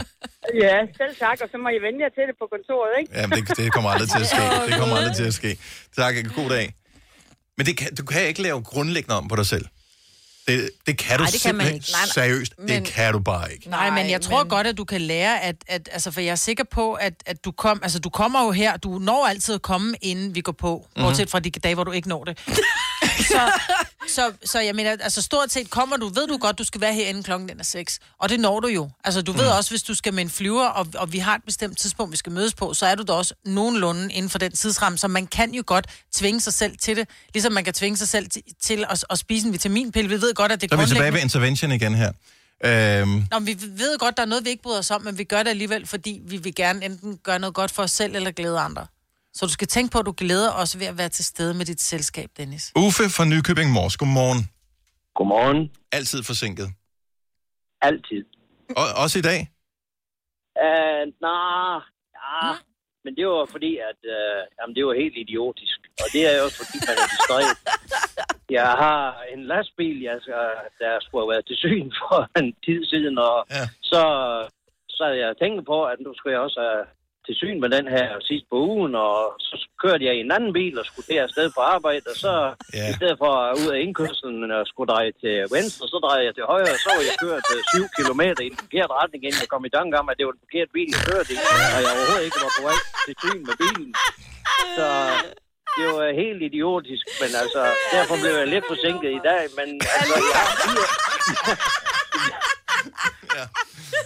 [SPEAKER 14] Ja, selv tak, og så må I vende jer til det på kontoret, ikke?
[SPEAKER 1] Ja, det, det kommer aldrig til at ske. Det kommer aldrig til at ske. Tak, god dag. Men det kan, du kan ikke lave grundlæggende om på dig selv. Det, det kan du
[SPEAKER 3] Nej, det kan man
[SPEAKER 1] simpelthen
[SPEAKER 3] ikke. Nej, nej.
[SPEAKER 1] seriøst.
[SPEAKER 3] Men-
[SPEAKER 1] Det kan du bare ikke.
[SPEAKER 3] Nej, men jeg tror men... godt, at du kan lære, at, at altså, for jeg er sikker på, at, at du, kom, altså, du kommer jo her, du når altid at komme, inden vi går på, mm-hmm.
[SPEAKER 2] Mhm.
[SPEAKER 3] bortset fra de dage, hvor du ikke når det. så, så, så jeg mener, altså stort set kommer du, ved du godt, du skal være herinde klokken den er 6, og det når du jo. Altså du ved
[SPEAKER 2] Mhm.
[SPEAKER 3] også, hvis du skal med en flyver, og, og vi har et bestemt tidspunkt, vi skal mødes på, så er du da også nogenlunde inden for den tidsramme, så man kan jo godt tvinge sig selv til det, ligesom man kan tvinge sig selv til, til at, at spise en vitaminpille. Vi ved godt, at det
[SPEAKER 1] Så er vi tilbage
[SPEAKER 3] grundlæggende-
[SPEAKER 1] ved intervention igen her. Øhm,
[SPEAKER 3] Nå, men vi ved godt, der er noget, vi ikke bryder os om, men vi gør det alligevel, fordi vi vil gerne enten gøre noget godt for os selv, eller glæde andre. Så du skal tænke på, at du glæder os ved at være til stede med dit selskab, Dennis.
[SPEAKER 1] Uffe fra Nykøbing Mors, godmorgen.
[SPEAKER 13] Godmorgen.
[SPEAKER 1] Altid forsinket.
[SPEAKER 13] Altid.
[SPEAKER 1] Og, også i dag?
[SPEAKER 13] Uh, nej, ja. Men det var fordi, at øh, jamen, det var helt idiotisk. Og det er jo også fordi, man er distraheret. Jeg har en lastbil, jeg, skal- der skulle have været til syn for en tid siden, og
[SPEAKER 1] ja.
[SPEAKER 13] så, så havde jeg tænkt på, at nu skulle jeg også have til syn med den her sidst på ugen, og så kørte jeg i en anden bil og skulle til afsted på arbejde, og så
[SPEAKER 1] ja.
[SPEAKER 13] i stedet for at ud af indkørselen og skulle dreje til venstre, så drejede jeg til højre, og så var jeg kørt 7 km i den forkerte retning, inden jeg kom i tanke om, at det var den forkerte bil, jeg kørte i, og jeg overhovedet ikke var på vej til syn med bilen. Så det var øh, helt idiotisk, men altså, derfor blev jeg lidt forsinket i dag, men altså, jeg har fire...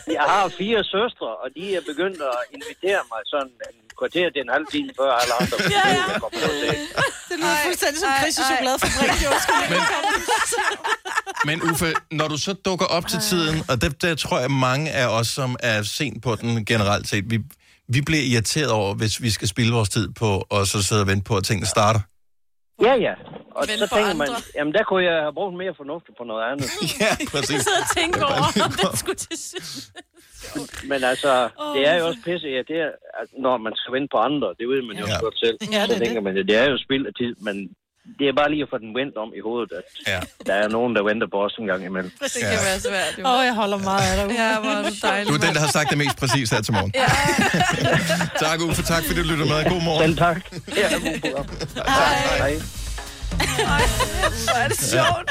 [SPEAKER 13] Jeg har fire søstre, og de er begyndt at invitere mig sådan en kvarter til en halv time før alle andre. Ja, ja.
[SPEAKER 3] Det lyder fuldstændig som Chris og chokoladefabrik.
[SPEAKER 1] Men Uffe, når du så dukker op til tiden, og det, der tror jeg mange af os, som er sent på den generelt set, vi, vi bliver irriteret over, hvis vi skal spille vores tid på, og så sidde og vente på, at tingene starter.
[SPEAKER 13] Ja, ja. Og
[SPEAKER 2] Ven
[SPEAKER 13] så
[SPEAKER 2] for
[SPEAKER 13] tænker man,
[SPEAKER 2] andre.
[SPEAKER 13] jamen der kunne jeg have brugt mere fornuft på noget andet.
[SPEAKER 1] ja,
[SPEAKER 2] Jeg sidder og tænker over, om den skulle til syn.
[SPEAKER 13] Men altså, det er jo også pisse, ja, det er, at når man skal vente på andre, det ved man jo ja. godt selv.
[SPEAKER 2] Ja,
[SPEAKER 13] Ja,
[SPEAKER 2] det
[SPEAKER 13] så
[SPEAKER 2] er
[SPEAKER 13] tænker
[SPEAKER 2] det.
[SPEAKER 13] man, ja, det er jo spild af tid, men det er bare lige at få den vendt om i hovedet, at
[SPEAKER 1] ja.
[SPEAKER 13] der er nogen, der venter på os en gang imellem.
[SPEAKER 4] Det kan være svært, jo.
[SPEAKER 3] Åh, oh, jeg holder meget af dig. Uffe.
[SPEAKER 4] Ja, hvor er du dejlig.
[SPEAKER 1] Du er den, der har sagt det mest præcis her til morgen. Ja. tak, Uffe. Tak, fordi du lytter med. God morgen.
[SPEAKER 13] Selv tak. Ja, god program. Hej. Hej.
[SPEAKER 4] Hvor er det sjovt.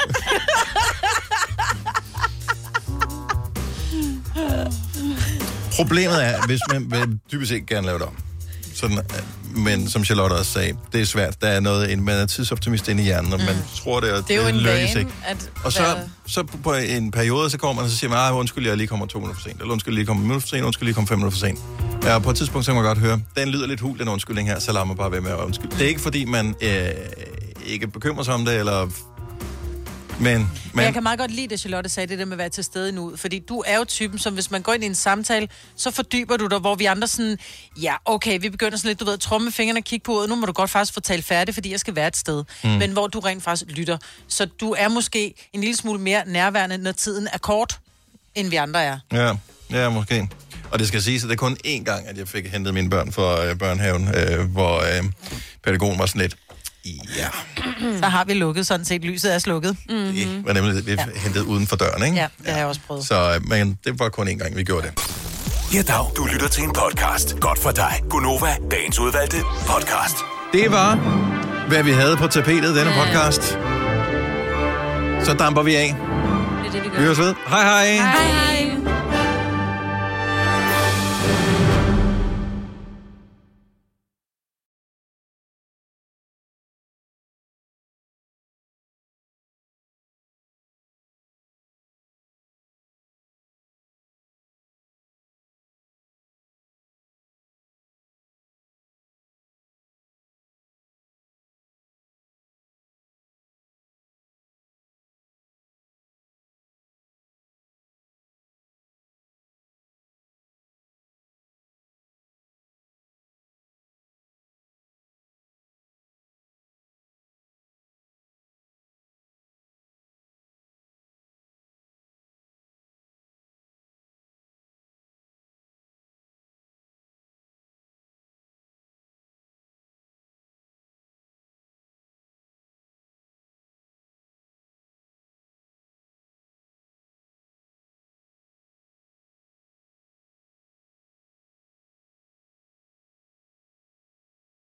[SPEAKER 1] Mm. Problemet er, hvis man vil dybest set gerne lave det om. Sådan, øh, men som Charlotte også sagde, det er svært. Der er noget, ind- man er tidsoptimist inde i hjernen, og man tror det, og
[SPEAKER 4] Mm. Det er jo en
[SPEAKER 1] lykkes
[SPEAKER 4] vane,
[SPEAKER 1] ikke.
[SPEAKER 4] at
[SPEAKER 1] Og så, så på en periode, så kommer man og så siger, man, "Ah, undskyld, jeg lige kommer to minutter for sent, eller undskyld, jeg lige kommer en minut for sent, undskyld, jeg lige kommer fem minutter for sent. Ja, og på et tidspunkt, så kan man godt høre, den lyder lidt hul, den undskyldning her, så lader man bare være med at undskylde. Det er ikke, fordi man øh, ikke bekymrer sig om det, eller... Men,
[SPEAKER 3] Men
[SPEAKER 1] men
[SPEAKER 3] jeg kan meget godt lide det, Charlotte sagde, det der med at være til stede nu. Fordi du er jo typen, som hvis man går ind i en samtale, så fordyber du dig, hvor vi andre sådan, ja, okay, vi begynder sådan lidt, du ved, at tromme med fingrene og kigge på uret, nu må du godt faktisk fortælle færdigt, fordi jeg skal være et sted.
[SPEAKER 15] Mm.
[SPEAKER 3] Mm. Men hvor du rent faktisk lytter. Så du er måske en lille smule mere nærværende, når tiden er kort, end vi andre er.
[SPEAKER 1] Ja, ja, måske. Og det skal siges, at det er kun én gang, at jeg fik hentet mine børn fra øh, børnehaven, øh, hvor øh, pædagogen var sådan lidt, ja,
[SPEAKER 3] Så har vi lukket sådan set. Lyset er slukket. Mm-hmm.
[SPEAKER 1] var nemlig vi
[SPEAKER 3] Ja.
[SPEAKER 1] hentet uden for døren, ikke?
[SPEAKER 3] Ja, det har jeg også prøvet.
[SPEAKER 1] Så, øh, men det var kun én gang, vi gjorde det.
[SPEAKER 6] Ja, dag. Du lytter til en podcast. Godt for dig. Gunova, dagens udvalgte podcast.
[SPEAKER 1] Det var, hvad vi havde på tapetet i denne podcast. Så damper vi af.
[SPEAKER 2] Det er det, vi
[SPEAKER 1] Vi høres ved. Hej hej. Hej.